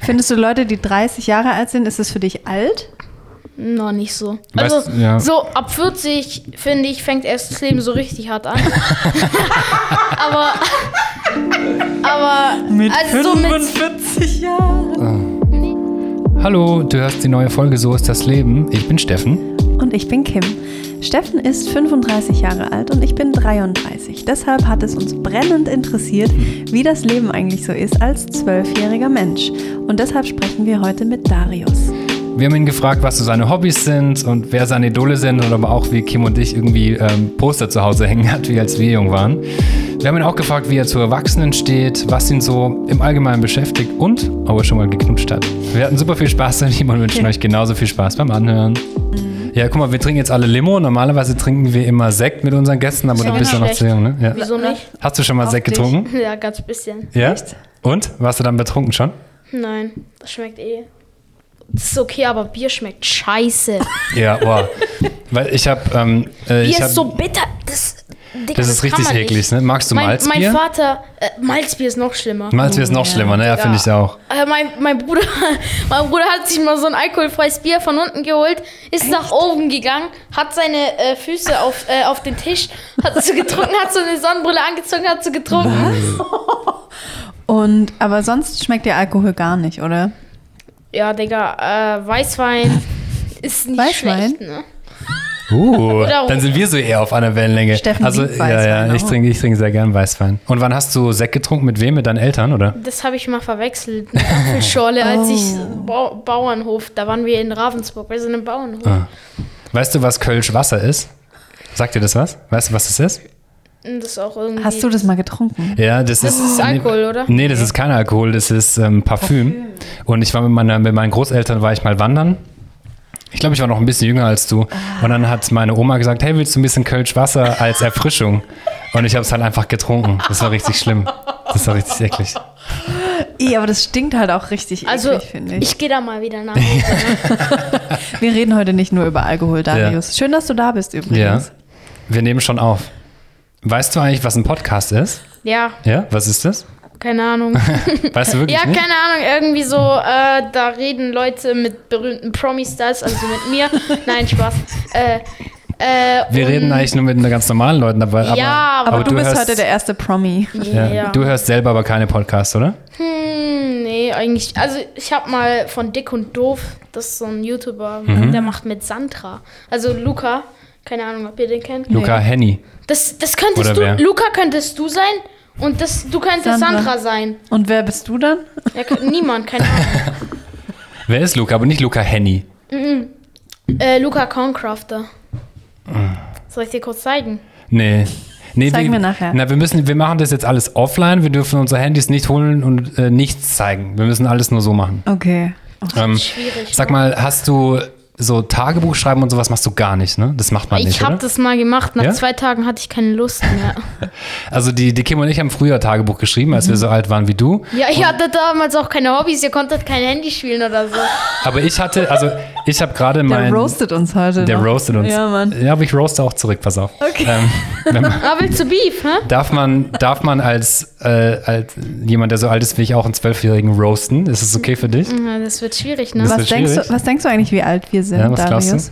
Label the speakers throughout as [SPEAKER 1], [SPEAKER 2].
[SPEAKER 1] Findest du Leute, die 30 Jahre alt sind, ist es für dich alt?
[SPEAKER 2] Noch nicht so.
[SPEAKER 3] Weißt-
[SPEAKER 2] Also,
[SPEAKER 3] ja.
[SPEAKER 2] so ab 40, finde ich, fängt erst das Leben so richtig hart an. aber. Aber. also, so mit,
[SPEAKER 1] Jahren.
[SPEAKER 3] Hallo, du hörst die neue Folge So ist das Leben. Ich bin Steffen.
[SPEAKER 1] Und ich bin Kim. Steffen ist 35 Jahre alt und ich bin 33. Deshalb hat es uns brennend interessiert, wie das Leben eigentlich so ist als zwölfjähriger Mensch. Und deshalb sprechen wir heute mit Darius.
[SPEAKER 3] Wir haben ihn gefragt, was so seine Hobbys sind und wer seine Idole sind und aber auch, wie Kim und ich irgendwie ähm, Poster zu Hause hängen hat, wie als wir jung waren. Wir haben ihn auch gefragt, wie er zu Erwachsenen steht, was ihn so im Allgemeinen beschäftigt und ob er schon mal geknutscht hat. Wir hatten super viel Spaß damit und wünschen euch genauso viel Spaß beim Anhören.
[SPEAKER 1] Mhm.
[SPEAKER 3] Ja, guck mal, wir trinken jetzt alle Limo. Normalerweise trinken wir immer Sekt mit unseren Gästen, aber
[SPEAKER 2] Ja,
[SPEAKER 3] du bist ja
[SPEAKER 2] genau.
[SPEAKER 3] noch zu jung, ne? Ja.
[SPEAKER 2] wieso nicht?
[SPEAKER 3] Hast du schon mal
[SPEAKER 1] Auf
[SPEAKER 3] Sekt
[SPEAKER 1] dich.
[SPEAKER 3] getrunken?
[SPEAKER 2] Ja, ganz bisschen.
[SPEAKER 3] Ja. Und? Warst du dann betrunken schon?
[SPEAKER 2] Nein, das schmeckt eh. Das ist okay, aber Bier schmeckt scheiße.
[SPEAKER 3] Ja, boah. Weil ich habe, ähm,
[SPEAKER 2] Bier
[SPEAKER 3] äh, ich hab,
[SPEAKER 2] ist so bitter. Das, Digga,
[SPEAKER 3] das ist
[SPEAKER 2] kann
[SPEAKER 3] richtig
[SPEAKER 2] man nicht.
[SPEAKER 3] eklig, ne? Magst du
[SPEAKER 2] Mein, mein
[SPEAKER 3] Malzbier?
[SPEAKER 2] Vater, äh, Malzbier ist noch schlimmer.
[SPEAKER 3] Malzbier ist noch schlimmer, ne? Ja, finde ich auch.
[SPEAKER 2] Äh, mein, mein, Bruder, mein Bruder hat sich mal so ein alkoholfreies Bier von unten geholt, ist nach oben gegangen, hat seine äh, Füße auf, äh, auf den Tisch, hat so getrunken, hat so eine Sonnenbrille angezogen, hat so getrunken.
[SPEAKER 1] Und aber sonst schmeckt dir Alkohol gar nicht, oder?
[SPEAKER 2] Ja, Digga, äh, Weißwein ist nicht
[SPEAKER 1] Weißwein?
[SPEAKER 2] schlecht, ne?
[SPEAKER 3] Uh,
[SPEAKER 2] Oder-
[SPEAKER 3] dann sind wir so eher auf einer Wellenlänge.
[SPEAKER 1] Steffen
[SPEAKER 3] also,
[SPEAKER 1] liebt
[SPEAKER 3] ja, ja,
[SPEAKER 1] Weißwein
[SPEAKER 3] ich
[SPEAKER 1] auch.
[SPEAKER 3] trinke, ich trinke sehr gern Weißwein. Und wann hast du Sekt getrunken? Mit wem? Mit deinen Eltern, oder?
[SPEAKER 2] Das habe ich mal verwechselt mit Apfelschorle, als ich Bau Bauernhof, da waren wir in Ravensburg, wir sind im Bauernhof.
[SPEAKER 3] Weißt du, was Kölsch Wasser ist? Sagt dir das was? Weißt du, was das ist?
[SPEAKER 2] Und Das ist auch irgendwie.
[SPEAKER 1] Hast du das mal getrunken?
[SPEAKER 3] Ja, das,
[SPEAKER 2] Das
[SPEAKER 3] ist.
[SPEAKER 2] ist Alkohol,
[SPEAKER 3] nee,
[SPEAKER 2] oder?
[SPEAKER 3] Nee, das ist kein Alkohol, das ist ähm, Parfüm. Und ich war mit, meiner, mit meinen Großeltern, war ich mal wandern. Ich glaube, ich war noch ein bisschen jünger als du.
[SPEAKER 2] Ah.
[SPEAKER 3] Und dann hat meine Oma gesagt, hey, willst du ein bisschen Kölschwasser als Erfrischung? Und ich habe es halt einfach getrunken. Das war richtig schlimm. Das war richtig eklig.
[SPEAKER 1] Eh, aber das stinkt halt auch richtig
[SPEAKER 2] also,
[SPEAKER 1] eklig, finde
[SPEAKER 2] ich,
[SPEAKER 1] ich.
[SPEAKER 2] gehe da mal wieder nach.
[SPEAKER 1] Wir reden heute nicht nur über Alkohol, Darius. Schön, dass du da bist übrigens.
[SPEAKER 3] Ja. Wir nehmen schon auf. Weißt du eigentlich, was ein Podcast ist?
[SPEAKER 2] ja,
[SPEAKER 3] Ja, was ist das?
[SPEAKER 2] keine Ahnung.
[SPEAKER 3] Weißt du wirklich ne?
[SPEAKER 2] Ja,
[SPEAKER 3] nicht?
[SPEAKER 2] keine Ahnung, irgendwie so, äh, da reden Leute mit berühmten Promi-Stars, also mit mir. Nein, Spaß. Äh, äh,
[SPEAKER 3] Wir
[SPEAKER 2] und-
[SPEAKER 3] reden eigentlich nur mit ganz normalen Leuten, aber, aber,
[SPEAKER 2] Ja, aber
[SPEAKER 1] Aber, du, bist
[SPEAKER 3] hörst,
[SPEAKER 1] heute der erste Promi.
[SPEAKER 3] ja,
[SPEAKER 2] Ja.
[SPEAKER 3] Du hörst selber aber keine Podcasts, oder?
[SPEAKER 2] Hm, nee, eigentlich. Also, ich habe mal von Dick und Doof, das ist so ein YouTuber,
[SPEAKER 3] Mhm.
[SPEAKER 2] der macht mit Sandra. Also, Luca, keine Ahnung, ob ihr den kennt.
[SPEAKER 3] Luca Henny.
[SPEAKER 2] Das, das könntest
[SPEAKER 3] Oder
[SPEAKER 2] du,
[SPEAKER 3] wer?
[SPEAKER 2] Luca könntest du sein und das, du könntest
[SPEAKER 1] Sandra.
[SPEAKER 2] Sandra, sein.
[SPEAKER 1] Und wer bist du dann?
[SPEAKER 2] Ja, ke- niemand, keine Ahnung.
[SPEAKER 3] Wer ist Luca? Aber nicht Luca Henny.
[SPEAKER 2] äh, Luca Corncrafter.
[SPEAKER 3] Ah.
[SPEAKER 2] Soll ich dir kurz zeigen?
[SPEAKER 3] Nee. Nee,
[SPEAKER 1] Zeigen wir nachher.
[SPEAKER 3] Na, wir, müssen, wir machen das jetzt alles offline. Wir dürfen unsere Handys nicht holen und äh, nichts zeigen. Wir müssen alles nur so machen.
[SPEAKER 1] Okay. Oh,
[SPEAKER 3] Ähm,
[SPEAKER 2] Schwierig.
[SPEAKER 3] sag mal, hast du so Tagebuch schreiben und sowas machst du gar nicht, ne? Das macht man nicht,
[SPEAKER 2] Ich habe
[SPEAKER 3] oder?
[SPEAKER 2] das mal gemacht. Nach
[SPEAKER 3] Ja?
[SPEAKER 2] zwei Tagen hatte ich keine Lust mehr.
[SPEAKER 3] Also die, die Kim und ich haben früher Tagebuch geschrieben, als
[SPEAKER 1] Mhm.
[SPEAKER 3] wir so alt waren wie du.
[SPEAKER 2] ja, ihr hattet damals auch keine Hobbys. Ihr konntet kein Handy spielen oder so.
[SPEAKER 3] Aber ich hatte, also ich habe gerade
[SPEAKER 1] der
[SPEAKER 3] mein...
[SPEAKER 1] roastet uns heute.
[SPEAKER 3] der
[SPEAKER 1] noch.
[SPEAKER 3] roastet uns.
[SPEAKER 1] Ja, Mann.
[SPEAKER 3] ja, aber ich roaste auch zurück, pass auf. Okay. Ähm, wenn man,
[SPEAKER 2] Aber Ah, willst du Beef, hä?
[SPEAKER 3] Darf man, darf man als, äh, als jemand, der so alt ist wie ich, auch einen Zwölfjährigen roasten? Ist es okay für dich?
[SPEAKER 2] Ja, das wird schwierig, ne?
[SPEAKER 3] Das-
[SPEAKER 1] Was
[SPEAKER 3] wird
[SPEAKER 1] denkst,
[SPEAKER 3] schwierig.
[SPEAKER 1] du, was denkst du eigentlich, wie alt wir sind,
[SPEAKER 3] Ja, was glaubst
[SPEAKER 1] Darius?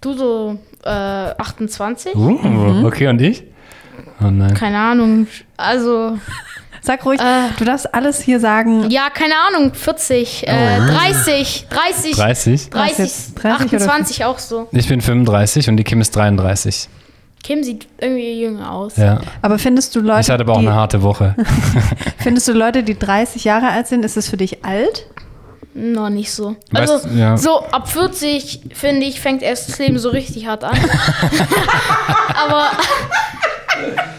[SPEAKER 2] Du so äh, 28?
[SPEAKER 3] Uh,
[SPEAKER 2] Mhm.
[SPEAKER 3] Okay, und ich? Oh nein.
[SPEAKER 2] Keine Ahnung. Also,
[SPEAKER 1] Sag ruhig,
[SPEAKER 2] Äh.
[SPEAKER 1] du darfst alles hier sagen.
[SPEAKER 2] ja, keine Ahnung.
[SPEAKER 3] Oh,
[SPEAKER 2] 40, äh, 30, 30, 30,
[SPEAKER 3] 30?
[SPEAKER 1] Was jetzt? 30 oder
[SPEAKER 2] 28 auch so.
[SPEAKER 3] Ich bin 35 und die Kim ist 33.
[SPEAKER 2] Kim sieht irgendwie jünger aus.
[SPEAKER 3] Ja.
[SPEAKER 1] Aber findest du Leute,
[SPEAKER 3] Ich hatte aber auch
[SPEAKER 1] die,
[SPEAKER 3] eine harte Woche.
[SPEAKER 1] findest du Leute, die 30 Jahre alt sind, ist es für dich alt?
[SPEAKER 2] Noch nicht so.
[SPEAKER 3] Weißt-
[SPEAKER 2] Also,
[SPEAKER 3] ja.
[SPEAKER 2] so ab 40, finde ich, fängt erst das Leben so richtig hart an. aber.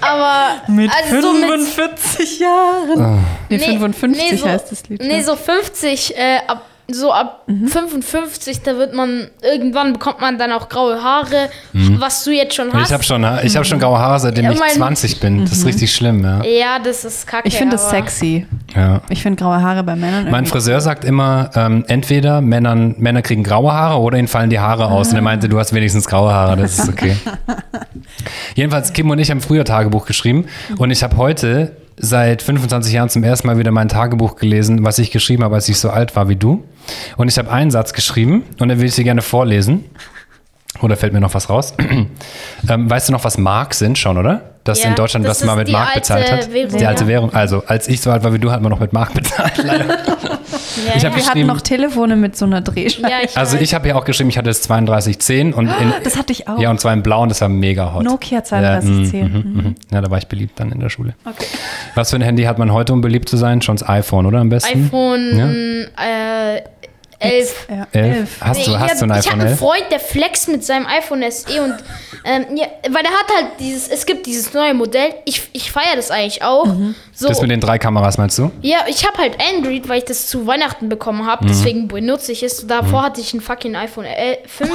[SPEAKER 2] Aber. also so
[SPEAKER 1] Jahren.
[SPEAKER 3] Ah.
[SPEAKER 1] Nee,
[SPEAKER 2] Nee,
[SPEAKER 1] 55
[SPEAKER 2] nee, so-
[SPEAKER 1] heißt das Lied. ne? Mhm.
[SPEAKER 2] mit. Nee, so 50, äh, ab, so ab 55, da wird man. Irgendwann bekommt man dann auch graue Haare, was du jetzt schon
[SPEAKER 3] Und
[SPEAKER 2] hast.
[SPEAKER 3] Mhm. ich habe schon, ich hab schon graue Haare, seitdem
[SPEAKER 2] Ja,
[SPEAKER 3] ich
[SPEAKER 2] mein- Mhm.
[SPEAKER 3] 20 bin. Das ist richtig schlimm, ja.
[SPEAKER 2] ja, das ist kacke.
[SPEAKER 1] ich finde das
[SPEAKER 2] aber-
[SPEAKER 1] sexy.
[SPEAKER 3] ja.
[SPEAKER 1] Ich finde graue Haare bei Männern.
[SPEAKER 3] Mein
[SPEAKER 1] irgendwie-
[SPEAKER 3] Friseur sagt immer, ähm, entweder Männern, Männer kriegen graue Haare oder ihnen fallen die Haare aus. Und er meinte, du hast wenigstens graue Haare, das ist okay. Jedenfalls, Kim und ich haben früher Tagebuch geschrieben und ich habe heute seit 25 Jahren zum ersten Mal wieder mein Tagebuch gelesen, was ich geschrieben habe, als ich so alt war wie du. Und ich habe einen Satz geschrieben und den will ich dir gerne vorlesen. Oder fällt mir noch was raus? ähm, weißt du noch, was Mark sind schon, oder? Dass
[SPEAKER 2] Ja,
[SPEAKER 3] in Deutschland
[SPEAKER 2] das
[SPEAKER 3] das, mal
[SPEAKER 2] ist
[SPEAKER 3] mit
[SPEAKER 2] die
[SPEAKER 3] Mark
[SPEAKER 2] alte
[SPEAKER 3] bezahlt hat.
[SPEAKER 2] Währung,
[SPEAKER 3] die alte
[SPEAKER 2] ja.
[SPEAKER 3] Währung. Also, als ich so alt war wie du, hat man noch mit Mark bezahlt. Leider.
[SPEAKER 2] Ja,
[SPEAKER 3] Ich hab
[SPEAKER 2] ja.
[SPEAKER 1] Wir hatten
[SPEAKER 3] geschrieben-
[SPEAKER 1] noch Telefone mit so einer Drehscheibe.
[SPEAKER 2] ja, ich
[SPEAKER 3] Also
[SPEAKER 2] weiß.
[SPEAKER 3] ich habe ja auch geschrieben, ich hatte jetzt 3210 und in,
[SPEAKER 1] Das hatte ich auch.
[SPEAKER 3] ja und zwar in blau und das war mega hot.
[SPEAKER 1] Nokia
[SPEAKER 3] ja,
[SPEAKER 1] 3210.
[SPEAKER 3] mhm, mhm, mhm. ja, da war ich beliebt dann in der Schule. Okay. Was für ein Handy hat man heute, um beliebt zu sein? Schon das iPhone, oder am besten?
[SPEAKER 2] iPhone äh, 11.
[SPEAKER 1] Ja,
[SPEAKER 3] Elf.
[SPEAKER 1] elf.
[SPEAKER 3] Äh, Hast du,
[SPEAKER 2] Nee,
[SPEAKER 3] hast du ein
[SPEAKER 2] ich
[SPEAKER 3] iPhone
[SPEAKER 2] habe einen
[SPEAKER 3] 11?
[SPEAKER 2] Freund, der flext mit seinem iPhone SE und ähm, ja, weil der hat halt dieses, es gibt dieses neue Modell. Ich, ich feiere das eigentlich auch. So,
[SPEAKER 3] Das mit den drei Kameras meinst du?
[SPEAKER 2] ja, ich habe halt Android, weil ich das zu Weihnachten bekommen
[SPEAKER 3] Mhm.
[SPEAKER 2] habe. Deswegen benutze ich es. Davor hatte ich ein fucking iPhone 5.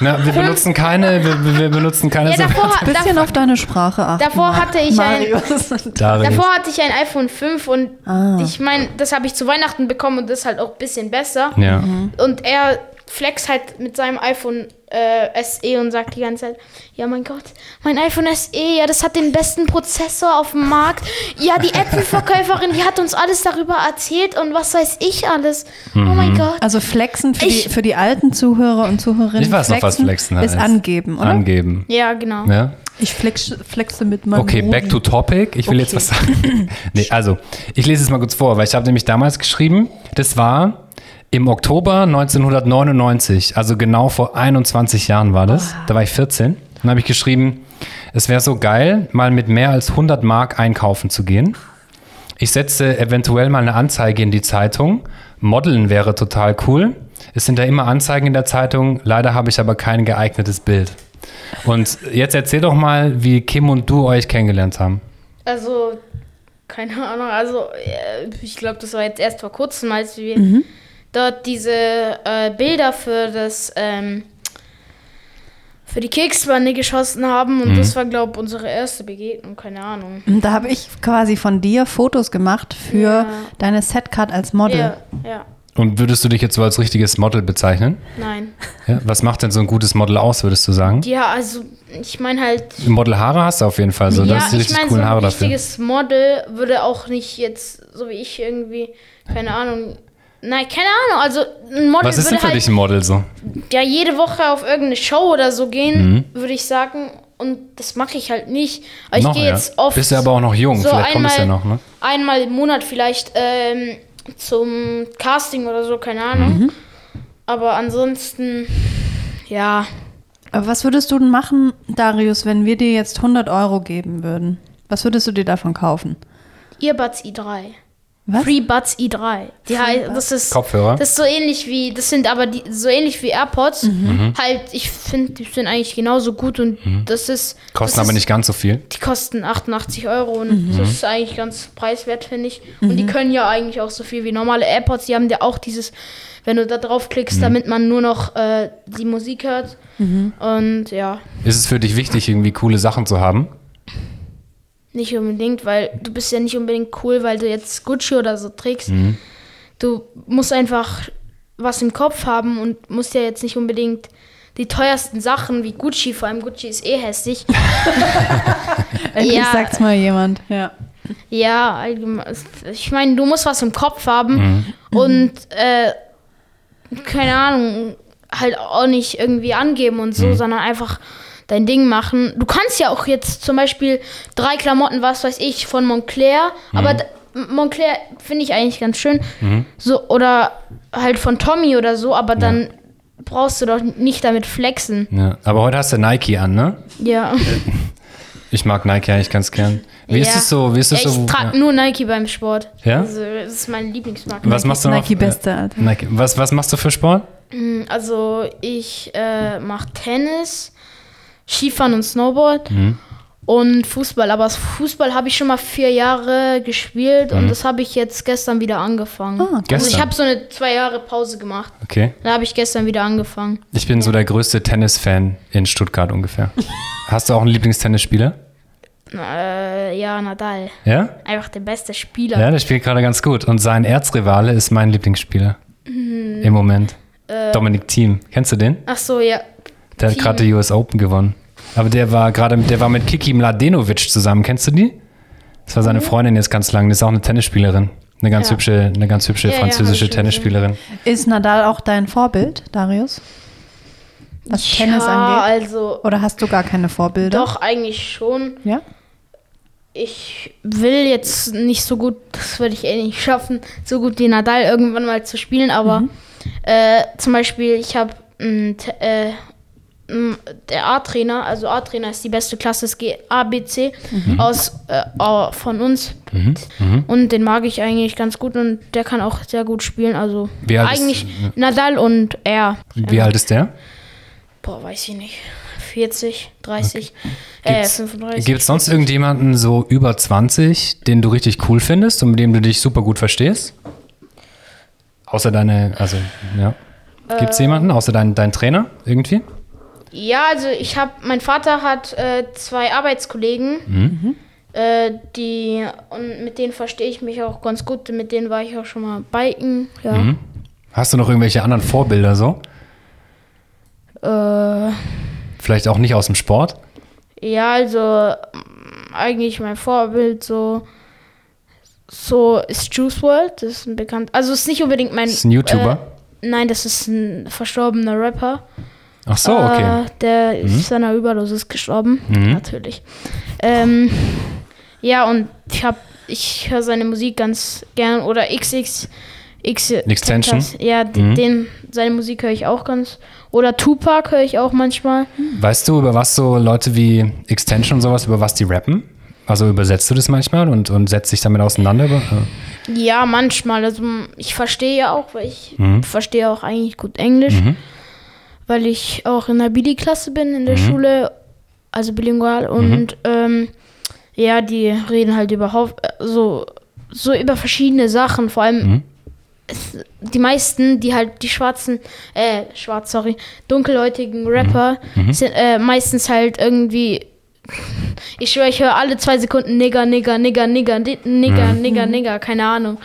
[SPEAKER 3] Na, wir benutzen keine, wir, wir- wir benutzen keine.
[SPEAKER 2] ja, davor,
[SPEAKER 3] Separat-
[SPEAKER 2] ha-
[SPEAKER 1] Bisschen
[SPEAKER 2] dav
[SPEAKER 1] auf deine Sprache achten.
[SPEAKER 2] Davor
[SPEAKER 1] Mar-
[SPEAKER 2] hatte ich ein-
[SPEAKER 1] Mario. ein.
[SPEAKER 3] Darius.
[SPEAKER 2] davor hatte ich ein iPhone 5 und ich meine, das habe ich zu Weihnachten bekommen und das ist halt auch ein bisschen besser.
[SPEAKER 3] Ja.
[SPEAKER 2] Und er flex halt mit seinem iPhone äh, SE und sagt die ganze Zeit, ja mein Gott, mein iPhone SE, ja, das hat den besten Prozessor auf dem Markt. Ja, die Apple-Verkäuferin, die hat uns alles darüber erzählt und was weiß ich alles. Oh mein Gott.
[SPEAKER 1] Also flexen für,
[SPEAKER 2] Ich-
[SPEAKER 1] die, für die alten Zuhörer und Zuhörerinnen.
[SPEAKER 3] Ich weiß noch, was flexen heißt.
[SPEAKER 1] Ist angeben, oder?
[SPEAKER 3] Angeben.
[SPEAKER 2] Ja, genau.
[SPEAKER 3] Ja.
[SPEAKER 1] ich flex, flexe mit meinem
[SPEAKER 3] Okay, back to topic. Ich will
[SPEAKER 1] Okay.
[SPEAKER 3] jetzt was sagen. nee, also, ich lese es mal kurz vor, weil ich habe nämlich damals geschrieben, das war im Oktober 1999, also genau vor 21 Jahren war das. Da war ich 14. Dann habe ich geschrieben, es wäre so geil, mal mit mehr als 100 Mark einkaufen zu gehen. Ich setze eventuell mal eine Anzeige in die Zeitung. Modeln wäre total cool. Es sind ja immer Anzeigen in der Zeitung. Leider habe ich aber kein geeignetes Bild. Und jetzt erzähl doch mal, wie Kim und du euch kennengelernt haben.
[SPEAKER 2] Also, keine Ahnung, also äh, ich glaube, das war jetzt erst vor kurzem, als wir dort diese äh, Bilder für das ähm, für die Kekswanne geschossen haben
[SPEAKER 3] Mhm.
[SPEAKER 2] und das war, glaube ich, unsere erste Begegnung, keine Ahnung.
[SPEAKER 1] Da habe ich quasi von dir Fotos gemacht für
[SPEAKER 2] Ja.
[SPEAKER 1] deine Setcard als Model.
[SPEAKER 2] Ja, ja,
[SPEAKER 3] Und würdest du dich jetzt so als richtiges Model bezeichnen?
[SPEAKER 2] nein.
[SPEAKER 3] Ja, was macht denn so ein gutes Model aus, würdest du sagen?
[SPEAKER 2] Ja, also ich meine halt,
[SPEAKER 3] Modelhaare hast du auf jeden Fall, so
[SPEAKER 2] ja,
[SPEAKER 3] da hast du
[SPEAKER 2] ich
[SPEAKER 3] Also, richtig
[SPEAKER 2] meine, so
[SPEAKER 3] coolen
[SPEAKER 2] ein
[SPEAKER 3] Haare dafür.
[SPEAKER 2] richtiges Model würde auch nicht jetzt, so wie ich irgendwie, keine Ahnung, nein, keine Ahnung, also ein Model
[SPEAKER 3] Was ist denn
[SPEAKER 2] würde
[SPEAKER 3] für
[SPEAKER 2] halt
[SPEAKER 3] dich ein Model so?
[SPEAKER 2] ja jede Woche auf irgendeine Show oder so gehen, würde ich sagen. Und das mache ich halt nicht. Aber ich
[SPEAKER 3] Mhm. noch,
[SPEAKER 2] gehe
[SPEAKER 3] ja.
[SPEAKER 2] jetzt oft.
[SPEAKER 3] Bist du aber auch noch jung,
[SPEAKER 2] so
[SPEAKER 3] vielleicht kommt es ja
[SPEAKER 2] einmal-
[SPEAKER 3] noch, ne?
[SPEAKER 2] einmal im Monat vielleicht ähm, zum Casting oder so, keine Ahnung.
[SPEAKER 3] Mhm.
[SPEAKER 2] Aber ansonsten, ja.
[SPEAKER 1] Aber was würdest du denn machen, Darius, wenn wir dir jetzt 100 Euro geben würden? Was würdest du dir davon kaufen?
[SPEAKER 2] Earbuds i3.
[SPEAKER 1] Was?
[SPEAKER 2] Free Buds i3. Die hei- das ist
[SPEAKER 3] Kopfhörer?
[SPEAKER 2] Das ist so ähnlich wie, das sind aber die, so ähnlich wie AirPods.
[SPEAKER 3] Mhm.
[SPEAKER 2] Halt, ich finde, die sind eigentlich genauso gut und das ist.
[SPEAKER 3] Kosten
[SPEAKER 2] das
[SPEAKER 3] aber
[SPEAKER 2] ist,
[SPEAKER 3] nicht ganz so viel.
[SPEAKER 2] Die kosten 88 Euro und das ist eigentlich ganz preiswert, finde ich. Und die können ja eigentlich auch so viel wie normale AirPods. Die haben ja auch dieses, wenn du da drauf klickst, damit man nur noch äh, die Musik hört. Und ja,
[SPEAKER 3] Ist es für dich wichtig, irgendwie coole Sachen zu haben?
[SPEAKER 2] nicht unbedingt, weil du bist ja nicht unbedingt cool, weil du jetzt Gucci oder so trägst. Du musst einfach was im Kopf haben und musst ja jetzt nicht unbedingt die teuersten Sachen wie Gucci, vor allem Gucci ist eh hässlich.
[SPEAKER 1] Endlich
[SPEAKER 2] Äh, Ja.
[SPEAKER 1] sagt's mal jemand. Ja.
[SPEAKER 2] Ja, allgemein. Ich meine, du musst was im Kopf
[SPEAKER 3] Mhm.
[SPEAKER 2] haben und äh, keine Ahnung, halt auch nicht irgendwie angeben und
[SPEAKER 3] Mhm.
[SPEAKER 2] so, sondern einfach dein Ding machen. Du kannst ja auch jetzt zum Beispiel drei Klamotten, was weiß ich, von Montclair,
[SPEAKER 3] Mhm.
[SPEAKER 2] aber d- Montclair finde ich eigentlich ganz schön. So, oder halt von Tommy oder so, aber dann brauchst du doch nicht damit flexen.
[SPEAKER 3] Ja. Aber heute hast du Nike an, ne?
[SPEAKER 2] Ja.
[SPEAKER 3] Ich mag Nike eigentlich ganz gern. Wie ist
[SPEAKER 2] Ja.
[SPEAKER 3] es so? Wie ist es
[SPEAKER 2] ja, ich
[SPEAKER 3] so?
[SPEAKER 2] trage nur Nike beim Sport.
[SPEAKER 3] Ja?
[SPEAKER 2] Also, das ist meine Lieblingsmarke.
[SPEAKER 3] Was machst du noch?
[SPEAKER 1] Nike Beste, Alter.
[SPEAKER 3] Nike. Was, was machst du für Sport?
[SPEAKER 2] Also ich äh, mache Tennis, Skifahren und Snowboard
[SPEAKER 3] Mhm.
[SPEAKER 2] und Fußball. Aber das Fußball habe ich schon mal vier Jahre gespielt und das habe ich jetzt gestern wieder angefangen.
[SPEAKER 1] Ah, cool.
[SPEAKER 2] Also ich
[SPEAKER 3] Mhm. Gestern?
[SPEAKER 2] habe so eine zwei Jahre Pause gemacht.
[SPEAKER 3] Okay.
[SPEAKER 2] Dann habe ich gestern wieder angefangen.
[SPEAKER 3] Ich bin so der größte Tennisfan in Stuttgart ungefähr. Hast du auch einen Lieblingstennisspieler?
[SPEAKER 2] Äh, ja, Nadal.
[SPEAKER 3] Ja?
[SPEAKER 2] Einfach der beste Spieler.
[SPEAKER 3] Ja, der spielt gerade ganz gut. Und sein Erzrivale ist mein Lieblingsspieler
[SPEAKER 2] Mhm.
[SPEAKER 3] im Moment. Dominik Thiem. Kennst du den?
[SPEAKER 2] Ach so, ja.
[SPEAKER 3] Der hat
[SPEAKER 2] Äh, Thiem.
[SPEAKER 3] gerade die US Open gewonnen. Aber der war gerade, der war mit Kiki Mladenovic zusammen. Kennst du die? Das war seine Freundin jetzt ganz lang. Das ist auch eine Tennisspielerin. Eine ganz
[SPEAKER 2] Mhm. Ja.
[SPEAKER 3] hübsche, eine ganz hübsche
[SPEAKER 2] Ja, ja,
[SPEAKER 3] französische
[SPEAKER 2] hab ich schon
[SPEAKER 3] Tennisspielerin.
[SPEAKER 1] Ist Nadal auch dein Vorbild, Darius? Was Tennis
[SPEAKER 2] ja,
[SPEAKER 1] angeht?
[SPEAKER 2] also
[SPEAKER 1] Oder hast du gar keine Vorbilder?
[SPEAKER 2] doch, eigentlich schon.
[SPEAKER 1] Ja?
[SPEAKER 2] Ich will jetzt nicht so gut, das würde ich eh nicht schaffen, so gut wie Nadal irgendwann mal zu spielen, aber
[SPEAKER 3] Mhm.
[SPEAKER 2] äh, zum Beispiel, ich habe äh, m, der A-Trainer, also A-Trainer ist die beste Klasse, es geht A, B, C
[SPEAKER 3] Mhm.
[SPEAKER 2] aus, äh, au- von uns und den mag ich eigentlich ganz gut und der kann auch sehr gut spielen, also
[SPEAKER 3] Wie alt ist-
[SPEAKER 2] eigentlich Nadal und er.
[SPEAKER 3] Wie alt ist der?
[SPEAKER 2] Boah, weiß ich nicht. 40, 30, äh,
[SPEAKER 3] Gibt's-
[SPEAKER 2] 35.
[SPEAKER 3] Gibt es sonst irgendjemanden so über 20, den du richtig cool findest und mit dem du dich super gut verstehst? Außer deine, also, ja. Gibt
[SPEAKER 2] Äh.
[SPEAKER 3] es jemanden, außer deinen dein Trainer irgendwie?
[SPEAKER 2] Ja, also ich habe, mein Vater hat äh, zwei Arbeitskollegen,
[SPEAKER 3] Mhm.
[SPEAKER 2] äh, die und mit denen verstehe ich mich auch ganz gut. Mit denen war ich auch schon mal biken. Ja.
[SPEAKER 3] Mhm. Hast du noch irgendwelche anderen Vorbilder so?
[SPEAKER 2] Äh,
[SPEAKER 3] Vielleicht auch nicht aus dem Sport?
[SPEAKER 2] ja, also mm, eigentlich mein Vorbild so. So ist Juice World, das ist ein bekannt. Also ist nicht unbedingt mein.
[SPEAKER 3] Ist ein YouTuber?
[SPEAKER 2] Äh, nein, das ist ein verstorbener Rapper.
[SPEAKER 3] Ach so, okay. Mhm.
[SPEAKER 2] Äh, der ist seiner Überdosis gestorben, natürlich. Ähm, ja, und ich hab, ich höre seine Musik ganz gern. Oder XX. X,
[SPEAKER 3] Extension? Mhm.
[SPEAKER 2] Texas. Ja, d- den, seine Musik höre ich auch ganz. Oder Tupac höre ich auch manchmal.
[SPEAKER 3] Weißt du, über was so Leute wie Extension und sowas, über was die rappen? Also übersetzt du das manchmal und, und setzt dich damit auseinander? Über, äh,
[SPEAKER 2] Ja, manchmal. Also m- ich verstehe ja auch, weil ich verstehe auch eigentlich gut Englisch, weil ich auch in der Bili-Klasse bin in der Schule, also bilingual. Und ähm, ja, die reden halt überhaupt äh, so, so über verschiedene Sachen. Vor allem es, die meisten, die halt die schwarzen, äh, schwarz, sorry, dunkelhäutigen Rapper sind äh, meistens halt irgendwie. Ich schwöre, ich höre alle zwei Sekunden Nigger, Nigger, Nigger, Nigger, Nigger, Nigger,
[SPEAKER 3] Mhm.
[SPEAKER 2] Nigger, Nigger, keine Ahnung.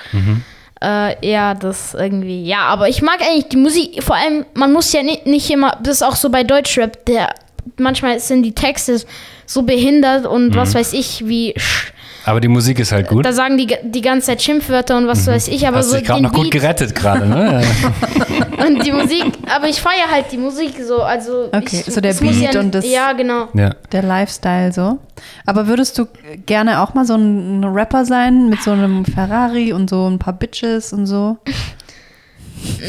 [SPEAKER 2] Äh, ja, das irgendwie, ja, aber ich mag eigentlich die Musik, vor allem, man muss ja nicht, nicht immer, das ist auch so bei Deutschrap, der, manchmal sind die Texte so behindert und was weiß ich, wie, sch,
[SPEAKER 3] aber die Musik ist halt Mhm. gut. Mhm.
[SPEAKER 2] da sagen die ge- die ganze Zeit Schimpfwörter und was weiß ich, aber
[SPEAKER 3] Hast
[SPEAKER 2] so
[SPEAKER 3] dich gerade
[SPEAKER 2] den
[SPEAKER 3] noch gut
[SPEAKER 2] Beat
[SPEAKER 3] gerettet gerade, ne?
[SPEAKER 2] und die Musik, aber ich feiere halt die Musik so, also.
[SPEAKER 1] Okay,
[SPEAKER 2] ich,
[SPEAKER 1] so der
[SPEAKER 2] es muss
[SPEAKER 1] Beat
[SPEAKER 2] ja,
[SPEAKER 1] und das-
[SPEAKER 2] Ja, genau.
[SPEAKER 3] ja.
[SPEAKER 1] Der Lifestyle so. Aber würdest du gerne auch mal so ein Rapper sein mit so einem Ferrari und so ein paar Bitches und so?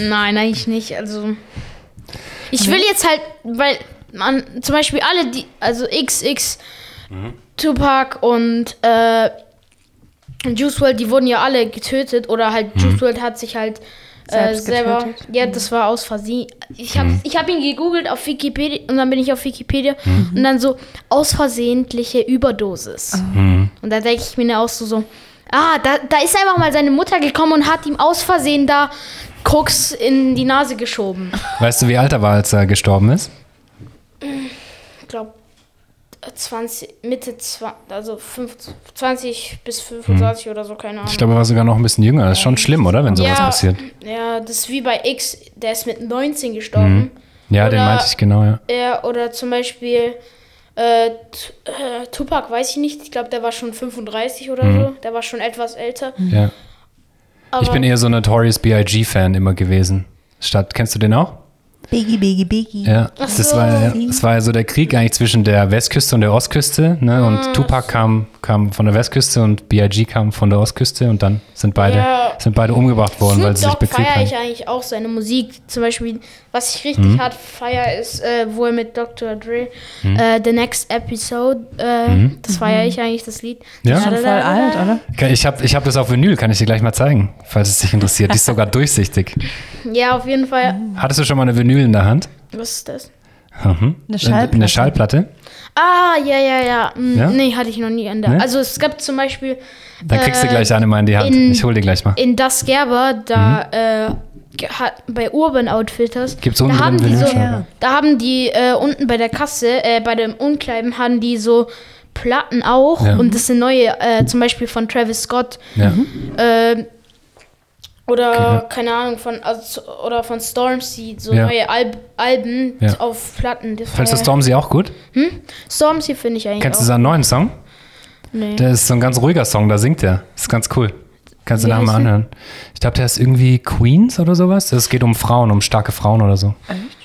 [SPEAKER 2] Nein, eigentlich nicht. Also. Ich
[SPEAKER 1] Mhm.
[SPEAKER 2] will jetzt halt, weil man zum Beispiel alle, die, also XX,
[SPEAKER 1] Mhm.
[SPEAKER 2] Tupac und äh, Juice WRLD, die wurden ja alle getötet oder halt Juice WRLD hat sich halt äh,
[SPEAKER 1] Mhm. Selbst
[SPEAKER 2] selber.
[SPEAKER 1] getötet. Mhm.
[SPEAKER 2] Ja, das war aus Versehen. Ich habe ich hab ihn gegoogelt auf Wikipedia und dann bin ich auf Wikipedia
[SPEAKER 1] Mhm.
[SPEAKER 2] und dann so aus versehentliche Überdosis.
[SPEAKER 1] Mhm.
[SPEAKER 2] Und da denke ich mir dann auch so, so ah, da, da ist einfach mal seine Mutter gekommen und hat ihm aus Versehen da Koks in die Nase geschoben.
[SPEAKER 3] Weißt du, wie alt er war, als er gestorben ist?
[SPEAKER 2] Ich glaube, 20, Mitte, 20, also 25, 20 bis 25 oder so, keine Ahnung.
[SPEAKER 3] Mhm. Ich glaube, er war sogar noch ein bisschen jünger. Das ist schon schlimm, oder? Wenn sowas passiert.
[SPEAKER 2] Ja, das ist wie bei X, der ist mit 19 gestorben.
[SPEAKER 3] Ja, den
[SPEAKER 2] Oder-
[SPEAKER 3] meinte ich genau, ja.
[SPEAKER 2] Ja, oder zum Beispiel äh, T- äh, Tupac, weiß ich nicht. Ich glaube, der war schon 35 oder
[SPEAKER 3] Mhm.
[SPEAKER 2] so. Der war schon etwas älter.
[SPEAKER 3] ja.
[SPEAKER 2] Aber
[SPEAKER 3] Ich bin eher so ein Notorious B.I.G.-Fan immer gewesen. Statt, kennst du den auch?
[SPEAKER 1] Biggie, Biggie, Biggie.
[SPEAKER 3] Ja, das
[SPEAKER 2] so.
[SPEAKER 3] war, ja- das war ja so der Krieg eigentlich zwischen der Westküste und der Ostküste.
[SPEAKER 2] Ah,
[SPEAKER 3] Ne? Und Tupac kam, kam von der Westküste und B.I.G. kam von der Ostküste und dann sind beide,
[SPEAKER 2] Ja.
[SPEAKER 3] sind beide umgebracht worden, weil
[SPEAKER 2] Snoop
[SPEAKER 3] sie sich
[SPEAKER 2] Dogg
[SPEAKER 3] bekriegt
[SPEAKER 2] feiere
[SPEAKER 3] haben.
[SPEAKER 2] ich eigentlich auch seine Musik. Zum Beispiel, was ich
[SPEAKER 3] Mhm.
[SPEAKER 2] richtig hart feiere, ist, äh, wo er mit Dr. Dre äh,
[SPEAKER 3] Mhm.
[SPEAKER 2] The Next Episode, äh, das feiere ich eigentlich, das Lied.
[SPEAKER 3] Ja?
[SPEAKER 1] Mhm. Schon voll alt, oder?
[SPEAKER 3] Kann- Ich habe ich hab das auf Vinyl, kann ich dir gleich mal zeigen, falls es dich interessiert. Die ist sogar durchsichtig.
[SPEAKER 2] Ja, auf jeden Fall.
[SPEAKER 1] Mhm.
[SPEAKER 3] Hattest du schon mal eine Vinyl in der Hand?
[SPEAKER 2] Was ist das?
[SPEAKER 3] Mhm.
[SPEAKER 1] Eine Schallplatte.
[SPEAKER 3] Eine Schallplatte.
[SPEAKER 2] Ah, ja, ja, ja. Hm,
[SPEAKER 3] Ja?
[SPEAKER 2] Nee, hatte ich noch nie an der.
[SPEAKER 3] Nee?
[SPEAKER 2] Also es gab zum Beispiel
[SPEAKER 3] Dann kriegst du
[SPEAKER 2] Äh,
[SPEAKER 3] gleich eine mal in die Hand.
[SPEAKER 2] in-
[SPEAKER 3] ich hol dir gleich mal.
[SPEAKER 2] in Das Gerber, da äh, ge- hat, bei Urban Outfitters,
[SPEAKER 3] Mhm. Gibt's
[SPEAKER 2] da
[SPEAKER 3] unten
[SPEAKER 2] haben
[SPEAKER 3] drin
[SPEAKER 2] die so,
[SPEAKER 3] Vinylscheibe?
[SPEAKER 2] da haben die äh, unten bei der Kasse, äh, bei dem Unkleiden haben die so Platten auch
[SPEAKER 3] Ja.
[SPEAKER 2] und das sind neue, äh, zum Beispiel von Travis Scott
[SPEAKER 3] Ja.
[SPEAKER 2] äh, oder
[SPEAKER 3] ja.
[SPEAKER 2] keine Ahnung von also, oder von Stormzy so
[SPEAKER 3] Ja.
[SPEAKER 2] neue Alb Alben
[SPEAKER 3] Ja.
[SPEAKER 2] auf Platten. Das
[SPEAKER 3] Fandest du
[SPEAKER 2] war-
[SPEAKER 3] Stormzy auch gut?
[SPEAKER 2] Stormzy finde ich eigentlich
[SPEAKER 3] Kennst du
[SPEAKER 2] auch.
[SPEAKER 3] seinen neuen Song?
[SPEAKER 2] Nee.
[SPEAKER 3] Der ist so ein ganz ruhiger Song, da singt er. Ist ganz cool. Kannst du
[SPEAKER 2] Wie
[SPEAKER 3] nachher mal
[SPEAKER 2] heißt der?
[SPEAKER 3] anhören. Ich glaube, der ist irgendwie Queens oder sowas. Es geht um Frauen, um starke Frauen oder so.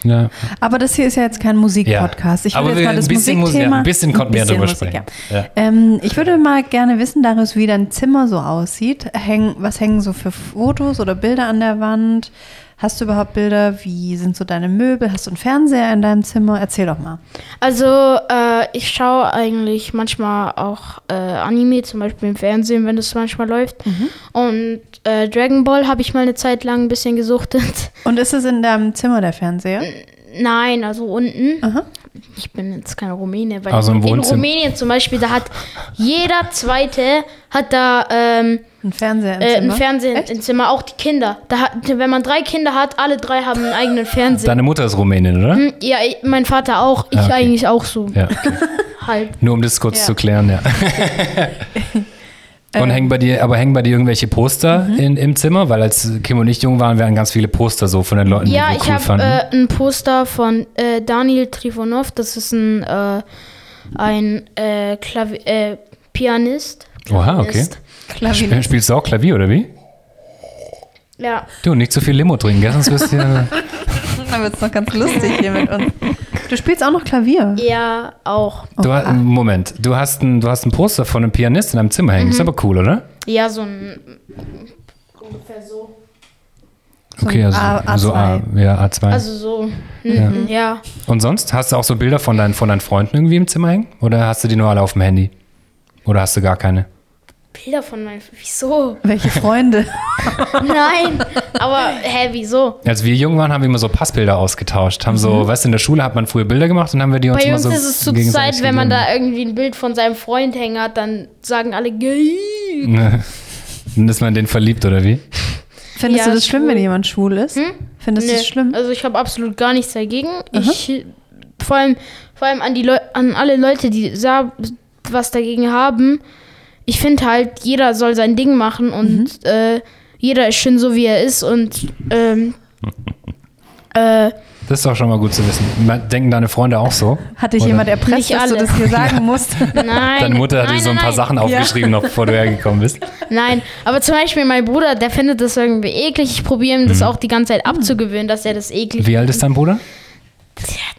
[SPEAKER 3] Ja.
[SPEAKER 2] Also
[SPEAKER 1] Aber das hier ist ja jetzt kein Musikpodcast. Ich
[SPEAKER 3] Aber
[SPEAKER 1] würde
[SPEAKER 3] wir-
[SPEAKER 1] jetzt mal das
[SPEAKER 3] ein bisschen Musik-
[SPEAKER 1] Musikthema.
[SPEAKER 3] ja, ein bisschen konnten wir drüber sprechen.
[SPEAKER 1] ja.
[SPEAKER 3] Ja.
[SPEAKER 1] Ähm, ich würde mal gerne wissen, Darius, wie dein Zimmer so aussieht. Häng, was hängen so für Fotos oder Bilder an der Wand? Hast du überhaupt Bilder? Wie sind so deine Möbel? Hast du einen Fernseher in deinem Zimmer? Erzähl doch mal.
[SPEAKER 2] Also, äh, ich schaue eigentlich manchmal auch äh, Anime, zum Beispiel im Fernsehen, wenn es manchmal läuft.
[SPEAKER 1] Mhm.
[SPEAKER 2] Und äh, Dragon Ball habe ich mal eine Zeit lang ein bisschen gesuchtet.
[SPEAKER 1] Und ist es in deinem Zimmer der Fernseher?
[SPEAKER 2] Nein, also unten.
[SPEAKER 1] Aha.
[SPEAKER 2] Ich bin jetzt kein Rumäne, weil
[SPEAKER 3] Also im
[SPEAKER 2] in
[SPEAKER 3] Wohnzimmer.
[SPEAKER 2] Rumänien zum Beispiel, da hat jeder Zweite hat da ähm,
[SPEAKER 1] Ein Fernseher im
[SPEAKER 2] äh,
[SPEAKER 1] Zimmer?
[SPEAKER 2] ein Fernsehen
[SPEAKER 1] Echt?
[SPEAKER 2] im Zimmer, auch die Kinder. Da, hat- wenn man drei Kinder hat, alle drei haben einen eigenen Fernseher.
[SPEAKER 3] Deine Mutter ist Rumänin, oder?
[SPEAKER 2] Hm, ja, ich, mein Vater auch, ich
[SPEAKER 3] Ah, okay.
[SPEAKER 2] eigentlich auch so. Halt.
[SPEAKER 3] Ja. okay.
[SPEAKER 2] Halb.
[SPEAKER 3] Nur um das kurz
[SPEAKER 2] Ja.
[SPEAKER 3] zu klären, ja.
[SPEAKER 1] Äh,
[SPEAKER 3] Und hängen bei dir, aber hängen bei dir irgendwelche Poster
[SPEAKER 2] Mhm.
[SPEAKER 3] in, im Zimmer? Weil als Kim und ich jung waren, waren ganz viele Poster so von den Leuten,
[SPEAKER 2] Ja,
[SPEAKER 3] die wir
[SPEAKER 2] ich
[SPEAKER 3] cool
[SPEAKER 2] habe
[SPEAKER 3] fanden.
[SPEAKER 2] äh, ein Poster von äh, Daniel Trifonov. Das ist ein, äh, ein äh, Klavi äh, Pianist.
[SPEAKER 3] Oha, okay.
[SPEAKER 2] Pianist.
[SPEAKER 1] Klavier.
[SPEAKER 3] Spiel, spielst du auch Klavier, oder wie?
[SPEAKER 2] Ja.
[SPEAKER 3] Du, nicht zu viel Limo trinken, gell? sonst wirst du ja-
[SPEAKER 1] Da wird es noch ganz lustig hier mit uns. Du spielst auch noch Klavier.
[SPEAKER 2] ja, auch.
[SPEAKER 3] Du hast, Moment, du hast, ein, du hast ein Poster von einem Pianist in deinem Zimmer hängen.
[SPEAKER 2] Mhm.
[SPEAKER 3] Ist aber cool, oder?
[SPEAKER 2] Ja, so ein. Ungefähr so.
[SPEAKER 1] ein
[SPEAKER 3] Okay, also
[SPEAKER 1] A-
[SPEAKER 3] so A, ja, A2.
[SPEAKER 2] Also so. Mhm, ja.
[SPEAKER 3] Und sonst? Hast du auch so Bilder von deinen, von deinen Freunden irgendwie im Zimmer hängen? Oder hast du die nur alle auf dem Handy? Oder hast du gar keine?
[SPEAKER 2] Bilder von meinem. Wieso?
[SPEAKER 1] Welche Freunde?
[SPEAKER 2] Nein. Aber, hä, wieso?
[SPEAKER 3] Als wir jung waren, haben wir immer so Passbilder ausgetauscht. Haben so, weißt du, in der Schule hat man früher Bilder gemacht und haben wir die uns
[SPEAKER 2] Mhm. Bei
[SPEAKER 3] immer
[SPEAKER 2] uns
[SPEAKER 3] so
[SPEAKER 2] ist es zur
[SPEAKER 3] gegenseitig
[SPEAKER 2] Zeit, wenn man
[SPEAKER 3] gegeben.
[SPEAKER 2] da irgendwie ein Bild von seinem Freund hängen hat, dann sagen alle geil.
[SPEAKER 3] Dann ist man den verliebt, oder wie?
[SPEAKER 1] Findest
[SPEAKER 2] Ja,
[SPEAKER 1] du das schlimm,
[SPEAKER 2] schwul.
[SPEAKER 1] wenn jemand schwul ist? Findest du
[SPEAKER 2] Nee,
[SPEAKER 1] das schlimm?
[SPEAKER 2] Also ich habe absolut gar nichts dagegen. Ich vor allem, vor allem an die Leu an alle Leute, die sa- was dagegen haben. Ich finde halt, jeder soll sein Ding machen und
[SPEAKER 3] Mhm.
[SPEAKER 2] äh, jeder ist schön so wie er ist und ähm, äh,
[SPEAKER 3] Das ist doch schon mal gut zu wissen. Man- Denken deine Freunde auch so?
[SPEAKER 1] Hat dich
[SPEAKER 3] Oder?
[SPEAKER 1] jemand erpresst,
[SPEAKER 2] Nicht
[SPEAKER 1] dass du
[SPEAKER 2] alle.
[SPEAKER 1] das hier sagen musst?
[SPEAKER 2] nein.
[SPEAKER 3] Deine Mutter hat
[SPEAKER 2] nein,
[SPEAKER 3] dir so ein
[SPEAKER 2] nein,
[SPEAKER 3] paar
[SPEAKER 2] nein,
[SPEAKER 3] Sachen aufgeschrieben, noch bevor du hergekommen bist.
[SPEAKER 2] Nein, aber zum Beispiel mein Bruder, der findet das irgendwie eklig. Ich probiere ihm das auch die ganze Zeit abzugewöhnen, dass er das eklig.
[SPEAKER 3] Mhm. Wie alt ist dein Bruder?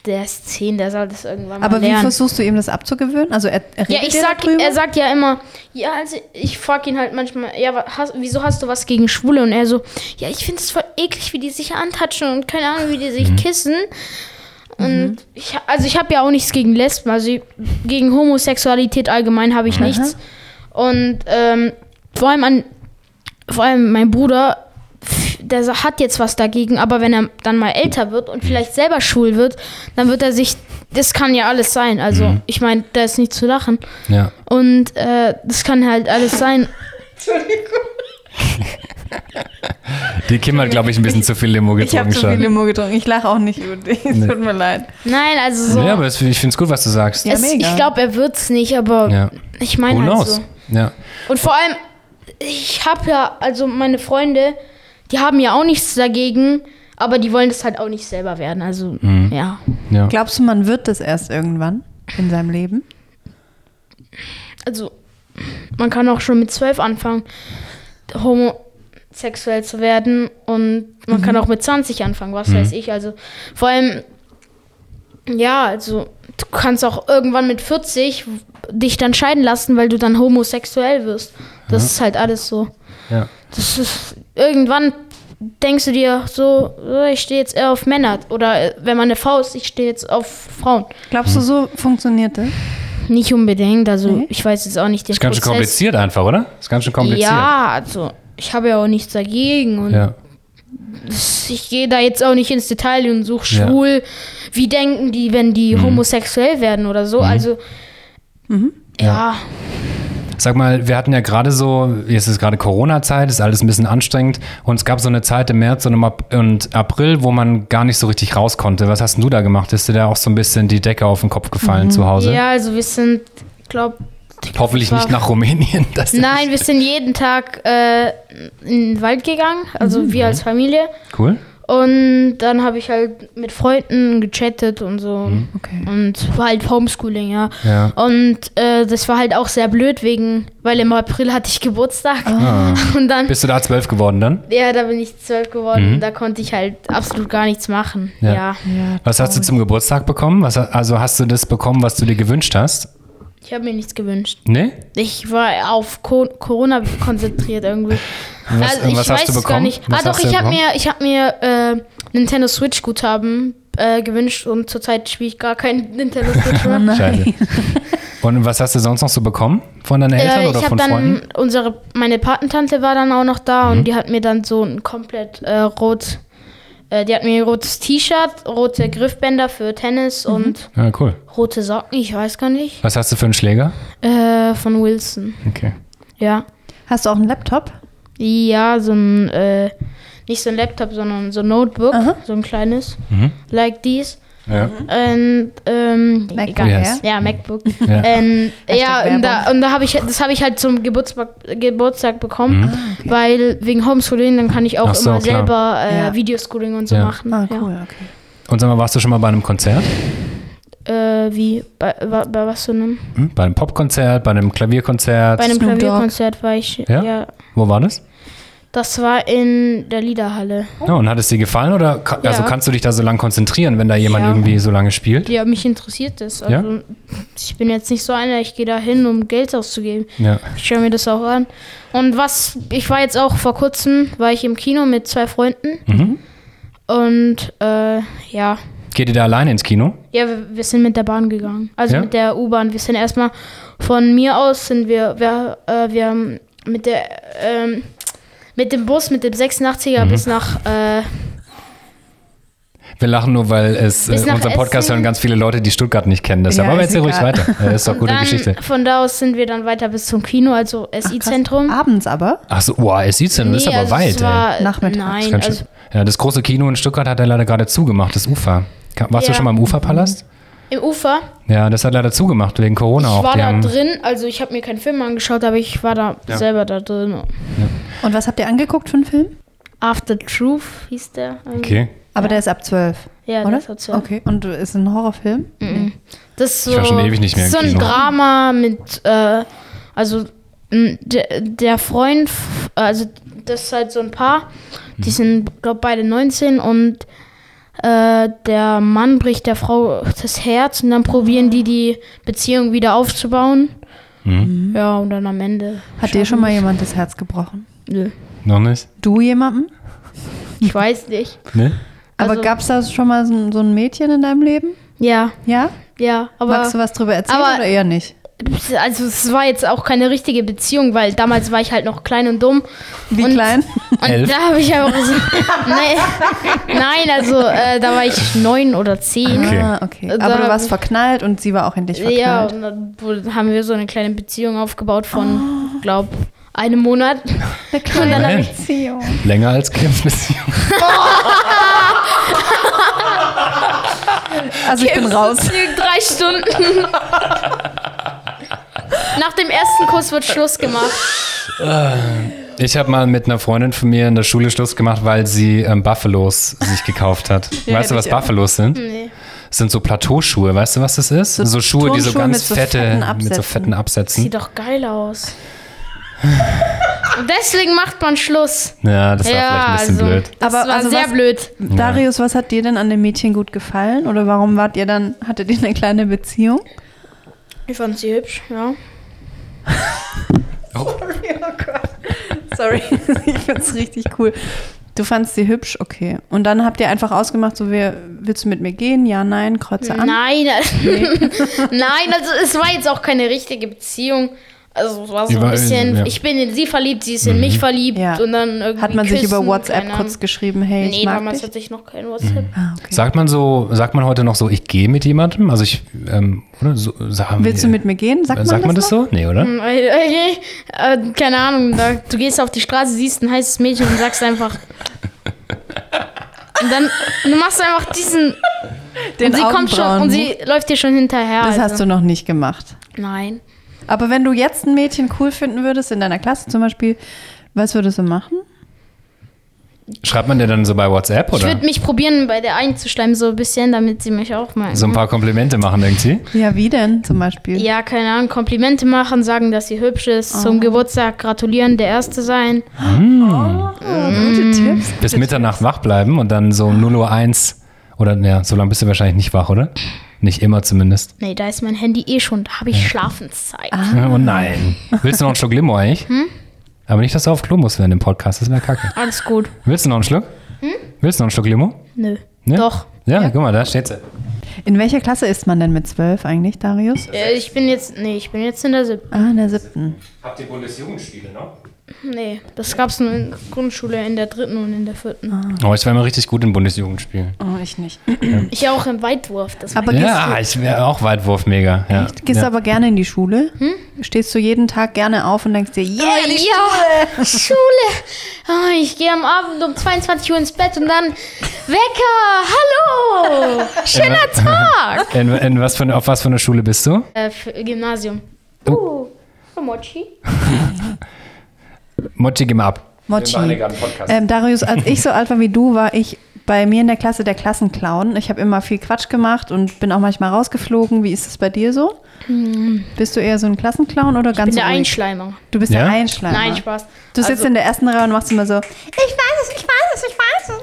[SPEAKER 2] Der ist zehn, der soll das irgendwann mal
[SPEAKER 1] Aber wie
[SPEAKER 2] lernen.
[SPEAKER 1] versuchst du ihm das abzugewöhnen? Also er, er
[SPEAKER 2] Ja,
[SPEAKER 1] redet
[SPEAKER 2] ich
[SPEAKER 1] dir
[SPEAKER 2] sag,
[SPEAKER 1] darüber?
[SPEAKER 2] er sagt ja immer, ja, also ich frag ihn halt manchmal, ja, wa- hast, wieso hast du was gegen Schwule? Und er so, ja, ich find's voll eklig, wie die sich antatschen und keine Ahnung, wie die sich kissen.
[SPEAKER 1] Mhm.
[SPEAKER 2] Und ich, ha- also ich habe ja auch nichts gegen Lesben, also ich- gegen Homosexualität allgemein habe ich nichts. Und ähm, vor allem an, vor allem mein Bruder, pf, der sa- hat jetzt was dagegen, aber wenn er dann mal älter wird und vielleicht selber schwul wird, dann wird er sich, das kann ja alles sein. Also ich meine, da ist nicht zu lachen.
[SPEAKER 3] Ja.
[SPEAKER 2] Und äh, das kann halt alles sein.
[SPEAKER 3] Die Kim hat, glaube ich, ein bisschen zu viel Limo
[SPEAKER 1] ich
[SPEAKER 3] getrunken
[SPEAKER 1] habe zu
[SPEAKER 3] schon.
[SPEAKER 1] viel Limo getrunken. Ich lache auch nicht über dich. Es tut mir leid.
[SPEAKER 2] Nein, also so.
[SPEAKER 3] Ja, aber das, ich finde es gut, was du sagst.
[SPEAKER 1] Ja,
[SPEAKER 2] es,
[SPEAKER 1] mega.
[SPEAKER 2] ich glaube, er wird's nicht, aber
[SPEAKER 3] Ja.
[SPEAKER 2] ich
[SPEAKER 3] Who
[SPEAKER 2] meine halt
[SPEAKER 3] knows?
[SPEAKER 2] so.
[SPEAKER 3] Ja.
[SPEAKER 2] Und vor allem, ich habe ja, also meine Freunde, die haben ja auch nichts dagegen, aber die wollen das halt auch nicht selber werden. Also,
[SPEAKER 3] Mhm.
[SPEAKER 2] ja.
[SPEAKER 3] ja.
[SPEAKER 1] Glaubst du, man wird das erst irgendwann in seinem Leben?
[SPEAKER 2] Also, man kann auch schon mit zwölf anfangen, homosexuell zu werden. Und man
[SPEAKER 3] Mhm.
[SPEAKER 2] kann auch mit 20 anfangen, was weiß ich. Also, vor allem, ja, also, du kannst auch irgendwann mit 40 dich dann scheiden lassen, weil du dann homosexuell wirst. Das ist halt alles so.
[SPEAKER 3] ja.
[SPEAKER 2] Das ist, irgendwann denkst du dir so, so, ich stehe jetzt eher auf Männer. Oder äh, wenn man eine Frau ist, ich stehe jetzt auf Frauen.
[SPEAKER 1] Glaubst
[SPEAKER 3] Hm.
[SPEAKER 1] du, so funktioniert das?
[SPEAKER 2] Nicht unbedingt, also
[SPEAKER 1] Nee.
[SPEAKER 2] ich weiß jetzt auch nicht den
[SPEAKER 3] Ist ganz schön
[SPEAKER 2] Prozess.
[SPEAKER 3] kompliziert einfach, oder? Ist ganz schön kompliziert.
[SPEAKER 2] Ja, also ich habe ja auch nichts dagegen und
[SPEAKER 3] Ja.
[SPEAKER 2] ich gehe da jetzt auch nicht ins Detail und suche
[SPEAKER 3] Ja. Mhm.
[SPEAKER 2] schwul. Wie denken die, wenn die homosexuell werden oder so? Also ja,
[SPEAKER 3] Sag mal, wir hatten ja gerade so, jetzt ist gerade Corona-Zeit, ist alles ein bisschen anstrengend. Und es gab so eine Zeit im März und im Ap- und April, wo man gar nicht so richtig raus konnte. Was hast denn du da gemacht? Ist dir da auch so ein bisschen die Decke auf den Kopf gefallen zu
[SPEAKER 2] ja,
[SPEAKER 3] Hause?
[SPEAKER 2] also wir sind, glaub,
[SPEAKER 3] Hoffentlich
[SPEAKER 2] war-
[SPEAKER 3] nicht nach Rumänien. Das
[SPEAKER 2] nein,
[SPEAKER 3] Mhm.
[SPEAKER 2] wir sind jeden Tag äh, in den Wald gegangen, also wir als Familie.
[SPEAKER 3] Cool.
[SPEAKER 2] Und dann habe ich halt mit Freunden gechattet und so.
[SPEAKER 1] Okay.
[SPEAKER 2] Und war halt Homeschooling, ja.
[SPEAKER 3] Mhm. Ja.
[SPEAKER 2] Und äh, das war halt auch sehr blöd wegen, weil im April hatte ich Geburtstag.
[SPEAKER 3] Ah.
[SPEAKER 2] Und dann,
[SPEAKER 3] Bist du da zwölf geworden dann?
[SPEAKER 2] ja, da bin ich zwölf geworden.
[SPEAKER 3] Mhm.
[SPEAKER 2] Da konnte ich halt absolut gar nichts machen.
[SPEAKER 3] Ja.
[SPEAKER 2] Ja.
[SPEAKER 1] Ja,
[SPEAKER 3] Was hast du zum Geburtstag bekommen? Was, also hast du das bekommen, was du dir gewünscht hast?
[SPEAKER 2] Ich habe mir nichts gewünscht.
[SPEAKER 3] Nee?
[SPEAKER 2] Ich war auf Co Corona konzentriert irgendwie.
[SPEAKER 3] Was,
[SPEAKER 2] also ich
[SPEAKER 3] was
[SPEAKER 2] weiß
[SPEAKER 3] hast du
[SPEAKER 2] es
[SPEAKER 3] bekommen?
[SPEAKER 2] gar nicht.
[SPEAKER 3] Was
[SPEAKER 2] ah doch,
[SPEAKER 3] hast du
[SPEAKER 2] ich habe
[SPEAKER 3] bekommen?
[SPEAKER 2] mir, ich hab mir äh, Nintendo Switch Guthaben äh, gewünscht und zurzeit spiele ich gar keinen Nintendo Switch mehr.
[SPEAKER 3] Scheiße. Und was hast du sonst noch so bekommen? Von deinen Eltern
[SPEAKER 2] Äh,
[SPEAKER 3] oder
[SPEAKER 2] ich habe
[SPEAKER 3] von
[SPEAKER 2] dann
[SPEAKER 3] Freunden? Mhm.
[SPEAKER 2] unsere meine Patentante war dann auch noch da und die hat mir dann so ein komplett äh, rot äh, die hat mir ein rotes T-Shirt, rote Griffbänder für Tennis
[SPEAKER 3] Mhm.
[SPEAKER 2] und
[SPEAKER 3] Ja, cool.
[SPEAKER 2] rote Socken, ich weiß gar nicht,
[SPEAKER 3] Was hast du für einen Schläger?
[SPEAKER 2] äh, von Wilson.
[SPEAKER 3] Okay.
[SPEAKER 2] Ja.
[SPEAKER 1] Hast du auch einen Laptop?
[SPEAKER 2] Ja, so ein äh, nicht so ein Laptop, sondern so ein Notebook, so ein kleines,
[SPEAKER 3] Mhm.
[SPEAKER 2] like these.
[SPEAKER 3] Ja.
[SPEAKER 2] Und, ähm,
[SPEAKER 1] MacBook
[SPEAKER 2] egal.
[SPEAKER 3] Yes.
[SPEAKER 2] Ja, MacBook.
[SPEAKER 3] Ja.
[SPEAKER 2] Ähm, ja,
[SPEAKER 1] Hashtag
[SPEAKER 2] und da,
[SPEAKER 1] Werbung.
[SPEAKER 2] und da habe ich das habe ich halt zum Geburtstag, Geburtstag bekommen, Ah, weil wegen Homeschooling dann kann ich auch
[SPEAKER 3] Ach so,
[SPEAKER 2] immer
[SPEAKER 3] klar.
[SPEAKER 2] selber äh,
[SPEAKER 1] Ja.
[SPEAKER 2] Videoschooling und so
[SPEAKER 3] Ja.
[SPEAKER 2] machen.
[SPEAKER 1] Ah,
[SPEAKER 2] Hm, ja.
[SPEAKER 1] cool, okay.
[SPEAKER 3] Und sag mal, warst du schon mal bei einem Konzert?
[SPEAKER 2] Äh, wie bei, bei, bei was so einem?
[SPEAKER 3] Hm? Bei einem Popkonzert, bei einem Klavierkonzert?
[SPEAKER 2] Bei einem
[SPEAKER 1] Snoop Dogg.
[SPEAKER 2] Klavierkonzert war ich.
[SPEAKER 3] Ja?
[SPEAKER 2] Ja?
[SPEAKER 3] Wo war das?
[SPEAKER 2] Das war in der Liederhalle.
[SPEAKER 3] Ja, und hat es dir gefallen oder ka- also
[SPEAKER 2] Ja.
[SPEAKER 3] kannst du dich da so lange konzentrieren, wenn da jemand
[SPEAKER 2] Ja.
[SPEAKER 3] irgendwie so lange spielt?
[SPEAKER 2] Ja, mich interessiert das. Also, ich bin jetzt nicht so einer, ich gehe da hin, um Geld auszugeben.
[SPEAKER 3] Ja.
[SPEAKER 2] Ich schaue mir das auch an. Und was, ich war jetzt auch vor kurzem, war ich im Kino mit zwei Freunden. Und äh, ja.
[SPEAKER 3] Mhm. Geht ihr da alleine ins Kino?
[SPEAKER 2] Ja, wir, wir sind mit der Bahn gegangen. Also
[SPEAKER 3] Ja?
[SPEAKER 2] mit der U-Bahn. Wir sind erstmal von mir aus sind wir, wir, äh, wir haben mit der ähm, mit dem Bus, mit dem 86er
[SPEAKER 3] Mhm.
[SPEAKER 2] bis nach äh,
[SPEAKER 3] Wir lachen nur, weil es äh,
[SPEAKER 2] Bis nach
[SPEAKER 3] unseren Podcast
[SPEAKER 2] Essen.
[SPEAKER 3] hören ganz viele Leute, die Stuttgart nicht kennen. Deshalb,
[SPEAKER 1] Ja,
[SPEAKER 3] aber
[SPEAKER 1] ist
[SPEAKER 3] erzähl ruhig
[SPEAKER 1] egal.
[SPEAKER 3] weiter. Äh, ist doch gute
[SPEAKER 2] dann
[SPEAKER 3] Geschichte.
[SPEAKER 2] von da aus sind wir dann weiter bis zum Kino, also SI-Zentrum.
[SPEAKER 1] Abends aber?
[SPEAKER 3] Ach so, wow, es sieht dann, das ist aber
[SPEAKER 2] also
[SPEAKER 3] weit.
[SPEAKER 2] es
[SPEAKER 3] ey.
[SPEAKER 2] war,
[SPEAKER 1] Nachmittags.
[SPEAKER 3] Das ist
[SPEAKER 2] Nein,
[SPEAKER 3] ganz
[SPEAKER 2] also
[SPEAKER 3] schön. ja, das große Kino in Stuttgart hat er leider gerade zugemacht, das Ufer. Ka- Warst du
[SPEAKER 2] Ja.
[SPEAKER 3] schon mal im Uferpalast?
[SPEAKER 2] im Ufer.
[SPEAKER 3] Ja, das hat leider zugemacht wegen Corona
[SPEAKER 2] Ich
[SPEAKER 3] auch.
[SPEAKER 2] war
[SPEAKER 3] Die
[SPEAKER 2] da
[SPEAKER 3] haben-
[SPEAKER 2] drin, also ich habe mir keinen Film angeschaut, aber ich war da
[SPEAKER 3] Ja.
[SPEAKER 2] selber da drin.
[SPEAKER 1] Und was habt ihr angeguckt für einen Film?
[SPEAKER 2] After Truth hieß der.
[SPEAKER 3] Okay.
[SPEAKER 1] Aber der ist ab 12.
[SPEAKER 2] Ja,
[SPEAKER 1] oder?
[SPEAKER 2] der ist ab 12.
[SPEAKER 1] Okay, und ist ein Horrorfilm?
[SPEAKER 2] Das ist so,
[SPEAKER 3] Ich war schon ewig nicht mehr im
[SPEAKER 2] so ein
[SPEAKER 3] Kino.
[SPEAKER 2] Drama mit, äh, also m, der, der Freund, f- also das ist halt so ein Paar,
[SPEAKER 3] Mhm.
[SPEAKER 2] die sind, glaube beide 19 und äh, der Mann bricht der Frau das Herz und dann probieren die die Beziehung wieder aufzubauen.
[SPEAKER 3] Mhm.
[SPEAKER 2] Ja, und dann am Ende.
[SPEAKER 1] Mhm. Hat dir schon mal jemand das Herz gebrochen?
[SPEAKER 2] Nö.
[SPEAKER 3] Noch nicht?
[SPEAKER 1] Du jemandem?
[SPEAKER 2] Ich weiß nicht.
[SPEAKER 3] Ne?
[SPEAKER 1] Aber
[SPEAKER 2] Also-
[SPEAKER 1] gab es da schon mal so, ein- so ein Mädchen in deinem Leben?
[SPEAKER 2] Ja,
[SPEAKER 1] Ja?
[SPEAKER 2] ja, aber.
[SPEAKER 1] Magst du was drüber erzählen
[SPEAKER 2] aber-
[SPEAKER 1] oder eher nicht?
[SPEAKER 2] Also es war jetzt auch keine richtige Beziehung, weil damals war ich halt noch klein und dumm.
[SPEAKER 1] Wie
[SPEAKER 2] und,
[SPEAKER 1] klein? Ah,
[SPEAKER 2] Und
[SPEAKER 3] Elf?
[SPEAKER 2] da habe ich einfach so, nee, Nein, also äh, da war ich neun oder zehn.
[SPEAKER 3] Okay.
[SPEAKER 1] Ah, okay.
[SPEAKER 2] Da-
[SPEAKER 1] Aber du warst verknallt und sie war auch in dich
[SPEAKER 2] Also Ja,
[SPEAKER 1] verknallt.
[SPEAKER 2] und dann wurde- haben wir so eine kleine Beziehung aufgebaut von,
[SPEAKER 1] Ah.
[SPEAKER 2] glaub, einem Monat.
[SPEAKER 1] Eine kleine
[SPEAKER 3] Immerhin.
[SPEAKER 1] Beziehung.
[SPEAKER 3] Länger als Kindesbeziehung.
[SPEAKER 1] Also ich bin raus.
[SPEAKER 2] Drei Stunden. Nach dem ersten Kuss wird Schluss gemacht.
[SPEAKER 3] Ich habe mal mit einer Freundin von mir in der Schule Schluss gemacht, weil sie ähm, Buffalos sich gekauft hat. weißt du, was
[SPEAKER 1] hätte ich auch.
[SPEAKER 3] Buffalos sind?
[SPEAKER 2] Nee.
[SPEAKER 3] Das sind so Plateauschuhe. Weißt du, was das ist? So, Schuhe, die so
[SPEAKER 1] Turnschuhe
[SPEAKER 3] ganz
[SPEAKER 1] mit so
[SPEAKER 3] fette,
[SPEAKER 1] fetten
[SPEAKER 3] mit so
[SPEAKER 1] Absätzen.
[SPEAKER 3] fetten Absätzen.
[SPEAKER 2] Sieht doch geil aus. Und deswegen macht man Schluss.
[SPEAKER 3] Ja, das war vielleicht ein bisschen
[SPEAKER 2] also,
[SPEAKER 3] blöd.
[SPEAKER 2] Das
[SPEAKER 1] Aber
[SPEAKER 2] war
[SPEAKER 1] also
[SPEAKER 2] sehr
[SPEAKER 1] was-
[SPEAKER 2] blöd.
[SPEAKER 1] Darius, was hat dir denn an dem Mädchen gut gefallen? Oder warum wart ihr dann, hattet ihr eine kleine Beziehung?
[SPEAKER 2] Ich fand sie hübsch, ja.
[SPEAKER 3] Oh.
[SPEAKER 2] Oh
[SPEAKER 1] Sorry, ich find's richtig cool. Du fandst sie hübsch, okay. Und dann habt ihr einfach ausgemacht, so wir, willst du mit mir gehen? Ja, nein, kreuze an.
[SPEAKER 2] Nein, also nein, also es war jetzt auch keine richtige Beziehung. Also es war so
[SPEAKER 3] Ihr
[SPEAKER 2] ein
[SPEAKER 3] war-
[SPEAKER 2] bisschen,
[SPEAKER 3] ja. Mhm.
[SPEAKER 2] ich bin in sie verliebt, sie ist in mich verliebt
[SPEAKER 1] Ja.
[SPEAKER 2] und dann irgendwie
[SPEAKER 1] Hat man sich
[SPEAKER 2] küssen,
[SPEAKER 1] über WhatsApp
[SPEAKER 2] keine
[SPEAKER 1] kurz
[SPEAKER 2] Ahnung.
[SPEAKER 1] geschrieben, hey, ich
[SPEAKER 2] Nee,
[SPEAKER 1] mag
[SPEAKER 2] damals
[SPEAKER 1] dich.
[SPEAKER 2] hatte ich noch
[SPEAKER 3] Mhm.
[SPEAKER 2] kein WhatsApp.
[SPEAKER 1] Ah, okay.
[SPEAKER 3] Sagt man so, sagt man heute noch so, ich gehe mit jemandem? Also ich, ähm, oder so, sagen
[SPEAKER 1] Willst du mit mir gehen? Sagt,
[SPEAKER 3] Äh, Sagt man das
[SPEAKER 1] noch?
[SPEAKER 3] so? Nee, oder?
[SPEAKER 2] Hm, äh, äh, äh, Keine Ahnung, da, du gehst auf die Straße, siehst ein heißes Mädchen und sagst einfach. Und dann du machst einfach diesen.
[SPEAKER 1] Den
[SPEAKER 2] und sie kommt schon und
[SPEAKER 1] Augenbrauen-Move?
[SPEAKER 2] sie läuft dir schon hinterher.
[SPEAKER 1] Das
[SPEAKER 2] also.
[SPEAKER 1] hast du noch nicht gemacht.
[SPEAKER 2] Nein.
[SPEAKER 1] Aber wenn du jetzt ein Mädchen cool finden würdest, in deiner Klasse zum Beispiel, was würdest du machen?
[SPEAKER 3] Schreibt man dir dann so bei WhatsApp
[SPEAKER 2] Ich
[SPEAKER 3] oder
[SPEAKER 2] würde mich probieren, bei der einzuschleimen, so ein bisschen, damit sie mich auch mal.
[SPEAKER 3] so ein paar Komplimente machen irgendwie?
[SPEAKER 1] Ja, wie denn zum Beispiel?
[SPEAKER 2] ja, keine Ahnung, Komplimente machen, sagen, dass sie hübsch ist, zum Geburtstag gratulieren, der Erste sein.
[SPEAKER 1] Ah,
[SPEAKER 2] Mm.
[SPEAKER 1] gute Tipps.
[SPEAKER 3] Bis Mitternacht wach bleiben und dann so um 0 Uhr 1 oder ja, so lange bist du wahrscheinlich nicht wach, oder? Nicht immer zumindest.
[SPEAKER 2] Nee, da ist mein Handy eh schon, da habe ich Schlafenszeit.
[SPEAKER 3] Oh nein. Willst du noch einen Schluck Limo eigentlich? Aber nicht, dass du auf Klo musst während dem Podcast, das wäre kacke.
[SPEAKER 2] Alles gut.
[SPEAKER 3] Willst du noch einen Schluck? Willst du noch einen Schluck Limo?
[SPEAKER 2] Nö.
[SPEAKER 3] Ne?
[SPEAKER 2] Doch.
[SPEAKER 3] Ja, guck mal, da steht sie.
[SPEAKER 1] In welcher Klasse ist man denn mit zwölf eigentlich, Darius?
[SPEAKER 2] Äh, ich bin jetzt, nee, ich bin jetzt in der siebten.
[SPEAKER 1] Ah, in der siebten.
[SPEAKER 3] Habt ihr Bundesjugendspiele noch?
[SPEAKER 2] Nee, das gab's nur in der Grundschule, in der dritten und in der vierten.
[SPEAKER 3] Oh, ich war immer richtig gut in Bundesjugendspielen.
[SPEAKER 1] Oh, ich nicht.
[SPEAKER 2] Ich auch im Weitwurf. Das
[SPEAKER 1] Aber gehst,
[SPEAKER 3] Ja, ich wäre auch Weitwurf mega. Ja.
[SPEAKER 1] du, gehst
[SPEAKER 3] ja.
[SPEAKER 1] du aber gerne in die Schule?
[SPEAKER 2] Hm?
[SPEAKER 1] Stehst du jeden Tag gerne auf und denkst dir, yeah, die
[SPEAKER 2] ja, Schule. Ah, ich gehe am Abend um 22 Uhr ins Bett und dann Wecker. Hallo. Schöner Tag.
[SPEAKER 3] in, in was für, eine- auf was für eine Schule bist du?
[SPEAKER 2] Äh, für Gymnasium. Uh, Mochi.
[SPEAKER 3] Mochi, gib mal ab.
[SPEAKER 1] Mochi.
[SPEAKER 3] Podcast.
[SPEAKER 1] Ähm, Darius, als ich so alt war wie du, war ich bei mir in der Klasse der Klassenclown. Ich habe immer viel Quatsch gemacht und bin auch manchmal rausgeflogen. Wie ist es bei dir so? Bist du eher so ein Klassenclown oder
[SPEAKER 2] Hm. Bin
[SPEAKER 1] ganz
[SPEAKER 2] der
[SPEAKER 1] ruhig?
[SPEAKER 2] Einschleimer.
[SPEAKER 1] Du bist
[SPEAKER 3] Ja?
[SPEAKER 1] der Einschleimer.
[SPEAKER 2] Nein, Also- Spaß.
[SPEAKER 1] Du sitzt in der ersten Reihe und machst immer so,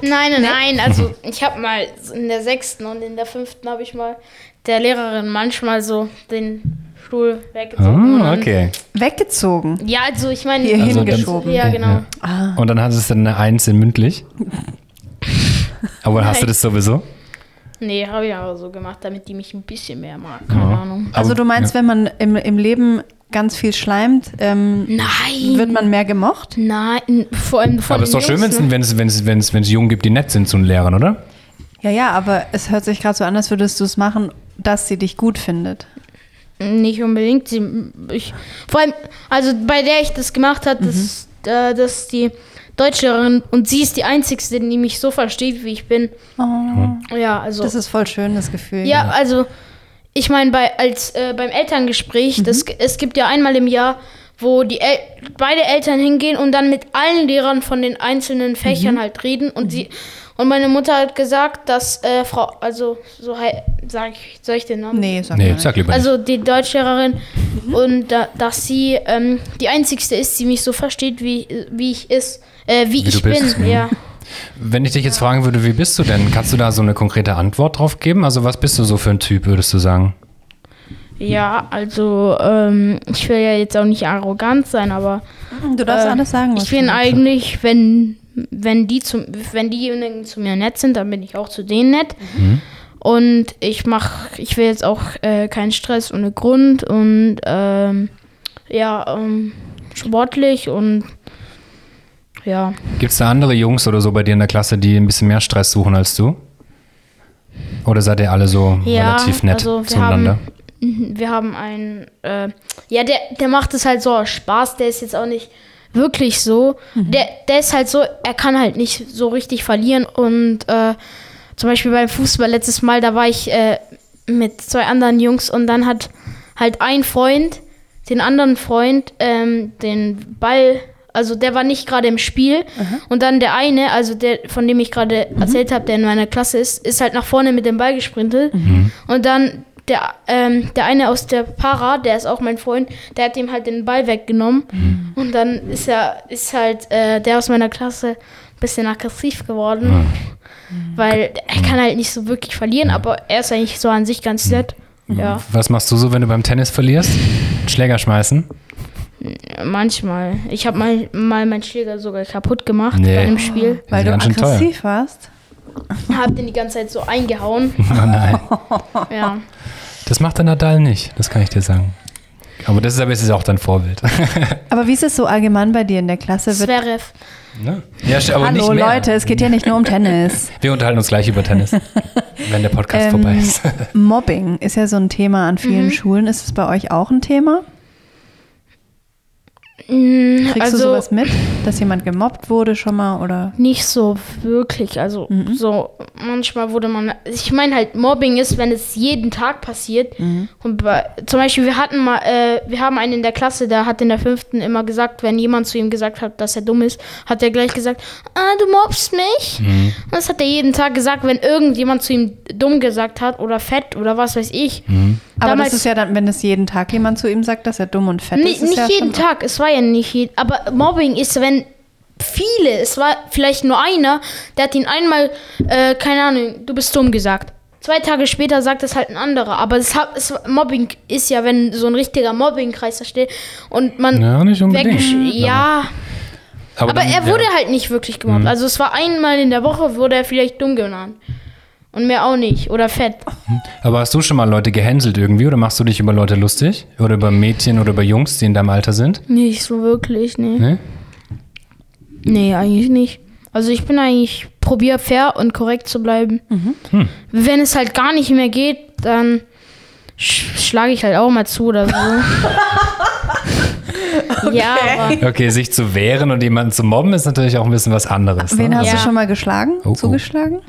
[SPEAKER 2] Nein, nein, nein. Also ich habe mal in der sechsten und in der fünften habe ich mal der Lehrerin manchmal so den Stuhl
[SPEAKER 1] Mhm.
[SPEAKER 2] weggezogen.
[SPEAKER 3] Ah, okay.
[SPEAKER 1] weggezogen.
[SPEAKER 2] Ja, also ich meine,
[SPEAKER 1] Hier
[SPEAKER 3] Also
[SPEAKER 1] hingeschoben.
[SPEAKER 2] ja, genau.
[SPEAKER 1] Ah.
[SPEAKER 3] Ja. Und dann hattest du eine Eins in mündlich. Aber hast du das sowieso?
[SPEAKER 2] Nee, habe ich aber so gemacht, damit die mich ein bisschen mehr mag. Keine Ahnung.
[SPEAKER 1] Also
[SPEAKER 3] Aber-
[SPEAKER 1] du meinst, wenn man im, im Leben ganz viel schleimt, ähm,
[SPEAKER 2] Nein.
[SPEAKER 1] wird man mehr gemocht?
[SPEAKER 2] Nein, vor allem von
[SPEAKER 3] Aber es ist
[SPEAKER 2] den
[SPEAKER 3] doch schön, wenn
[SPEAKER 2] Jungs,
[SPEAKER 3] es
[SPEAKER 2] ne?
[SPEAKER 3] wenn's, wenn's, wenn's, wenn's Jungen gibt, die nett sind zu den Lehrern, oder?
[SPEAKER 1] Ja, ja, aber es hört sich gerade so an, als würdest du es machen, dass sie dich gut findet.
[SPEAKER 2] ne? Nicht unbedingt. Sie, ich, vor allem, also bei der ich das gemacht hat, das,
[SPEAKER 1] Mhm.
[SPEAKER 2] äh, das ist die Deutschlehrerin und sie ist die Einzige, die mich so versteht, wie ich bin.
[SPEAKER 1] Oh,
[SPEAKER 2] Ja, also.
[SPEAKER 1] das ist voll schön, das Gefühl.
[SPEAKER 2] Ja, also ich meine, bei, als äh, beim Elterngespräch, das, es gibt ja einmal im Jahr, wo die El beide Eltern hingehen und dann mit allen Lehrern von den einzelnen Fächern halt reden und sie und meine Mutter hat gesagt, dass äh, Frau, also so hei- sag ich, soll ich den Namen?
[SPEAKER 1] Nee, sag
[SPEAKER 3] Nee,
[SPEAKER 1] mal.
[SPEAKER 3] sag lieber nicht.
[SPEAKER 2] Also die Deutschlehrerin und da, dass sie ähm, die einzigste ist, die mich so versteht, wie, wie ich ist, äh, wie,
[SPEAKER 3] Wie du
[SPEAKER 2] ich
[SPEAKER 3] bist,
[SPEAKER 2] bin.
[SPEAKER 3] mhm.
[SPEAKER 2] Ja.
[SPEAKER 3] Wenn ich dich jetzt fragen würde, wie bist du denn? Kannst du da so eine konkrete Antwort drauf geben? Also was bist du so für ein Typ, würdest du sagen?
[SPEAKER 2] ja, also ähm, ich will ja jetzt auch nicht arrogant sein, aber
[SPEAKER 1] Du darfst
[SPEAKER 2] Äh,
[SPEAKER 1] alles sagen. was
[SPEAKER 2] Ich bin
[SPEAKER 1] du-
[SPEAKER 2] eigentlich, wenn, wenn, die zum, wenn diejenigen zu mir nett sind, dann bin ich auch zu denen nett. Und ich mach, ich will jetzt auch äh, keinen Stress ohne Grund und ähm, ja, ähm, sportlich und ja.
[SPEAKER 3] Gibt es da andere Jungs oder so bei dir in der Klasse, die ein bisschen mehr Stress suchen als du? Oder seid ihr alle so
[SPEAKER 2] Ja,
[SPEAKER 3] relativ nett
[SPEAKER 2] also wir
[SPEAKER 3] zueinander?
[SPEAKER 2] haben- Mhm, Wir haben einen, äh, ja, der, der macht es halt so aus Spaß, der ist jetzt auch nicht wirklich so. Der, der ist halt so, er kann halt nicht so richtig verlieren. Und äh, zum Beispiel beim Fußball letztes Mal, da war ich äh, mit zwei anderen Jungs und dann hat halt ein Freund den anderen Freund ähm, den Ball, also der war nicht gerade im Spiel. Und dann der eine, also der, von dem ich gerade erzählt habe, der in meiner Klasse ist, ist halt nach vorne mit dem Ball gesprintet. Und dann der, ähm, der eine aus der Para, der ist auch mein Freund, der hat ihm halt den Ball weggenommen. Und dann ist er, ist halt äh, der aus meiner Klasse ein bisschen aggressiv geworden. Weil er kann halt nicht so wirklich verlieren, aber er ist eigentlich so an sich ganz nett.
[SPEAKER 3] Mhm.
[SPEAKER 2] Ja,
[SPEAKER 3] Was machst du so, wenn du beim Tennis verlierst? Schläger schmeißen?
[SPEAKER 2] manchmal. Ich habe mal, mal meinen Schläger sogar kaputt gemacht
[SPEAKER 3] Nee.
[SPEAKER 2] bei einem Spiel.
[SPEAKER 1] Weil
[SPEAKER 3] Die
[SPEAKER 1] du
[SPEAKER 3] sind ganz schön teuer.
[SPEAKER 1] aggressiv warst.
[SPEAKER 2] Hab den die ganze Zeit so eingehauen.
[SPEAKER 3] Oh nein.
[SPEAKER 2] Ja.
[SPEAKER 3] Das macht der Nadal nicht, das kann ich dir sagen. Aber das ist aber jetzt auch dein Vorbild.
[SPEAKER 1] Aber wie ist es so allgemein bei dir in der Klasse? Wird,
[SPEAKER 2] Zverev.
[SPEAKER 3] Ne? Ja, st- aber
[SPEAKER 1] hallo
[SPEAKER 3] nicht mehr.
[SPEAKER 1] Leute, es geht ja nicht nur um Tennis.
[SPEAKER 3] Wir unterhalten uns gleich über Tennis, wenn der Podcast
[SPEAKER 1] Ähm,
[SPEAKER 3] vorbei ist.
[SPEAKER 1] Mobbing
[SPEAKER 2] Mhm.
[SPEAKER 1] ist ja so ein Thema an vielen Schulen. Ist es bei euch auch ein Thema?
[SPEAKER 2] Mm,
[SPEAKER 1] Kriegst
[SPEAKER 2] also
[SPEAKER 1] du sowas mit, dass jemand gemobbt wurde schon mal oder?
[SPEAKER 2] nicht so wirklich. Also
[SPEAKER 1] Mhm.
[SPEAKER 2] so manchmal wurde man. Ich meine halt, Mobbing ist, wenn es jeden Tag passiert.
[SPEAKER 1] Mhm.
[SPEAKER 2] Und bei, zum Beispiel, wir hatten mal, äh, wir haben einen in der Klasse, der hat in der fünften immer gesagt, wenn jemand zu ihm gesagt hat, dass er dumm ist, hat er gleich gesagt, ah, du mobst mich. Und das hat er jeden Tag gesagt, wenn irgendjemand zu ihm dumm gesagt hat oder fett oder was weiß ich.
[SPEAKER 1] Aber
[SPEAKER 2] Damals-
[SPEAKER 1] das ist ja dann, wenn es jeden Tag jemand zu ihm sagt, dass er dumm und fett ist.
[SPEAKER 2] Nicht,
[SPEAKER 1] ist
[SPEAKER 2] nicht
[SPEAKER 1] ja schon-
[SPEAKER 2] jeden Tag, es war ja nicht jeden. Aber Mobbing ist, wenn viele, es war vielleicht nur einer, der hat ihn einmal, äh, keine Ahnung, du bist dumm gesagt. Zwei Tage später sagt es halt ein anderer. Aber es hat, es, Mobbing ist ja, wenn so ein richtiger Mobbingkreis da steht und man.
[SPEAKER 3] Ja, nicht unbedingt.
[SPEAKER 2] weggesch- Ja, aber
[SPEAKER 3] dann-
[SPEAKER 2] er wurde
[SPEAKER 3] ja.
[SPEAKER 2] halt nicht wirklich gemobbt. Also es war einmal in der Woche, wurde er vielleicht dumm genannt. Und mehr auch nicht. Oder fett.
[SPEAKER 3] Aber hast du schon mal Leute gehänselt irgendwie oder machst du dich über Leute lustig? Oder über Mädchen oder über Jungs, die in deinem Alter sind?
[SPEAKER 2] Nicht so wirklich, nee.
[SPEAKER 3] Ne?
[SPEAKER 2] Nee, eigentlich nicht. Also ich bin eigentlich, probiere fair und korrekt zu bleiben.
[SPEAKER 3] Hm.
[SPEAKER 2] Wenn es halt gar nicht mehr geht, dann sch schlage ich halt auch mal zu oder so. Ja, aber
[SPEAKER 3] Okay, sich zu wehren und jemanden zu mobben ist natürlich auch ein bisschen was anderes.
[SPEAKER 1] Wen
[SPEAKER 3] ne?
[SPEAKER 1] hast du
[SPEAKER 2] Ja.
[SPEAKER 1] schon mal geschlagen?
[SPEAKER 3] Oh, oh.
[SPEAKER 1] Zugeschlagen?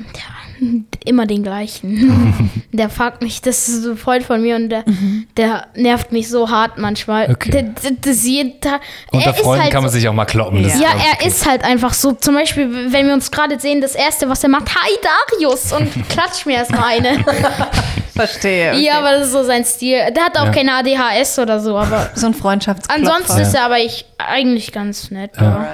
[SPEAKER 2] immer den gleichen. der fragt mich, das ist so ein Freund von mir und der, der nervt mich so hart manchmal.
[SPEAKER 3] Okay.
[SPEAKER 2] Der, der, das jeden Tag.
[SPEAKER 3] Unter
[SPEAKER 2] er ist
[SPEAKER 3] Freunden
[SPEAKER 2] halt
[SPEAKER 3] kann man sich auch mal kloppen. das
[SPEAKER 2] Ja,
[SPEAKER 3] glaub ich.
[SPEAKER 2] er ist halt einfach so. Zum Beispiel, wenn wir uns gerade sehen, das Erste, was er macht, hi Darius! Und klatscht mir erstmal eine.
[SPEAKER 1] Verstehe. okay.
[SPEAKER 2] Ja, aber das ist so sein Stil. Der hat auch
[SPEAKER 3] Ja.
[SPEAKER 2] keine ADHS oder so, aber
[SPEAKER 1] so ein Freundschaftsklopfer.
[SPEAKER 2] ansonsten ist er aber ich eigentlich ganz nett. Ja.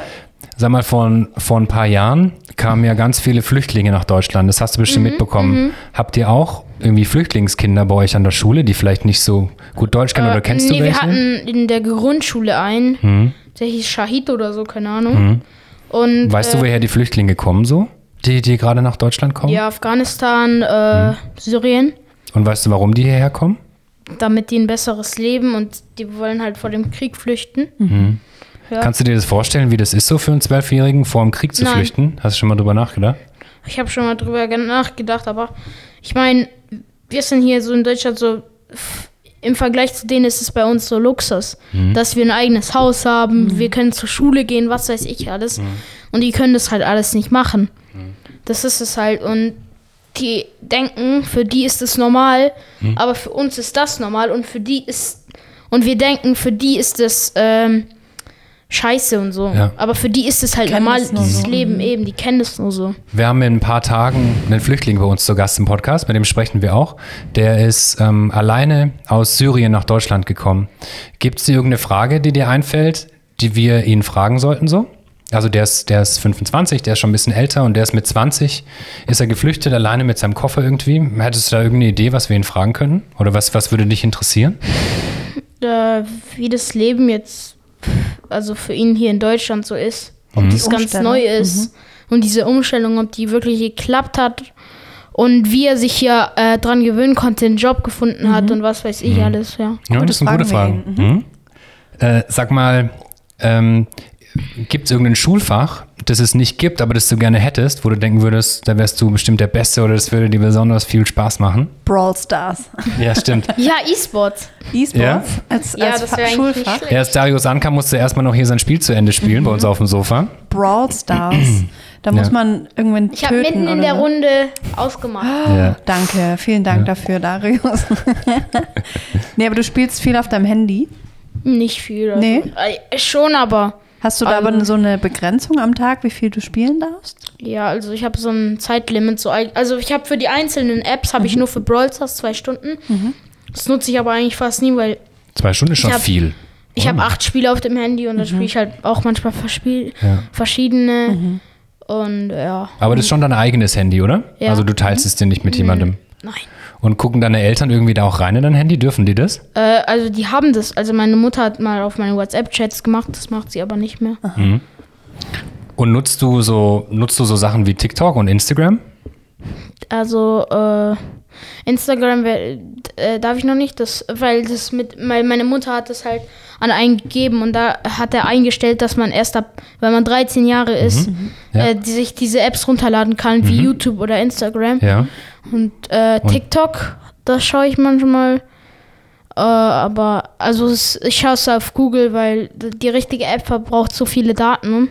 [SPEAKER 3] Sag mal, vor, ein- vor ein paar Jahren kamen ja ganz viele Flüchtlinge nach Deutschland. Das hast du
[SPEAKER 2] Mhm,
[SPEAKER 3] bestimmt mitbekommen. Habt ihr auch irgendwie Flüchtlingskinder bei euch an der Schule, die vielleicht nicht so gut Deutsch können oder kennst
[SPEAKER 2] Äh, nee,
[SPEAKER 3] du
[SPEAKER 2] wir
[SPEAKER 3] welche? Hm.
[SPEAKER 2] hatten in der Grundschule einen, der hieß Shahid oder so, keine Ahnung. Und
[SPEAKER 3] weißt
[SPEAKER 2] äh,
[SPEAKER 3] du, woher die Flüchtlinge kommen so? Die, die gerade nach Deutschland kommen?
[SPEAKER 2] ja, Afghanistan, äh,
[SPEAKER 3] Hm.
[SPEAKER 2] Syrien,
[SPEAKER 3] Und weißt du, warum die hierher kommen?
[SPEAKER 2] damit die ein besseres Leben und die wollen halt vor dem Krieg flüchten. Ja.
[SPEAKER 3] Kannst du dir das vorstellen, wie das ist so für einen Zwölfjährigen, vor dem Krieg zu
[SPEAKER 2] Nein.
[SPEAKER 3] flüchten? Hast du schon mal drüber nachgedacht?
[SPEAKER 2] Ich habe schon mal drüber gen- nachgedacht, aber ich meine, wir sind hier so in Deutschland so, f- im Vergleich zu denen ist es bei uns so Luxus, dass wir ein eigenes Haus haben,
[SPEAKER 1] Mhm.
[SPEAKER 2] wir können zur Schule gehen, was weiß ich alles. Und die können das halt alles nicht machen. Das ist es halt. Und die denken, für die ist es normal, aber für uns ist das normal und für die ist. Und wir denken, für die ist es ähm, scheiße und so.
[SPEAKER 3] Ja.
[SPEAKER 2] Aber für die ist es halt
[SPEAKER 1] Kennen
[SPEAKER 2] normal,
[SPEAKER 1] das nur
[SPEAKER 2] dieses
[SPEAKER 1] so. Mhm.
[SPEAKER 2] Leben eben, die kennen das nur so.
[SPEAKER 3] Wir haben in ein paar Tagen einen Flüchtling bei uns zu Gast im Podcast, mit dem sprechen wir auch. Der ist ähm, alleine aus Syrien nach Deutschland gekommen. Gibt es dir irgendeine Frage, die dir einfällt, die wir ihn fragen sollten so? Also der ist, der ist 25, der ist schon ein bisschen älter und der ist mit 20, ist er geflüchtet, alleine mit seinem Koffer irgendwie. Hättest du da irgendeine Idee, was wir ihn fragen können? Oder was, was würde dich interessieren?
[SPEAKER 2] äh, wie das Leben jetzt, also für ihn hier in Deutschland so ist,
[SPEAKER 1] Mhm.
[SPEAKER 2] ob das ganz
[SPEAKER 1] Umstellung.
[SPEAKER 2] neu ist und diese Umstellung, ob die wirklich geklappt hat und wie er sich hier äh, dran gewöhnen konnte, einen Job gefunden hat und was weiß
[SPEAKER 1] Mhm.
[SPEAKER 2] ich alles, ja.
[SPEAKER 3] Ja, das sind gute
[SPEAKER 1] fragen
[SPEAKER 3] Fragen. Mhm. Äh, sag mal, ähm, gibt es irgendein Schulfach, das es nicht gibt, aber das du gerne hättest, wo du denken würdest, da wärst du bestimmt der Beste oder das würde dir besonders viel Spaß machen?
[SPEAKER 1] Brawl Stars.
[SPEAKER 3] Ja, stimmt.
[SPEAKER 2] Ja, E-Sports.
[SPEAKER 1] E-Sports als,
[SPEAKER 2] Ja,
[SPEAKER 1] als
[SPEAKER 2] das
[SPEAKER 1] Also Fa-
[SPEAKER 2] wäre eigentlich nicht
[SPEAKER 1] Schulfach.
[SPEAKER 2] schlecht.
[SPEAKER 3] Erst Darius ankam, musste er erstmal noch hier sein Spiel zu Ende spielen bei uns auf dem Sofa.
[SPEAKER 1] Brawl Stars. Da muss man irgendwann
[SPEAKER 2] Ich habe
[SPEAKER 1] töten
[SPEAKER 2] mitten in
[SPEAKER 1] oder
[SPEAKER 2] der
[SPEAKER 1] so.
[SPEAKER 2] Runde ausgemacht.
[SPEAKER 3] Ja.
[SPEAKER 1] Danke, vielen Dank dafür, Darius. nee, aber du spielst viel auf deinem Handy.
[SPEAKER 2] Nicht viel. Also.
[SPEAKER 1] Nee.
[SPEAKER 2] Äh, schon, aber
[SPEAKER 1] Hast du da
[SPEAKER 2] Ähm.
[SPEAKER 1] aber so eine Begrenzung am Tag, wie viel du spielen darfst?
[SPEAKER 2] Ja, also ich habe so ein Zeitlimit. So, eig- also ich habe für die einzelnen Apps,
[SPEAKER 1] Mhm.
[SPEAKER 2] habe ich nur für Brawl Stars zwei Stunden. Das nutze ich aber eigentlich fast nie, weil
[SPEAKER 3] Zwei Stunden ist schon
[SPEAKER 2] Ich hab-
[SPEAKER 3] viel.
[SPEAKER 2] ich
[SPEAKER 3] Oh.
[SPEAKER 2] habe acht Spiele auf dem Handy und dann spiele ich halt auch manchmal verspiel
[SPEAKER 3] Mhm. Ja. Mhm.
[SPEAKER 2] verschiedene. Und äh, ja,
[SPEAKER 3] Aber das ist schon dein eigenes Handy, oder?
[SPEAKER 2] Ja.
[SPEAKER 3] Also du teilst es dir nicht mit jemandem.
[SPEAKER 2] nein.
[SPEAKER 3] Und gucken deine Eltern irgendwie da auch rein in dein Handy? Dürfen die das?
[SPEAKER 2] Äh, also die haben das. Also meine Mutter hat mal auf meine WhatsApp-Chats gemacht, das macht sie aber nicht mehr.
[SPEAKER 3] Und nutzt du so, nutzt du so Sachen wie TikTok und Instagram?
[SPEAKER 2] Also äh, Instagram wär, äh, darf ich noch nicht, das, weil das mit weil meine Mutter hat das halt an einen gegeben und da hat er eingestellt, dass man erst ab, wenn man 13 Jahre ist,
[SPEAKER 3] Mhm. Ja. Mhm.
[SPEAKER 2] äh, die, sich diese Apps runterladen kann wie YouTube oder Instagram
[SPEAKER 3] Ja.
[SPEAKER 2] und äh, TikTok, das schaue ich manchmal. Äh, aber also es, ich hasse auf Google, weil die richtige App verbraucht so viele Daten. ne?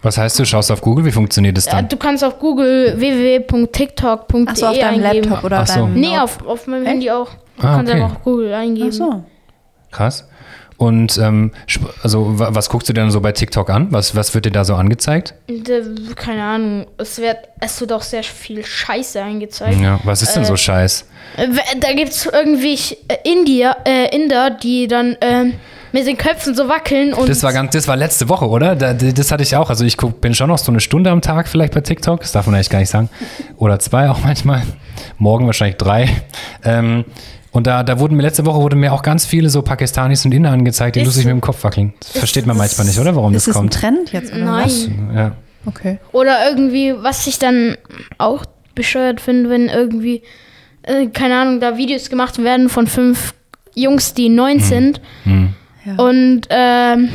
[SPEAKER 3] Was heißt, du schaust auf Google? Wie funktioniert das
[SPEAKER 2] Äh,
[SPEAKER 3] dann?
[SPEAKER 2] Du kannst auf Google www.tiktok.de
[SPEAKER 1] Achso, auf deinem
[SPEAKER 2] eh eingeben.
[SPEAKER 1] Laptop oder
[SPEAKER 3] Ach
[SPEAKER 1] auf
[SPEAKER 3] so.
[SPEAKER 1] deinem
[SPEAKER 2] Nee, auf, auf meinem Handy auch. Du
[SPEAKER 3] Ah,
[SPEAKER 2] kannst
[SPEAKER 3] okay.
[SPEAKER 2] einfach auf Google eingeben.
[SPEAKER 1] Ach so.
[SPEAKER 3] Krass. Und ähm, sp- also, wa- was guckst du denn so bei TikTok an? Was, was wird dir da so angezeigt?
[SPEAKER 2] Und, äh, Keine Ahnung, es wird, es wird auch sehr viel Scheiße angezeigt.
[SPEAKER 3] Ja, was ist denn so scheiß?
[SPEAKER 2] Äh, we- Da gibt es irgendwie äh, India, äh, Inder, die dann ähm, mit den Köpfen so wackeln und.
[SPEAKER 3] Das war, ganz, das war letzte Woche, oder? Da, d- das hatte ich auch. Also ich guck, bin schon noch so eine Stunde am Tag vielleicht bei TikTok. Das darf man eigentlich gar nicht sagen. Oder zwei auch manchmal. Morgen wahrscheinlich drei. Ähm, und da, da wurden mir letzte Woche wurden mir auch ganz viele so Pakistanis und Inder angezeigt, die
[SPEAKER 2] Ist
[SPEAKER 3] lustig
[SPEAKER 2] so.
[SPEAKER 3] mit dem Kopf wackeln. Das versteht man
[SPEAKER 2] das-
[SPEAKER 3] manchmal nicht, oder? Warum
[SPEAKER 1] Ist
[SPEAKER 3] das
[SPEAKER 1] es ein
[SPEAKER 3] kommt.
[SPEAKER 1] Trend jetzt? Oder Was?
[SPEAKER 2] Nein.
[SPEAKER 3] Ja.
[SPEAKER 1] Okay.
[SPEAKER 2] Oder irgendwie, was ich dann auch bescheuert finde, wenn irgendwie, äh, keine Ahnung, da Videos gemacht werden von fünf Jungs, die neun sind.
[SPEAKER 1] Ja.
[SPEAKER 2] Und ähm,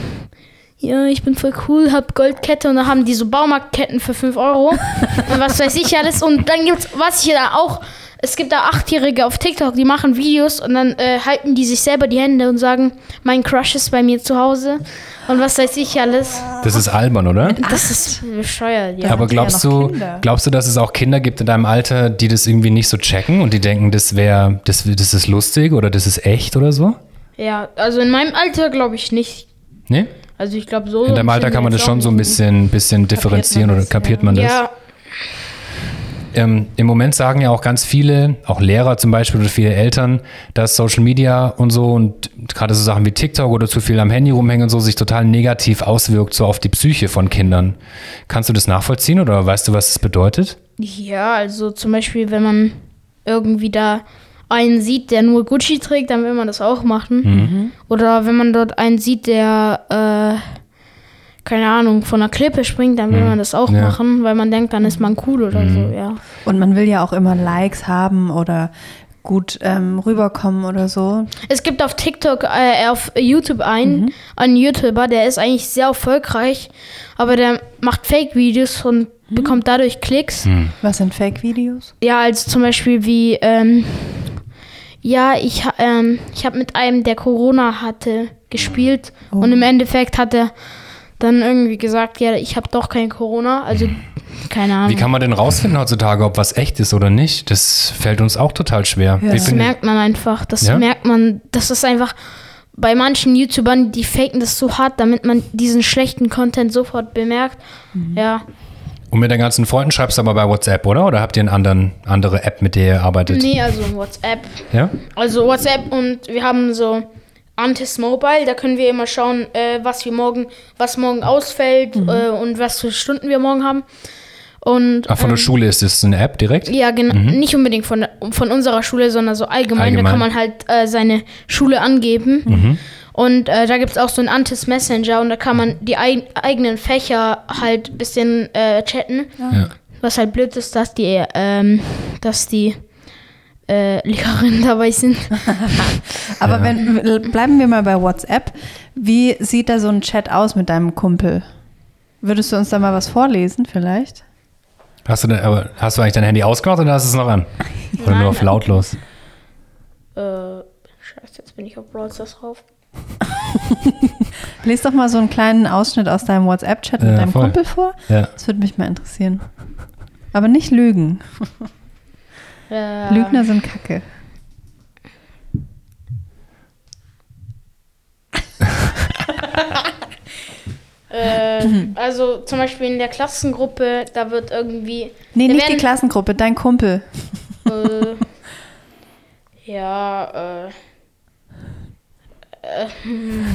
[SPEAKER 2] ja, ich bin voll cool, hab Goldkette und dann haben die so Baumarktketten für 5 Euro. und was weiß ich alles. Und dann gibt's, was hier da auch, es gibt da Achtjährige auf TikTok, die machen Videos und dann äh, halten die sich selber die Hände und sagen, mein Crush ist bei mir zu Hause. Und was weiß ich alles.
[SPEAKER 3] Das ist albern, oder?
[SPEAKER 2] Das ist bescheuert, ja.
[SPEAKER 1] Ja,
[SPEAKER 3] Aber
[SPEAKER 1] die sind ja
[SPEAKER 3] glaubst
[SPEAKER 1] noch
[SPEAKER 3] du,
[SPEAKER 1] Kinder.
[SPEAKER 3] glaubst du, dass es auch Kinder gibt in deinem Alter, die das irgendwie nicht so checken und die denken, das wäre, das, das ist lustig oder das ist echt oder so?
[SPEAKER 2] Ja, also in meinem Alter glaube ich nicht.
[SPEAKER 3] Nee?
[SPEAKER 2] Also ich glaube so.
[SPEAKER 1] Hm,
[SPEAKER 3] In deinem Alter kann man das schon so ein bisschen, bisschen differenzieren
[SPEAKER 1] man
[SPEAKER 3] oder
[SPEAKER 1] das,
[SPEAKER 3] kapiert
[SPEAKER 1] ja.
[SPEAKER 3] man das?
[SPEAKER 2] Ja,
[SPEAKER 3] Ähm, Im Moment sagen ja auch ganz viele, auch Lehrer zum Beispiel oder viele Eltern, dass Social Media und so und gerade so Sachen wie TikTok oder zu viel am Handy rumhängen und so sich total negativ auswirkt, so auf die Psyche von Kindern. Kannst du das nachvollziehen oder weißt du, was das bedeutet?
[SPEAKER 2] ja, also zum Beispiel, wenn man irgendwie da einen sieht, der nur Gucci trägt, dann will man das auch machen.
[SPEAKER 3] Mhm.
[SPEAKER 2] Oder wenn man dort einen sieht, der, äh, keine Ahnung, von einer Klippe springt, dann will man das auch
[SPEAKER 3] Mhm. Ja. Mhm.
[SPEAKER 2] machen, weil man denkt, dann ist man cool oder so, ja.
[SPEAKER 1] Und man will ja auch immer Likes haben oder gut ähm, rüberkommen oder so.
[SPEAKER 2] Es gibt auf TikTok, äh, auf YouTube einen,
[SPEAKER 3] Mhm.
[SPEAKER 2] einen YouTuber, der ist eigentlich sehr erfolgreich, aber der macht Fake-Videos und
[SPEAKER 3] Mhm.
[SPEAKER 2] bekommt dadurch Klicks.
[SPEAKER 1] Was sind Fake-Videos?
[SPEAKER 2] Ja, also zum Beispiel wie, ähm, ja, ich, ha- ähm, ich habe mit einem, der Corona hatte, gespielt
[SPEAKER 3] Oh.
[SPEAKER 2] und im Endeffekt hat er dann irgendwie gesagt, ja, ich habe doch kein Corona, also keine
[SPEAKER 3] Wie
[SPEAKER 2] Ahnung.
[SPEAKER 3] kann man denn rausfinden heutzutage, ob was echt ist oder nicht? Das fällt uns auch total schwer.
[SPEAKER 1] Ja.
[SPEAKER 3] Wir
[SPEAKER 2] Das
[SPEAKER 3] finden-
[SPEAKER 2] merkt man einfach, das
[SPEAKER 3] Ja?
[SPEAKER 2] merkt man, das ist einfach bei manchen YouTubern, die faken das so hart, damit man diesen schlechten Content sofort bemerkt. Ja,
[SPEAKER 3] und mit deinen ganzen Freunden schreibst du aber bei WhatsApp, oder? Oder habt ihr eine anderen, andere App, mit der ihr arbeitet?
[SPEAKER 2] nee, also WhatsApp.
[SPEAKER 3] Ja?
[SPEAKER 2] Also WhatsApp und wir haben so Antis Mobile, da können wir immer schauen, äh, was wir morgen, was morgen ausfällt äh, und was für Stunden wir morgen haben. Und ähm,
[SPEAKER 3] Ach, von der Schule ist es eine App direkt?
[SPEAKER 2] ja, genau, nicht unbedingt von, von unserer Schule, sondern so allgemein, da
[SPEAKER 3] Allgemein.
[SPEAKER 2] kann man halt äh, seine Schule angeben. Und äh, da gibt es auch so einen Antis Messenger und da kann man die eig eigenen Fächer halt ein bisschen äh, chatten.
[SPEAKER 3] Ja.
[SPEAKER 2] Was halt blöd ist, dass die, ähm, dass die äh, Lehrerinnen dabei sind.
[SPEAKER 1] Aber wenn, bleiben wir mal bei WhatsApp. Wie sieht da so ein Chat aus mit deinem Kumpel? Würdest du uns da mal was vorlesen vielleicht?
[SPEAKER 3] Hast du, denn, aber hast du eigentlich dein Handy ausgemacht oder hast du es noch an? Oder
[SPEAKER 2] Nein.
[SPEAKER 3] nur auf lautlos?
[SPEAKER 2] Äh, scheiße, jetzt bin ich auf Brawl Stars drauf.
[SPEAKER 1] Lies doch mal so einen kleinen Ausschnitt aus deinem WhatsApp-Chat mit
[SPEAKER 3] Ja,
[SPEAKER 1] deinem
[SPEAKER 3] voll.
[SPEAKER 1] Kumpel vor.
[SPEAKER 3] Ja.
[SPEAKER 1] Das würde mich mal interessieren. Aber nicht lügen.
[SPEAKER 2] Äh,
[SPEAKER 1] Lügner sind Kacke.
[SPEAKER 2] Äh, also zum Beispiel in der Klassengruppe, da wird irgendwie.
[SPEAKER 1] Nee,
[SPEAKER 2] Wir
[SPEAKER 1] nicht die
[SPEAKER 2] werden-
[SPEAKER 1] Klassengruppe, dein Kumpel.
[SPEAKER 2] Äh, ja, äh. äh, hm.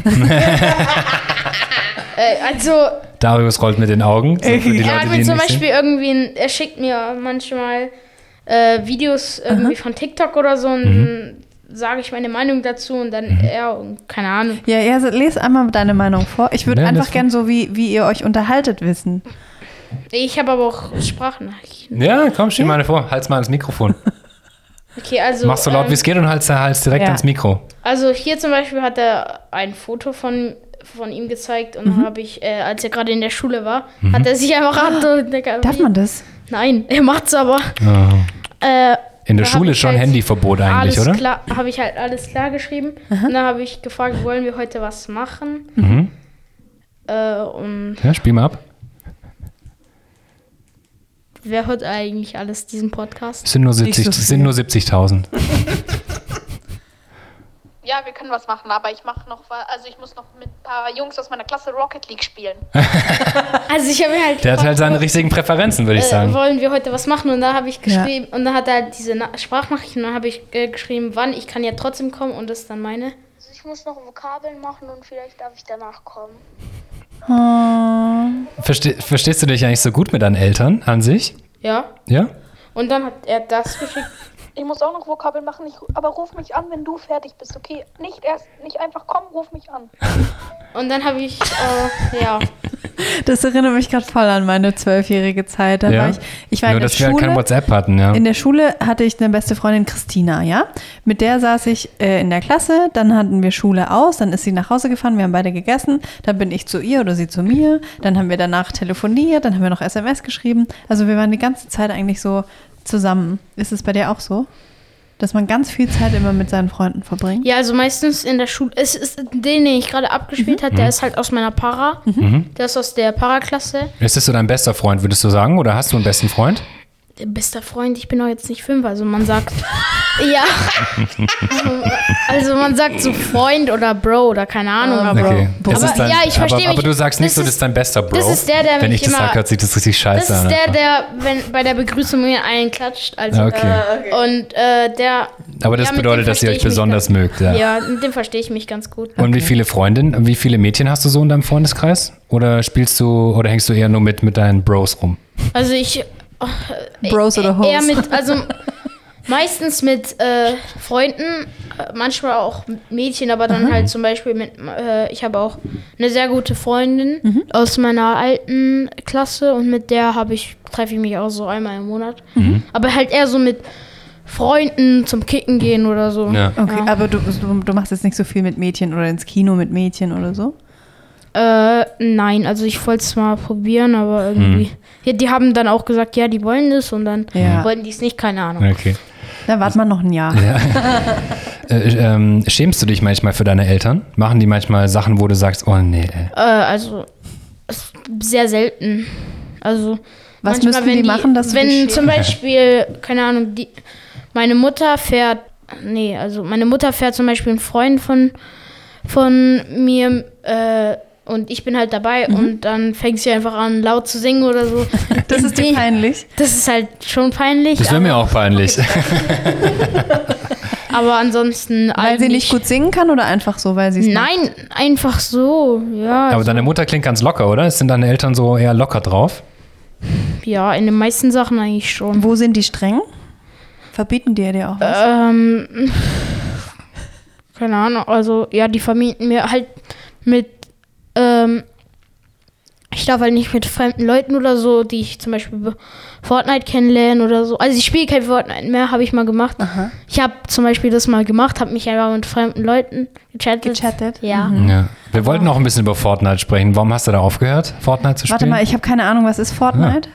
[SPEAKER 2] äh, also,
[SPEAKER 3] Darius rollt mit den Augen. So für die
[SPEAKER 2] er
[SPEAKER 3] Leute,
[SPEAKER 2] hat
[SPEAKER 3] die
[SPEAKER 2] mir
[SPEAKER 3] ihn
[SPEAKER 2] zum
[SPEAKER 3] nicht
[SPEAKER 2] Beispiel
[SPEAKER 3] sehen.
[SPEAKER 2] irgendwie, ein, er schickt mir manchmal äh, Videos irgendwie von TikTok oder so und
[SPEAKER 3] Mhm.
[SPEAKER 2] dann sage ich meine Meinung dazu und dann, ja, und keine Ahnung.
[SPEAKER 1] Ja, ja, so- les einmal deine Meinung vor. Ich würde
[SPEAKER 3] Nee,
[SPEAKER 1] einfach
[SPEAKER 3] das-
[SPEAKER 1] gern so, wie, wie ihr euch unterhaltet, wissen.
[SPEAKER 2] Ich habe aber auch Sprachnachrichten.
[SPEAKER 3] Ja, komm, steh mal vor. Halt's mal ans Mikrofon.
[SPEAKER 2] Okay, also.
[SPEAKER 3] Mach so laut,
[SPEAKER 2] ähm,
[SPEAKER 3] wie es geht und halt's, halt's direkt
[SPEAKER 1] Ja.
[SPEAKER 3] ans Mikro.
[SPEAKER 2] Also hier zum Beispiel hat er ein Foto von, von ihm gezeigt und
[SPEAKER 3] Mhm.
[SPEAKER 2] habe ich, äh, als er gerade in der Schule war,
[SPEAKER 3] Ah,
[SPEAKER 2] hat er sich einfach oh,
[SPEAKER 1] Darf man das?
[SPEAKER 2] Nein, er macht's aber.
[SPEAKER 3] Ah.
[SPEAKER 2] Äh,
[SPEAKER 3] In der
[SPEAKER 2] Da hab
[SPEAKER 3] Schule
[SPEAKER 2] ich
[SPEAKER 3] schon
[SPEAKER 2] halt
[SPEAKER 3] Handyverbot
[SPEAKER 2] alles
[SPEAKER 3] eigentlich, oder?
[SPEAKER 2] klar, habe ich halt alles klar geschrieben. Und dann habe ich gefragt, wollen wir heute was machen?
[SPEAKER 3] Mhm.
[SPEAKER 2] Äh, und
[SPEAKER 3] Ja, spiel mal ab.
[SPEAKER 2] wer hört eigentlich alles diesen Podcast?
[SPEAKER 3] Es sind nur
[SPEAKER 1] Nicht so
[SPEAKER 3] 70 es sind nur 70.000.
[SPEAKER 4] Ja, wir können was machen, aber ich mache noch was. Also ich muss noch mit ein paar Jungs aus meiner Klasse Rocket League spielen.
[SPEAKER 2] Also ich habe mir halt
[SPEAKER 3] Der hat halt
[SPEAKER 2] gefragt,
[SPEAKER 3] seine richtigen Präferenzen, würde ich
[SPEAKER 2] äh,
[SPEAKER 3] sagen.
[SPEAKER 2] wollen wir heute was machen? Und dann habe ich
[SPEAKER 1] Ja.
[SPEAKER 2] geschrieben, und dann hat er halt diese Na Sprachnachricht und dann habe ich äh, geschrieben, wann, ich kann ja trotzdem kommen und das ist dann meine.
[SPEAKER 5] Also ich muss noch Vokabeln machen und vielleicht darf ich danach kommen.
[SPEAKER 1] Oh.
[SPEAKER 3] Verste verstehst du dich eigentlich so gut mit deinen Eltern an sich?
[SPEAKER 2] Ja.
[SPEAKER 3] Ja?
[SPEAKER 2] Und dann hat er das geschickt.
[SPEAKER 4] Ich muss auch noch Vokabeln machen, ich, aber ruf mich an, wenn du fertig bist, okay? Nicht erst, nicht einfach komm, ruf mich an.
[SPEAKER 2] Und dann habe ich, äh, ja.
[SPEAKER 1] Das erinnert mich gerade voll an meine zwölfjährige Zeit. Da
[SPEAKER 3] ja?
[SPEAKER 1] war ich, ich war
[SPEAKER 3] Nur,
[SPEAKER 1] in der
[SPEAKER 3] dass wir halt kein
[SPEAKER 1] Schule.
[SPEAKER 3] WhatsApp hatten, ja.
[SPEAKER 1] In der Schule hatte ich eine beste Freundin Christina, ja. Mit der saß ich äh, in der Klasse, dann hatten wir Schule aus, dann ist sie nach Hause gefahren, wir haben beide gegessen, dann bin ich zu ihr oder sie zu mir, dann haben wir danach telefoniert, dann haben wir noch SMS geschrieben. Also wir waren die ganze Zeit eigentlich so zusammen. Ist es bei dir auch so? Dass man ganz viel Zeit immer mit seinen Freunden verbringt?
[SPEAKER 2] Ja, also meistens in der Schule. Es ist den, den ich gerade abgespielt
[SPEAKER 3] Mhm.
[SPEAKER 2] habe, der ist halt aus meiner Para. Der ist aus der Para-Klasse.
[SPEAKER 3] Ist das so dein bester Freund, würdest du sagen? Oder hast du einen besten Freund?
[SPEAKER 2] Äh, Bester Freund, ich bin doch jetzt nicht fünf, also man sagt. ja. Also man sagt so Freund oder Bro oder keine Ahnung,
[SPEAKER 1] Ah,
[SPEAKER 2] aber.
[SPEAKER 3] Okay.
[SPEAKER 1] Bro.
[SPEAKER 3] Das
[SPEAKER 2] Aber-
[SPEAKER 3] ist dein,
[SPEAKER 2] ja, ich verstehe
[SPEAKER 3] aber,
[SPEAKER 2] mich.
[SPEAKER 3] aber du sagst nicht
[SPEAKER 2] Das
[SPEAKER 3] so, das
[SPEAKER 2] ist-
[SPEAKER 3] ist dein bester Bro.
[SPEAKER 2] das ist der, der
[SPEAKER 3] Wenn
[SPEAKER 2] mich
[SPEAKER 3] ich das
[SPEAKER 2] immer-
[SPEAKER 3] sag, hört sich das richtig
[SPEAKER 2] Das
[SPEAKER 3] scheiße an.
[SPEAKER 2] ist der, der wenn, bei der Begrüßung mir einen klatscht. Also,
[SPEAKER 3] Ja, Ah, okay.
[SPEAKER 2] Und äh, der.
[SPEAKER 3] aber das
[SPEAKER 2] ja, mit dem
[SPEAKER 3] bedeutet, dass
[SPEAKER 2] verstehe
[SPEAKER 3] ihr euch
[SPEAKER 2] ich mich
[SPEAKER 3] besonders
[SPEAKER 2] ganz,
[SPEAKER 3] mögt, ja.
[SPEAKER 2] Ja, mit dem verstehe ich mich ganz gut.
[SPEAKER 3] Und wie viele Freundinnen, wie viele Mädchen hast du so in deinem Freundeskreis? Oder spielst du oder hängst du eher nur mit, mit deinen Bros rum?
[SPEAKER 2] Also ich. oh, äh,
[SPEAKER 1] Bros oder Hoes?
[SPEAKER 2] Eher mit, also meistens mit äh, Freunden, äh, manchmal auch mit Mädchen, aber dann
[SPEAKER 1] Mhm.
[SPEAKER 2] halt zum Beispiel mit, äh, ich habe auch eine sehr gute Freundin
[SPEAKER 1] Mhm.
[SPEAKER 2] aus meiner alten Klasse und mit der habe ich, treffe ich mich auch so einmal im Monat. Aber halt eher so mit Freunden zum Kicken gehen oder so.
[SPEAKER 3] Ja.
[SPEAKER 1] Okay,
[SPEAKER 2] Ja.
[SPEAKER 1] aber du, du, du machst jetzt nicht so viel mit Mädchen oder ins Kino mit Mädchen oder so?
[SPEAKER 2] Äh, nein, also ich wollte es mal probieren, aber irgendwie. Ja, die haben dann auch gesagt, ja, die wollen das und dann
[SPEAKER 1] Ja.
[SPEAKER 2] wollten die es nicht, keine Ahnung.
[SPEAKER 3] Okay.
[SPEAKER 1] Da
[SPEAKER 3] Also
[SPEAKER 1] wartet man noch ein Jahr.
[SPEAKER 3] Äh, ähm, schämst du dich manchmal für deine Eltern? Machen die manchmal Sachen, wo du sagst, oh nee, ey.
[SPEAKER 2] Äh, also es- sehr selten. Also
[SPEAKER 1] Was
[SPEAKER 2] manchmal,
[SPEAKER 1] müssten
[SPEAKER 2] wenn
[SPEAKER 1] die machen, dass du
[SPEAKER 2] wenn
[SPEAKER 1] dich schämst?
[SPEAKER 2] zum Beispiel keine Ahnung, die, meine Mutter fährt, nee, also meine Mutter fährt zum Beispiel einen Freund von von mir äh, und ich bin halt dabei
[SPEAKER 1] Mhm.
[SPEAKER 2] und dann fängt sie einfach an laut zu singen oder so.
[SPEAKER 1] Das ist dir
[SPEAKER 2] Nee,
[SPEAKER 1] peinlich.
[SPEAKER 2] Das ist halt schon peinlich.
[SPEAKER 3] Das wäre mir auch peinlich.
[SPEAKER 2] Aber ansonsten
[SPEAKER 1] Weil sie nicht gut ne? singen kann oder einfach so, weil sie es macht?
[SPEAKER 2] Nein, einfach so. Ja,
[SPEAKER 3] Aber deine Mutter klingt ganz locker, oder? Sind deine Eltern so eher locker drauf?
[SPEAKER 2] ja, in den meisten Sachen eigentlich schon.
[SPEAKER 1] Wo sind die streng? Verbieten die dir auch was?
[SPEAKER 3] Äh,
[SPEAKER 2] Ähm, keine Ahnung, also ja, die vermieten mir halt mit, ähm, ich darf halt nicht mit fremden Leuten oder so, die ich zum Beispiel bei Fortnite kennenlernen oder so. Also ich spiele kein Fortnite mehr, habe ich mal gemacht. Ich habe zum Beispiel das mal gemacht, habe mich einfach mit fremden Leuten gechattet.
[SPEAKER 1] Gechattet? Mhm.
[SPEAKER 2] Ja.
[SPEAKER 3] Ja. Wir wollten auch ein bisschen über Fortnite sprechen. Warum hast du da aufgehört, Fortnite zu spielen?
[SPEAKER 1] Warte mal, ich habe keine Ahnung, was ist Fortnite?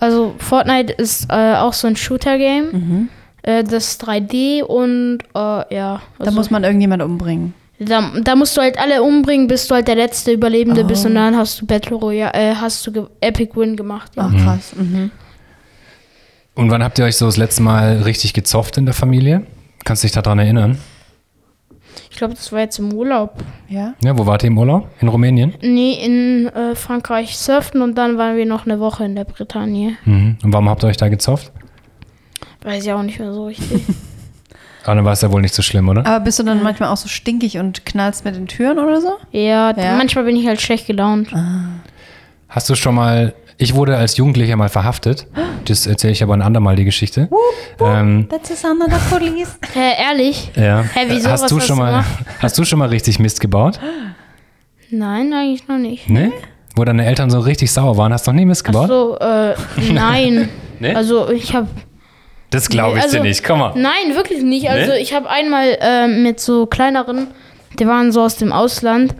[SPEAKER 2] Also Fortnite ist äh, auch so ein Shooter-Game. Äh, das ist 3D und äh, ja.
[SPEAKER 1] Mhm. Da
[SPEAKER 2] Also,
[SPEAKER 1] muss man irgendjemand umbringen.
[SPEAKER 2] Da, da musst du halt alle umbringen, bis du halt der letzte Überlebende bist und dann hast du Battle Royale, äh, hast du ge- Epic Win gemacht. Ja.
[SPEAKER 1] Ach krass. Mhm.
[SPEAKER 3] Und wann habt ihr euch so das letzte Mal richtig gezofft in der Familie? Kannst du dich daran erinnern?
[SPEAKER 2] Ich glaube, das war jetzt im Urlaub.
[SPEAKER 1] Ja.
[SPEAKER 3] Ja, wo wart ihr im Urlaub? In Rumänien?
[SPEAKER 2] Nee, in äh, Frankreich surfen und dann waren wir noch eine Woche in der Bretagne.
[SPEAKER 3] Mhm. Und warum habt ihr euch da gezofft?
[SPEAKER 2] Weiß ich auch nicht mehr so richtig.
[SPEAKER 3] Ah, dann war es ja wohl nicht so schlimm, oder?
[SPEAKER 1] Aber bist du dann manchmal auch so stinkig und knallst mit den Türen oder so?
[SPEAKER 2] ja,
[SPEAKER 1] Ja?
[SPEAKER 2] manchmal bin ich halt schlecht gelaunt.
[SPEAKER 3] Hast du schon mal. Ich wurde als Jugendlicher mal verhaftet. Das erzähle ich aber ein andermal die Geschichte. Ähm,
[SPEAKER 1] That's the sound of the police.
[SPEAKER 2] Äh, ehrlich?
[SPEAKER 3] ja.
[SPEAKER 2] Hä, wieso?
[SPEAKER 3] hast
[SPEAKER 2] Was
[SPEAKER 3] du
[SPEAKER 2] hast
[SPEAKER 3] schon
[SPEAKER 2] du
[SPEAKER 3] mal, hast du schon mal richtig Mist gebaut?
[SPEAKER 2] Nein, eigentlich noch nicht.
[SPEAKER 3] Ne? Wo deine Eltern so richtig sauer waren, hast du noch nie Mist gebaut?
[SPEAKER 2] Achso, äh, nein.
[SPEAKER 3] Nee?
[SPEAKER 2] Also ich habe
[SPEAKER 3] Das glaube ich
[SPEAKER 2] Nee,
[SPEAKER 3] dir
[SPEAKER 2] also-
[SPEAKER 3] nicht. Komm mal.
[SPEAKER 2] Nein, wirklich nicht. Also
[SPEAKER 3] Nee?
[SPEAKER 2] ich habe einmal ähm, mit so kleineren, die waren so aus dem Ausland,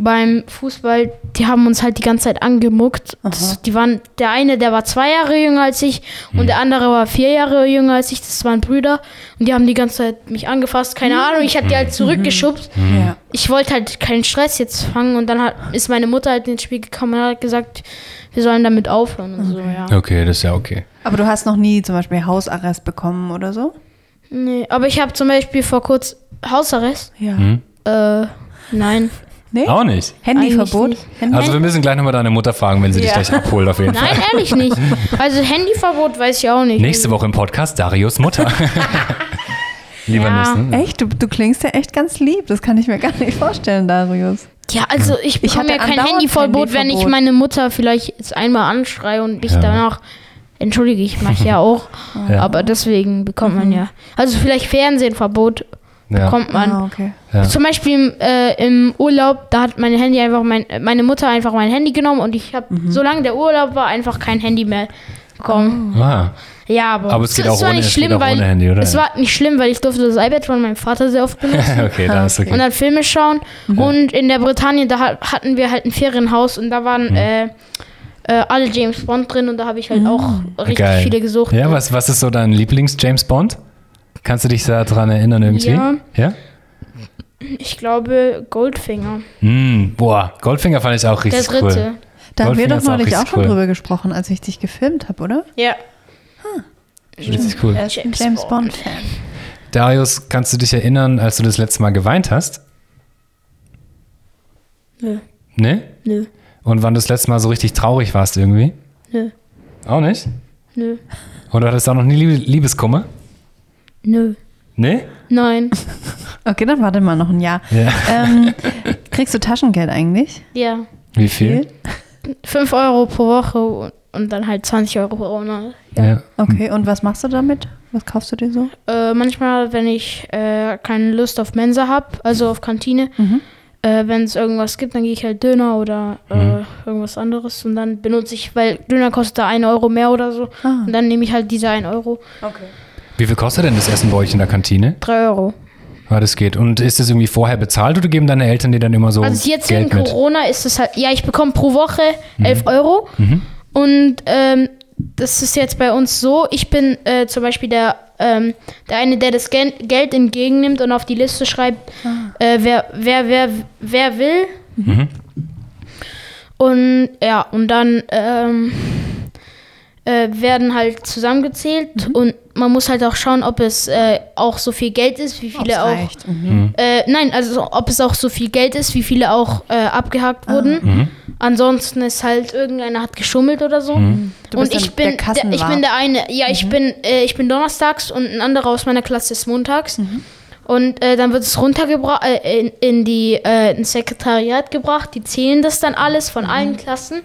[SPEAKER 2] beim Fußball, die haben uns halt die ganze Zeit angemuckt. Das, die waren, der eine, der war zwei Jahre jünger als ich und der andere war vier Jahre jünger als ich. Das waren Brüder und die haben die ganze Zeit mich angefasst. Keine Ahnung, ich hab die halt zurückgeschubst.
[SPEAKER 3] Mhm.
[SPEAKER 1] Ja.
[SPEAKER 2] Ich wollte halt keinen Stress jetzt fangen und dann hat, ist meine Mutter halt ins Spiel gekommen und hat gesagt, wir sollen damit aufhören und so, ja.
[SPEAKER 3] Okay, das ist ja okay.
[SPEAKER 1] Aber du hast noch nie zum Beispiel Hausarrest bekommen oder so?
[SPEAKER 2] Nee, aber ich habe zum Beispiel vor kurz Hausarrest.
[SPEAKER 1] Ja.
[SPEAKER 2] Äh, nein.
[SPEAKER 1] Nee?
[SPEAKER 3] Mhm. Auch nicht.
[SPEAKER 1] Handyverbot?
[SPEAKER 2] Eigentlich
[SPEAKER 1] Handy
[SPEAKER 3] Also wir müssen gleich nochmal deine Mutter fragen, wenn sie
[SPEAKER 1] Ja.
[SPEAKER 3] dich gleich abholt auf jeden Fall.
[SPEAKER 2] Nein, ehrlich nicht. Also Handyverbot weiß ich auch nicht.
[SPEAKER 3] Nächste Woche im Podcast Darius Mutter. Lieber
[SPEAKER 2] Ja.
[SPEAKER 3] nicht, ne?
[SPEAKER 1] echt? Du, du klingst ja echt ganz lieb. Das kann ich mir gar nicht vorstellen, Darius.
[SPEAKER 2] Ja, also ich
[SPEAKER 1] Ich
[SPEAKER 2] bekomme
[SPEAKER 1] hatte
[SPEAKER 2] ja kein
[SPEAKER 1] andauernd
[SPEAKER 2] Handyverbot, wenn ich
[SPEAKER 1] Handyverbot.
[SPEAKER 2] meine Mutter vielleicht jetzt einmal anschreie und mich danach entschuldige, ich mache ja auch.
[SPEAKER 3] Ja.
[SPEAKER 2] Aber deswegen bekommt
[SPEAKER 1] Mhm.
[SPEAKER 2] man ja. Also vielleicht Fernsehenverbot
[SPEAKER 3] ne? Ja.
[SPEAKER 2] bekommt man.
[SPEAKER 1] Ah, okay.
[SPEAKER 3] Ja.
[SPEAKER 2] Zum Beispiel im, äh, im Urlaub, da hat mein Handy einfach mein, äh, meine Mutter einfach mein Handy genommen und ich habe,
[SPEAKER 1] Mhm.
[SPEAKER 2] solange der Urlaub war, einfach kein Handy mehr bekommen.
[SPEAKER 3] Ah,
[SPEAKER 2] Ja, aber,
[SPEAKER 3] Aber es geht auch
[SPEAKER 2] war
[SPEAKER 3] ohne-
[SPEAKER 2] nicht
[SPEAKER 3] es geht
[SPEAKER 2] schlimm,
[SPEAKER 3] auch
[SPEAKER 2] weil
[SPEAKER 3] ohne Handy, oder?
[SPEAKER 2] es war nicht schlimm, weil ich durfte das iPad von meinem Vater sehr oft benutzen
[SPEAKER 3] okay, da ist
[SPEAKER 2] und
[SPEAKER 3] okay.
[SPEAKER 2] dann Filme schauen. Und in der Bretagne, da ha- hatten wir halt ein Ferienhaus und da
[SPEAKER 3] Hm.
[SPEAKER 2] waren äh, äh, alle James Bond drin und da habe ich halt auch richtig
[SPEAKER 3] Hm. Geil.
[SPEAKER 2] viele gesucht.
[SPEAKER 3] Ja, was, was ist so dein Lieblings-James Bond? Kannst du dich daran erinnern irgendwie?
[SPEAKER 2] Ja.
[SPEAKER 3] ja?
[SPEAKER 2] Ich glaube Goldfinger,
[SPEAKER 3] Mm, boah, Goldfinger fand ich auch
[SPEAKER 2] der
[SPEAKER 3] richtig
[SPEAKER 2] dritte.
[SPEAKER 3] cool.
[SPEAKER 1] Da haben wir
[SPEAKER 3] Goldfinger
[SPEAKER 1] doch
[SPEAKER 3] ist auch
[SPEAKER 1] neulich auch,
[SPEAKER 3] richtig
[SPEAKER 1] schon
[SPEAKER 3] cool.
[SPEAKER 1] drüber gesprochen, als ich dich gefilmt habe, oder?
[SPEAKER 2] Ja.
[SPEAKER 3] Richtig cool.
[SPEAKER 1] Er ist ein
[SPEAKER 2] James
[SPEAKER 1] James
[SPEAKER 2] Bond.
[SPEAKER 1] Bond-Fan.
[SPEAKER 3] Darius, kannst du dich erinnern, als du das letzte Mal geweint hast?
[SPEAKER 2] Nö.
[SPEAKER 3] Ne?
[SPEAKER 2] Nö.
[SPEAKER 3] Und wann du das letzte Mal so richtig traurig warst irgendwie?
[SPEAKER 2] Nö.
[SPEAKER 3] Auch nicht?
[SPEAKER 2] Nö.
[SPEAKER 3] Und du hattest auch noch nie Liebe- Liebeskummer?
[SPEAKER 2] Nö.
[SPEAKER 3] Ne?
[SPEAKER 2] Nein.
[SPEAKER 1] Okay, dann warte mal noch ein Jahr.
[SPEAKER 3] Ja.
[SPEAKER 1] Ähm, kriegst du Taschengeld eigentlich?
[SPEAKER 2] ja.
[SPEAKER 3] Wie viel?
[SPEAKER 2] 5 Euro pro Woche und- und dann halt 20 Euro pro Monat.
[SPEAKER 3] Ja.
[SPEAKER 1] Okay, und was machst du damit? Was kaufst du dir so?
[SPEAKER 2] Äh, manchmal, wenn ich äh, keine Lust auf Mensa habe, also auf Kantine, äh, wenn es irgendwas gibt, dann gehe ich halt Döner oder äh, irgendwas anderes und dann benutze ich, weil Döner kostet da 1 Euro mehr oder so
[SPEAKER 1] Ah.
[SPEAKER 2] und dann nehme ich halt diese 1 Euro,
[SPEAKER 3] Wie viel kostet denn das Essen bei euch in der Kantine?
[SPEAKER 2] 3 Euro.
[SPEAKER 3] Ah, das geht. Und ist das irgendwie vorher bezahlt oder geben deine Eltern dir dann immer so
[SPEAKER 2] Also jetzt
[SPEAKER 3] Geld
[SPEAKER 2] wegen
[SPEAKER 3] mit? Mhm.
[SPEAKER 2] Corona ist es halt, ja, ich bekomme pro Woche 11 Euro und ähm, das ist jetzt bei uns so, ich bin äh, zum Beispiel der, ähm, der eine, der das Gen Geld entgegennimmt und auf die Liste schreibt,
[SPEAKER 1] Ah.
[SPEAKER 2] äh, wer, wer, wer, wer will.
[SPEAKER 3] Mhm.
[SPEAKER 2] Und ja, und dann ähm, äh, werden halt
[SPEAKER 1] Mhm.
[SPEAKER 2] zusammengezählt und man muss halt auch schauen, ob es äh, auch so viel Geld ist, wie viele
[SPEAKER 1] Ob's
[SPEAKER 2] auch
[SPEAKER 1] reicht.
[SPEAKER 3] Hm,
[SPEAKER 1] Mhm.
[SPEAKER 2] äh, nein, also so, ob es auch so viel Geld ist, wie viele auch äh,
[SPEAKER 1] Ah.
[SPEAKER 2] abgehakt wurden. Ansonsten ist halt irgendeiner hat geschummelt oder so.
[SPEAKER 1] Du
[SPEAKER 2] Und
[SPEAKER 1] bist dann der
[SPEAKER 2] ich
[SPEAKER 1] Mhm.
[SPEAKER 2] bin der, ich
[SPEAKER 1] Kassenwart.
[SPEAKER 2] bin der eine, ja, ich bin äh, ich bin donnerstags und ein anderer aus meiner Klasse ist montags.
[SPEAKER 1] Mhm.
[SPEAKER 2] Und äh, dann wird es runtergebracht äh, in, in die äh, ins Sekretariat gebracht. Die zählen das dann alles
[SPEAKER 1] Mhm.
[SPEAKER 2] von allen Klassen.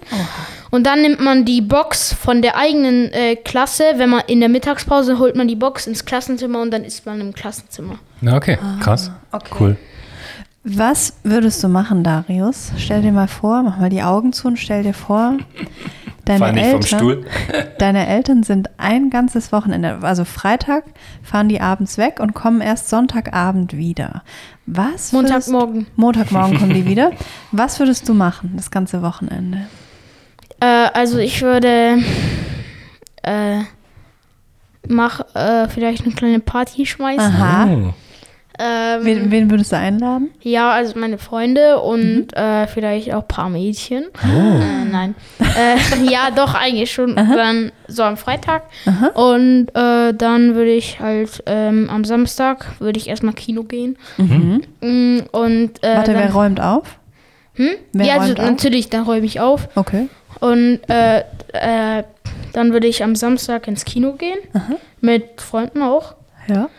[SPEAKER 2] Und dann nimmt man die Box von der eigenen äh, Klasse, wenn man in der Mittagspause holt man die Box ins Klassenzimmer und dann ist man im Klassenzimmer.
[SPEAKER 3] Na, okay, krass.
[SPEAKER 1] okay.
[SPEAKER 3] Cool.
[SPEAKER 1] Was würdest du machen, Darius? Stell dir mal vor, mach mal die Augen zu und stell dir vor, deine
[SPEAKER 3] Fall nicht
[SPEAKER 1] Eltern,
[SPEAKER 3] vom Stuhl.
[SPEAKER 1] deine Eltern sind ein ganzes Wochenende, also Freitag fahren die abends weg und kommen erst Sonntagabend wieder. Was? würdest-
[SPEAKER 2] Montagmorgen.
[SPEAKER 1] Montagmorgen kommen die wieder. Was würdest du machen das ganze Wochenende?
[SPEAKER 2] Äh, also ich würde äh, mach äh, vielleicht eine kleine Party schmeißen.
[SPEAKER 1] Aha.
[SPEAKER 3] Oh.
[SPEAKER 2] Ähm,
[SPEAKER 1] Wen, wen würdest du einladen?
[SPEAKER 2] ja, also meine Freunde und
[SPEAKER 1] Mhm.
[SPEAKER 2] äh, vielleicht auch ein paar Mädchen. Äh, nein. äh, ja, doch, eigentlich schon. Dann so am Freitag. Und äh, dann würde ich halt ähm, am Samstag würde ich erstmal Kino gehen. Mm, Und äh,
[SPEAKER 1] Mhm. Warte,
[SPEAKER 2] dann,
[SPEAKER 1] wer räumt auf? Hm? Wer
[SPEAKER 2] ja, also,
[SPEAKER 1] räumt auf?
[SPEAKER 2] natürlich, dann räume ich auf.
[SPEAKER 1] Okay.
[SPEAKER 2] Und äh, äh, dann würde ich am Samstag ins Kino gehen. Mit Freunden auch.
[SPEAKER 1] Ja.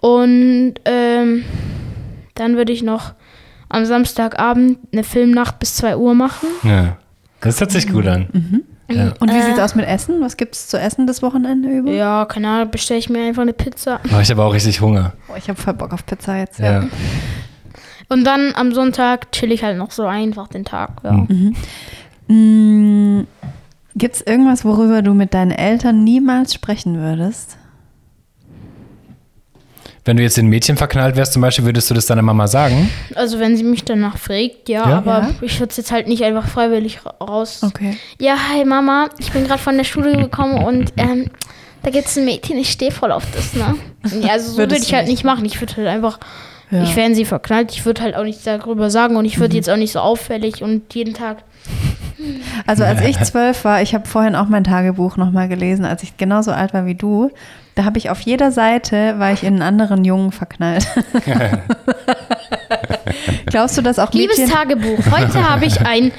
[SPEAKER 2] Und ähm, dann würde ich noch am Samstagabend eine Filmnacht bis 2 Uhr machen.
[SPEAKER 3] Ja. Das hört sich gut an. Ja.
[SPEAKER 1] Und wie sieht's aus mit Essen? Was gibt's zu essen das Wochenende über?
[SPEAKER 2] Äh. Ja, keine Ahnung, bestelle ich mir einfach eine Pizza.
[SPEAKER 3] Oh, ich habe auch richtig Hunger.
[SPEAKER 1] Oh, ich habe voll Bock auf Pizza jetzt.
[SPEAKER 3] Ja.
[SPEAKER 2] Und dann am Sonntag chill ich halt noch so einfach den Tag. Ja.
[SPEAKER 1] Mm, Gibt's irgendwas, worüber du mit deinen Eltern niemals sprechen würdest?
[SPEAKER 3] Wenn du jetzt in ein Mädchen verknallt wärst, zum Beispiel, würdest du das deiner Mama sagen?
[SPEAKER 2] Also wenn sie mich danach fragt, ja,
[SPEAKER 3] Ja?
[SPEAKER 2] aber
[SPEAKER 1] Ja.
[SPEAKER 2] ich würde es jetzt halt nicht einfach freiwillig ra- raus.
[SPEAKER 1] Okay.
[SPEAKER 2] Ja, hi Mama, ich bin gerade von der Schule gekommen und ähm, da gibt's ein Mädchen, ich stehe voll auf das, ne? Ja, also so würde
[SPEAKER 1] Würdest
[SPEAKER 2] ich
[SPEAKER 1] du
[SPEAKER 2] halt
[SPEAKER 1] nicht.
[SPEAKER 2] nicht machen. Ich würde halt einfach,
[SPEAKER 1] Ja.
[SPEAKER 2] ich wäre in sie verknallt, ich würde halt auch nichts darüber sagen und ich
[SPEAKER 3] Mhm.
[SPEAKER 2] würde jetzt auch nicht so auffällig und jeden Tag.
[SPEAKER 1] Also als ich zwölf war, ich habe vorhin auch mein Tagebuch nochmal gelesen, als ich genauso alt war wie du, da habe ich auf jeder Seite, war ich in einen anderen Jungen verknallt. Glaubst du, dass auch
[SPEAKER 2] Liebes
[SPEAKER 1] Mädchen...
[SPEAKER 2] Tagebuch, heute habe ich ein.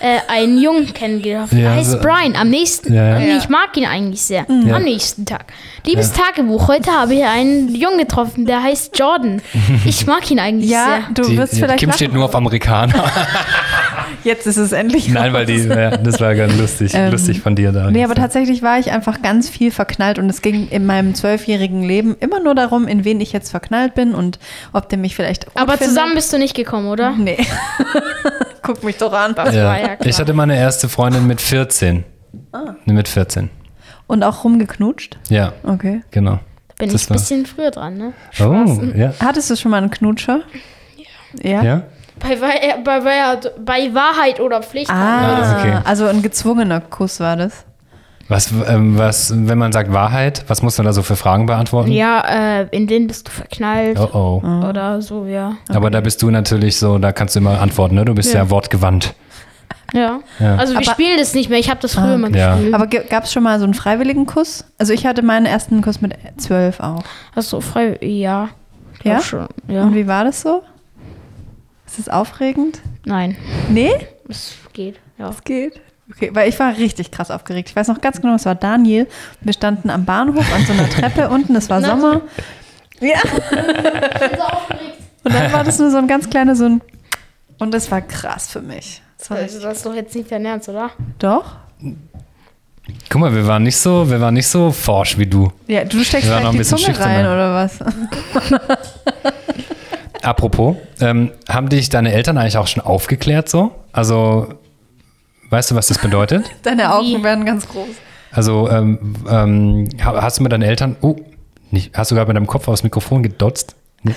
[SPEAKER 2] Äh, einen Jungen kennengelernt.
[SPEAKER 3] Ja,
[SPEAKER 2] er heißt
[SPEAKER 3] so-
[SPEAKER 2] Brian. Am nächsten,
[SPEAKER 3] Ja, ja.
[SPEAKER 2] und ich mag ihn eigentlich sehr.
[SPEAKER 3] Ja.
[SPEAKER 2] Am nächsten Tag. Liebes Tagebuch, heute habe ich einen Jungen getroffen, der heißt Jordan. Ich mag ihn eigentlich
[SPEAKER 1] ja,
[SPEAKER 2] sehr.
[SPEAKER 1] du
[SPEAKER 3] Die-
[SPEAKER 1] wirst
[SPEAKER 3] die-
[SPEAKER 1] vielleicht
[SPEAKER 3] Kim steht
[SPEAKER 1] lachen.
[SPEAKER 3] nur auf Amerikaner.
[SPEAKER 1] Jetzt ist es endlich
[SPEAKER 3] Nein, weil die, ja, das war ganz lustig,
[SPEAKER 1] Ähm,
[SPEAKER 3] lustig von dir da.
[SPEAKER 1] Nee, aber tatsächlich war ich einfach ganz viel verknallt und es ging in meinem zwölfjährigen Leben immer nur darum, in wen ich jetzt verknallt bin und ob der mich vielleicht. Gut
[SPEAKER 2] Aber
[SPEAKER 1] findet.
[SPEAKER 2] zusammen bist du nicht gekommen, oder?
[SPEAKER 1] Nee. Guck mich doch an.
[SPEAKER 2] Das war ja
[SPEAKER 3] ja.
[SPEAKER 2] klar.
[SPEAKER 3] Ich hatte meine erste Freundin mit 14. Nee, Mit 14.
[SPEAKER 1] Und auch rumgeknutscht?
[SPEAKER 3] Ja,
[SPEAKER 1] Okay.
[SPEAKER 3] genau.
[SPEAKER 2] Bin
[SPEAKER 3] das
[SPEAKER 2] ich ein
[SPEAKER 3] war-
[SPEAKER 2] bisschen früher dran, ne?
[SPEAKER 3] Oh, ja.
[SPEAKER 1] Hattest du schon mal einen Knutscher? Ja.
[SPEAKER 3] Ja?
[SPEAKER 2] Bei, Wei- bei, Wei- bei Wahrheit oder Pflicht.
[SPEAKER 1] Ah,
[SPEAKER 3] Ah, okay.
[SPEAKER 1] also ein gezwungener Kuss war das.
[SPEAKER 3] Was, ähm, was, wenn man sagt Wahrheit, was muss man da so für Fragen beantworten?
[SPEAKER 2] Ja, Ah, äh, in den bist du verknallt
[SPEAKER 3] Oh oh.
[SPEAKER 2] oder so, ja.
[SPEAKER 3] Aber da bist du natürlich so, da kannst du immer antworten, ne? Du bist ja, wortgewandt.
[SPEAKER 2] Ja.
[SPEAKER 3] Ja. Ah,
[SPEAKER 2] Also wir
[SPEAKER 1] Aber-
[SPEAKER 2] spielen das nicht mehr. Ich habe das früher mal
[SPEAKER 3] Ja.
[SPEAKER 2] gespielt.
[SPEAKER 1] Aber gab es schon mal so einen freiwilligen Kuss? Also ich hatte meinen ersten Kuss mit zwölf auch.
[SPEAKER 2] Achso, frei. Ja.
[SPEAKER 1] Ja?
[SPEAKER 2] Auch schon. Ja.
[SPEAKER 1] Und wie war das so? Ist es aufregend?
[SPEAKER 2] Nein.
[SPEAKER 1] Nee?
[SPEAKER 2] Es geht. Ja.
[SPEAKER 1] Es geht. Okay, weil ich war richtig krass aufgeregt. Ich weiß noch ganz genau, es war Daniel. Wir standen am Bahnhof an so einer Treppe unten, es war Sommer. Ja. Und dann war das nur so ein ganz kleiner, so ein. Und das war krass für mich. Das war
[SPEAKER 2] Also
[SPEAKER 1] richtig.
[SPEAKER 2] das ist doch jetzt nicht dein Ernst, oder?
[SPEAKER 1] Doch?
[SPEAKER 3] Guck mal, wir waren nicht so, wir waren nicht so forsch wie du.
[SPEAKER 1] Ja, du steckst
[SPEAKER 3] Ja, noch
[SPEAKER 1] halt
[SPEAKER 3] ein
[SPEAKER 1] die
[SPEAKER 3] bisschen
[SPEAKER 1] Zunge
[SPEAKER 3] schüchtern,
[SPEAKER 1] rein,
[SPEAKER 3] ja.
[SPEAKER 1] oder was?
[SPEAKER 3] Apropos, ähm, haben dich deine Eltern eigentlich auch schon aufgeklärt so? Also, weißt du, was das bedeutet?
[SPEAKER 1] Deine Augen werden ganz groß.
[SPEAKER 3] Also, ähm, ähm, ha- hast du mit deinen Eltern, oh, nicht, hast du gerade mit deinem Kopf aufs Mikrofon gedotzt? Nee,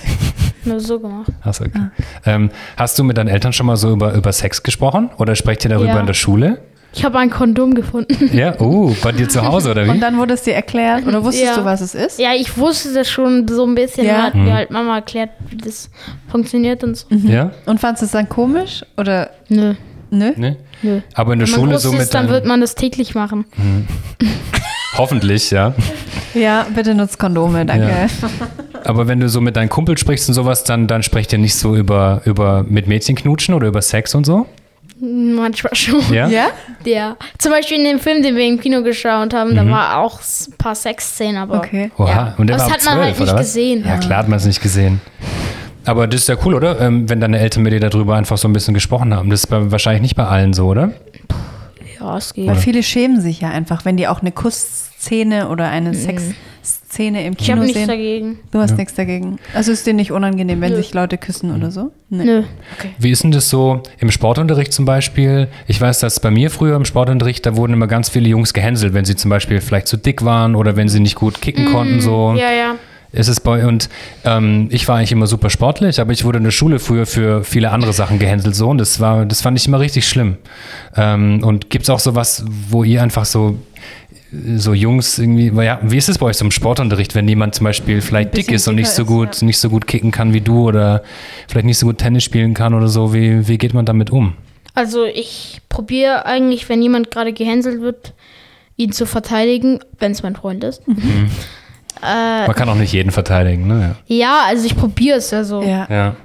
[SPEAKER 2] Nur so gemacht.
[SPEAKER 3] hast, du, okay.
[SPEAKER 2] Ah.
[SPEAKER 3] ähm, hast du mit deinen Eltern schon mal so über, über Sex gesprochen? Oder sprecht ihr darüber
[SPEAKER 2] Ja.
[SPEAKER 3] in der Schule?
[SPEAKER 2] Ich habe ein Kondom gefunden.
[SPEAKER 3] Ja, oh, bei dir zu Hause oder
[SPEAKER 1] Und
[SPEAKER 3] wie?
[SPEAKER 1] dann wurde es dir erklärt, oder wusstest
[SPEAKER 2] Ja.
[SPEAKER 1] du, was es ist?
[SPEAKER 2] Ja, ich wusste das schon so ein bisschen.
[SPEAKER 1] Ja.
[SPEAKER 2] Ja. Hat
[SPEAKER 3] Mhm.
[SPEAKER 2] mir halt Mama erklärt, wie das funktioniert und so.
[SPEAKER 3] Ja?
[SPEAKER 1] Und fandst du es dann komisch? Oder
[SPEAKER 2] Nö.
[SPEAKER 1] nö?
[SPEAKER 3] Ne?
[SPEAKER 2] Nö.
[SPEAKER 3] Aber in der
[SPEAKER 2] Wenn man
[SPEAKER 3] Schule
[SPEAKER 2] groß
[SPEAKER 3] so
[SPEAKER 2] ist,
[SPEAKER 3] mit
[SPEAKER 2] dann
[SPEAKER 3] deinen-
[SPEAKER 2] wird man das täglich machen.
[SPEAKER 3] Hoffentlich, ja.
[SPEAKER 1] Ja, bitte nutzt Kondome, danke.
[SPEAKER 3] Ja. Aber wenn du so mit deinen Kumpel sprichst und sowas, dann, dann sprecht ihr nicht so über, über mit Mädchen knutschen oder über Sex und so?
[SPEAKER 2] Hm, Manchmal schon.
[SPEAKER 3] Ja?
[SPEAKER 1] ja?
[SPEAKER 2] Ja. Zum Beispiel in dem Film, den wir im Kino geschaut haben, da war auch s- ein paar Sexszenen, aber.
[SPEAKER 1] Okay.
[SPEAKER 3] Oha,
[SPEAKER 2] Ja.
[SPEAKER 3] und der
[SPEAKER 2] Aber
[SPEAKER 3] war
[SPEAKER 2] das
[SPEAKER 3] ab
[SPEAKER 2] hat man
[SPEAKER 3] 12,
[SPEAKER 2] halt nicht
[SPEAKER 3] oder was?
[SPEAKER 2] gesehen.
[SPEAKER 3] Ja,
[SPEAKER 2] Ja.
[SPEAKER 3] klar hat man es nicht gesehen. Aber das ist ja cool, oder? Ähm, wenn deine Eltern mit dir darüber einfach so ein bisschen gesprochen haben. Das ist bei, wahrscheinlich nicht bei allen so, oder?
[SPEAKER 2] Ja, es
[SPEAKER 1] Weil
[SPEAKER 2] geht.
[SPEAKER 1] viele schämen sich ja einfach, wenn die auch eine Kussszene oder eine Sexszene im
[SPEAKER 2] Ich
[SPEAKER 1] Kino
[SPEAKER 2] habe nichts
[SPEAKER 1] sehen.
[SPEAKER 2] dagegen.
[SPEAKER 1] Du hast nichts dagegen. Also ist dir nicht unangenehm, wenn sich Leute küssen oder so? Nee.
[SPEAKER 2] Nö.
[SPEAKER 3] Wie ist denn das so im Sportunterricht zum Beispiel? Ich weiß, dass bei mir früher im Sportunterricht, da wurden immer ganz viele Jungs gehänselt, wenn sie zum Beispiel vielleicht zu dick waren oder wenn sie nicht gut kicken konnten. So.
[SPEAKER 2] Mhm, Ja, ja.
[SPEAKER 3] Ist es bei und ähm, ich war eigentlich immer super sportlich, aber ich wurde in der Schule früher für viele andere Sachen gehänselt so und das war, das fand ich immer richtig schlimm. Ähm, und gibt's auch sowas, wo ihr einfach so so Jungs irgendwie, ja, wie ist es bei euch so im Sportunterricht, wenn jemand zum Beispiel vielleicht dick
[SPEAKER 1] bisschen
[SPEAKER 3] ist und nicht
[SPEAKER 1] dicker
[SPEAKER 3] so
[SPEAKER 1] ist,
[SPEAKER 3] gut, nicht so gut kicken kann wie du oder vielleicht nicht so gut Tennis spielen kann oder so, wie, wie geht man damit um?
[SPEAKER 2] Also ich probiere eigentlich, wenn jemand gerade gehänselt wird, ihn zu verteidigen, wenn es mein Freund ist. Äh,
[SPEAKER 3] Man kann auch nicht jeden verteidigen, ne?
[SPEAKER 2] Ja, also ich probiere es. Also
[SPEAKER 1] Ja.
[SPEAKER 3] Ja. ja.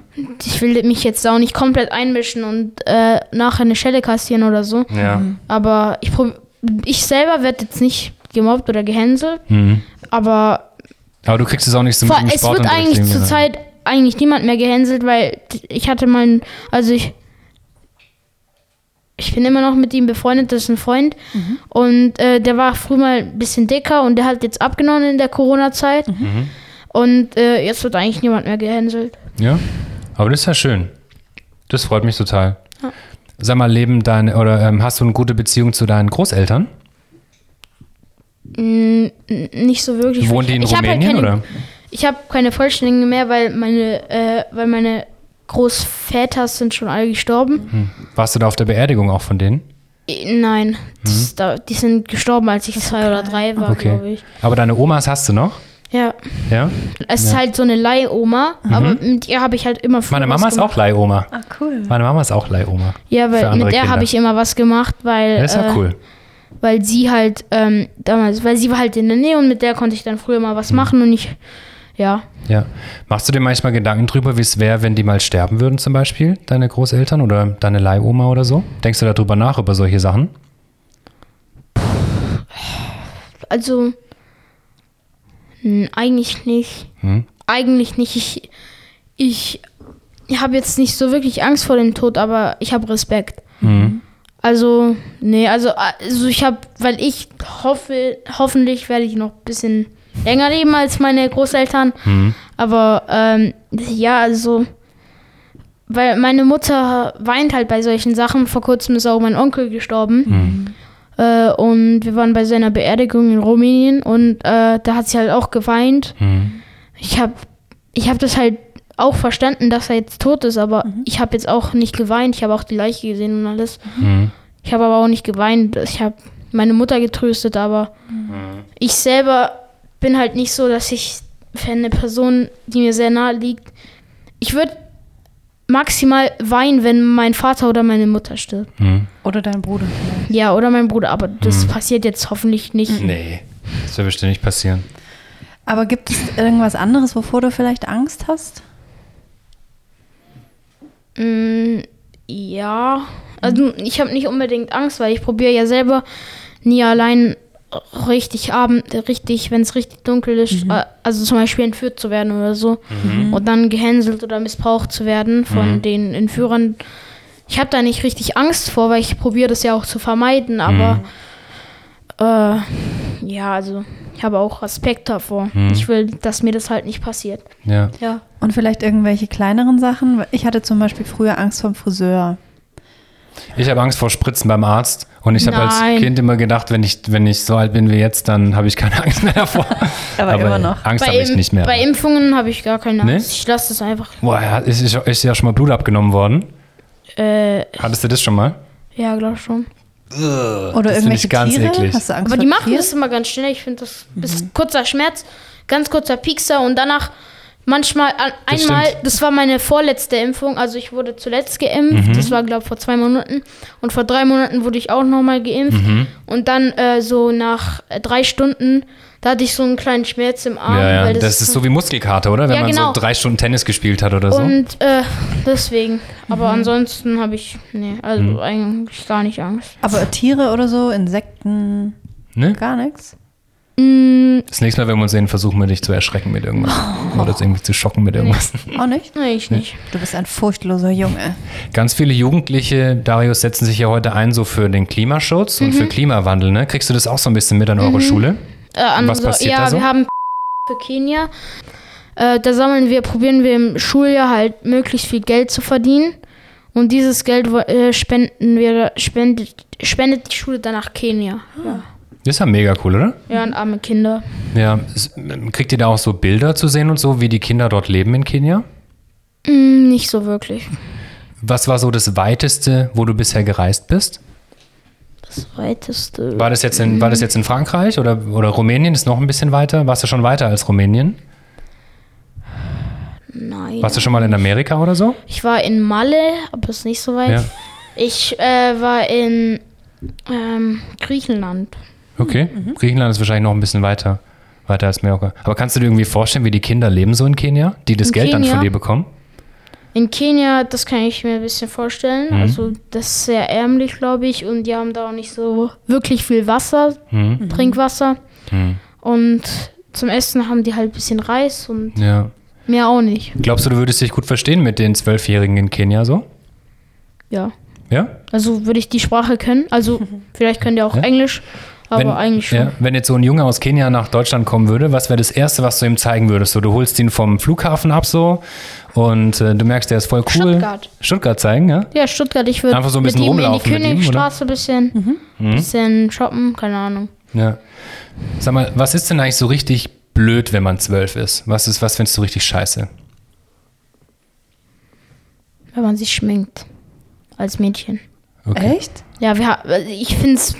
[SPEAKER 2] ich will mich jetzt auch nicht komplett einmischen und äh, nachher eine Schelle kassieren oder so.
[SPEAKER 3] Ja.
[SPEAKER 2] Aber ich, prob- ich selber werde jetzt nicht gemobbt oder gehänselt.
[SPEAKER 3] Mhm.
[SPEAKER 2] Aber
[SPEAKER 3] Aber du kriegst es auch nicht so
[SPEAKER 2] Vor,
[SPEAKER 3] mit dem
[SPEAKER 2] es wird
[SPEAKER 3] Sportunterricht.
[SPEAKER 2] eigentlich
[SPEAKER 3] irgendwie, ne?
[SPEAKER 2] zurzeit eigentlich niemand mehr gehänselt, weil t- ich hatte mal, einen- also ich, ich bin immer noch mit ihm befreundet, das ist ein Freund und äh, der war früher mal ein bisschen dicker und der hat jetzt abgenommen in der Corona-Zeit
[SPEAKER 3] Mhm.
[SPEAKER 2] und äh, jetzt wird eigentlich niemand mehr gehänselt.
[SPEAKER 3] Ja, aber das ist ja schön. Das freut mich total. Sag mal, leben deine oder ähm, hast du eine gute Beziehung zu deinen Großeltern?
[SPEAKER 2] N nicht so wirklich.
[SPEAKER 3] Wohnen die in
[SPEAKER 2] Ich hab
[SPEAKER 3] Rumänien
[SPEAKER 2] halt keine,
[SPEAKER 3] oder?
[SPEAKER 2] Ich habe keine Vollständigen mehr, weil meine, äh, weil meine Großväter sind schon alle gestorben.
[SPEAKER 3] Warst du da auf der Beerdigung auch von denen?
[SPEAKER 2] Äh, Nein, das, ist da, die sind gestorben, als ich zwei oder drei war, glaube
[SPEAKER 3] Mhm. Okay.
[SPEAKER 2] ich.
[SPEAKER 3] Aber deine Omas hast du noch?
[SPEAKER 2] Ja,
[SPEAKER 3] Ja? Mhm.
[SPEAKER 2] es ist halt so eine Leihoma, aber mit ihr habe ich halt immer
[SPEAKER 3] Meine
[SPEAKER 2] was
[SPEAKER 3] Mama ist
[SPEAKER 2] gemacht.
[SPEAKER 3] auch Leihoma.
[SPEAKER 1] Ah, cool.
[SPEAKER 3] Meine Mama ist auch Leihoma.
[SPEAKER 2] Ja,
[SPEAKER 3] Für
[SPEAKER 2] weil
[SPEAKER 3] andere
[SPEAKER 2] mit der
[SPEAKER 3] Kinder.
[SPEAKER 2] habe ich immer was gemacht, weil
[SPEAKER 3] Das ist ja
[SPEAKER 2] äh,
[SPEAKER 3] cool.
[SPEAKER 2] weil sie halt ähm, damals, weil sie war halt in der Nähe und mit der konnte ich dann früher mal was
[SPEAKER 3] Mhm.
[SPEAKER 2] machen und ich, ja,
[SPEAKER 3] Ja. Machst du dir manchmal Gedanken drüber, wie es wäre, wenn die mal sterben würden, zum Beispiel, deine Großeltern oder deine Leihoma oder so? Denkst du darüber nach, über solche Sachen?
[SPEAKER 2] also n, eigentlich nicht,
[SPEAKER 3] Hm?
[SPEAKER 2] eigentlich nicht. Ich, ich habe jetzt nicht so wirklich Angst vor dem Tod, aber ich habe Respekt. Also nee, also also ich habe, weil ich hoffe, hoffentlich werde ich noch ein bisschen länger leben als meine Großeltern.
[SPEAKER 3] Mhm. Hm?
[SPEAKER 2] Aber ähm, ja, also weil meine Mutter weint halt bei solchen Sachen. Vor kurzem ist auch mein Onkel gestorben. Äh, und wir waren bei seiner Beerdigung in Rumänien und äh, da hat sie halt auch geweint.
[SPEAKER 3] Hm?
[SPEAKER 2] Ich habe ich hab das halt auch verstanden, dass er jetzt tot ist, aber ich habe jetzt auch nicht geweint. Ich habe auch die Leiche gesehen und alles.
[SPEAKER 3] Hm?
[SPEAKER 2] Ich habe aber auch nicht geweint. Ich habe meine Mutter getröstet, aber ich selber bin halt nicht so, dass ich für eine Person, die mir sehr nahe liegt, ich würde maximal weinen, wenn mein Vater oder meine Mutter stirbt.
[SPEAKER 3] Hm?
[SPEAKER 1] Oder dein Bruder vielleicht.
[SPEAKER 2] Ja, oder mein Bruder, aber das passiert jetzt hoffentlich
[SPEAKER 3] Mhm.
[SPEAKER 2] nicht.
[SPEAKER 3] Nee. Das wird bestimmt nicht passieren.
[SPEAKER 1] Aber gibt es irgendwas anderes, wovor du vielleicht Angst hast?
[SPEAKER 2] Mm, ja, also ich habe nicht unbedingt Angst, weil ich probiere ja selber nie allein richtig Abend, richtig, wenn es richtig dunkel ist, äh, also zum Beispiel entführt zu werden oder so und dann gehänselt oder missbraucht zu werden von den Entführern. Ich habe da nicht richtig Angst vor, weil ich probiere das ja auch zu vermeiden, aber äh, ja, also ich habe auch Respekt davor. Ich will, dass mir das halt nicht passiert.
[SPEAKER 3] Ja.
[SPEAKER 2] Ja.
[SPEAKER 1] Und vielleicht irgendwelche kleineren Sachen? Ich hatte zum Beispiel früher Angst vom Friseur.
[SPEAKER 3] Äh, Ich habe Angst vor Spritzen beim Arzt und ich habe als
[SPEAKER 2] Nein.
[SPEAKER 3] Kind immer gedacht, wenn ich, wenn ich so alt bin wie jetzt, dann habe ich keine Angst mehr davor.
[SPEAKER 1] Aber immer noch.
[SPEAKER 3] Angst habe ich
[SPEAKER 2] Im-
[SPEAKER 3] nicht mehr.
[SPEAKER 2] bei Impfungen habe ich gar keine
[SPEAKER 3] Nee?
[SPEAKER 2] Angst. Ich lasse das einfach.
[SPEAKER 3] Boah, ja, ist, ist, ist ja schon mal Blut abgenommen worden.
[SPEAKER 2] Äh,
[SPEAKER 3] Hattest du das schon mal?
[SPEAKER 2] ja, glaube schon.
[SPEAKER 1] Oder
[SPEAKER 3] das finde ich
[SPEAKER 1] irgendwelche
[SPEAKER 3] ganz
[SPEAKER 1] Tiere?
[SPEAKER 3] eklig.
[SPEAKER 1] Hast du Angst
[SPEAKER 2] Aber die
[SPEAKER 1] vor
[SPEAKER 2] machen
[SPEAKER 1] Tieren?
[SPEAKER 2] das immer ganz schnell. Ich finde, das ist kurzer Schmerz, ganz kurzer Piekser und danach manchmal an,
[SPEAKER 3] Das
[SPEAKER 2] einmal,
[SPEAKER 3] stimmt.
[SPEAKER 2] das war meine vorletzte Impfung, also ich wurde zuletzt geimpft,
[SPEAKER 3] Mhm.
[SPEAKER 2] das war glaube vor zwei Monaten und vor drei Monaten wurde ich auch nochmal geimpft
[SPEAKER 3] Mhm.
[SPEAKER 2] und dann äh, so nach äh, drei Stunden, da hatte ich so einen kleinen Schmerz im Arm.
[SPEAKER 3] Ja, ja.
[SPEAKER 2] Ah, weil
[SPEAKER 3] Das, ist so wie Muskelkater, oder? Wenn
[SPEAKER 2] Ja,
[SPEAKER 3] man
[SPEAKER 2] genau.
[SPEAKER 3] so drei Stunden Tennis gespielt hat oder so. Mhm.
[SPEAKER 2] Und äh, deswegen, aber ansonsten habe ich, nee, also eigentlich gar nicht Angst.
[SPEAKER 1] Aber Tiere oder so, Insekten,
[SPEAKER 3] Ne?
[SPEAKER 1] gar nichts?
[SPEAKER 2] Mm,
[SPEAKER 3] Das nächste Mal, wenn wir uns sehen, versuchen wir dich zu erschrecken mit irgendwas. Oder irgendwie zu schocken mit irgendwas.
[SPEAKER 1] Auch nicht?
[SPEAKER 2] Oh. Nee, ich nicht.
[SPEAKER 1] Du bist ein furchtloser Junge.
[SPEAKER 3] Ganz viele Jugendliche, Darius, setzen sich ja heute ein so für den Klimaschutz und
[SPEAKER 2] Mhm.
[SPEAKER 3] für Klimawandel. Ne? Kriegst du das auch so ein bisschen mit an eurer Schule?
[SPEAKER 2] Äh, an
[SPEAKER 3] Was passiert
[SPEAKER 2] ja,
[SPEAKER 3] da so?
[SPEAKER 2] wir haben für Kenia. Äh, da sammeln wir, probieren wir im Schuljahr halt möglichst viel Geld zu verdienen. Und dieses Geld wo- äh, spenden wir, spendet, spendet die Schule dann nach Kenia. Ja.
[SPEAKER 3] Das ist ja mega cool, oder?
[SPEAKER 2] ja, an arme Kinder.
[SPEAKER 3] Ja. S- ähm, Kriegt ihr da auch so Bilder zu sehen und so, wie die Kinder dort leben in Kenia?
[SPEAKER 2] Hm, nicht so wirklich.
[SPEAKER 3] Was war so das Weiteste, wo du bisher gereist bist?
[SPEAKER 2] Das weiteste.
[SPEAKER 3] War das jetzt in, war das jetzt in Frankreich oder, oder Rumänien? Ist noch ein bisschen weiter? Warst du schon weiter als Rumänien?
[SPEAKER 2] Nein.
[SPEAKER 3] Warst du schon mal in Amerika oder so?
[SPEAKER 2] Ich war in Malle, aber ist nicht so weit.
[SPEAKER 3] Ja.
[SPEAKER 2] Ich äh, war in ähm, Griechenland.
[SPEAKER 3] Okay.
[SPEAKER 2] mhm.
[SPEAKER 3] Griechenland ist wahrscheinlich noch ein bisschen weiter, weiter als Mallorca. Aber kannst du dir irgendwie vorstellen, wie die Kinder leben so in Kenia, die das
[SPEAKER 2] In
[SPEAKER 3] Geld dann von
[SPEAKER 2] Kenia?
[SPEAKER 3] dir bekommen?
[SPEAKER 2] In Kenia, das kann ich mir ein bisschen vorstellen.
[SPEAKER 3] Mhm.
[SPEAKER 2] Also das ist sehr ärmlich, glaube ich. Und die haben da auch nicht so wirklich viel Wasser,
[SPEAKER 3] Mhm.
[SPEAKER 2] Trinkwasser. Und zum Essen haben die halt ein bisschen Reis und
[SPEAKER 3] Ja.
[SPEAKER 2] mehr auch nicht.
[SPEAKER 3] Glaubst du, du würdest dich gut verstehen mit den Zwölfjährigen in Kenia so?
[SPEAKER 2] Ja.
[SPEAKER 3] Ja?
[SPEAKER 2] Also würde ich die Sprache können. Also vielleicht können die auch
[SPEAKER 3] Ja.
[SPEAKER 2] Englisch, aber eigentlich schon.
[SPEAKER 3] Ja, wenn jetzt so ein Junge aus Kenia nach Deutschland kommen würde, was wäre das Erste, was du ihm zeigen würdest? So, du holst ihn vom Flughafen ab so und äh, du merkst, der ist voll cool.
[SPEAKER 2] Stuttgart.
[SPEAKER 3] Stuttgart zeigen, ja?
[SPEAKER 2] Ja, Stuttgart, ich würde
[SPEAKER 3] Einfach so ein bisschen
[SPEAKER 2] mit ihm in die
[SPEAKER 3] rumlaufen mit ihm, oder? Mhm.
[SPEAKER 2] Königstraße ein bisschen, bisschen shoppen, keine Ahnung.
[SPEAKER 3] Ja. Sag mal, was ist denn eigentlich so richtig blöd, wenn man zwölf ist? Was, ist, was findest du richtig scheiße?
[SPEAKER 2] Wenn man sich schminkt. Als Mädchen.
[SPEAKER 3] Okay.
[SPEAKER 1] Echt?
[SPEAKER 2] Ja, wir, ha- also ich find's.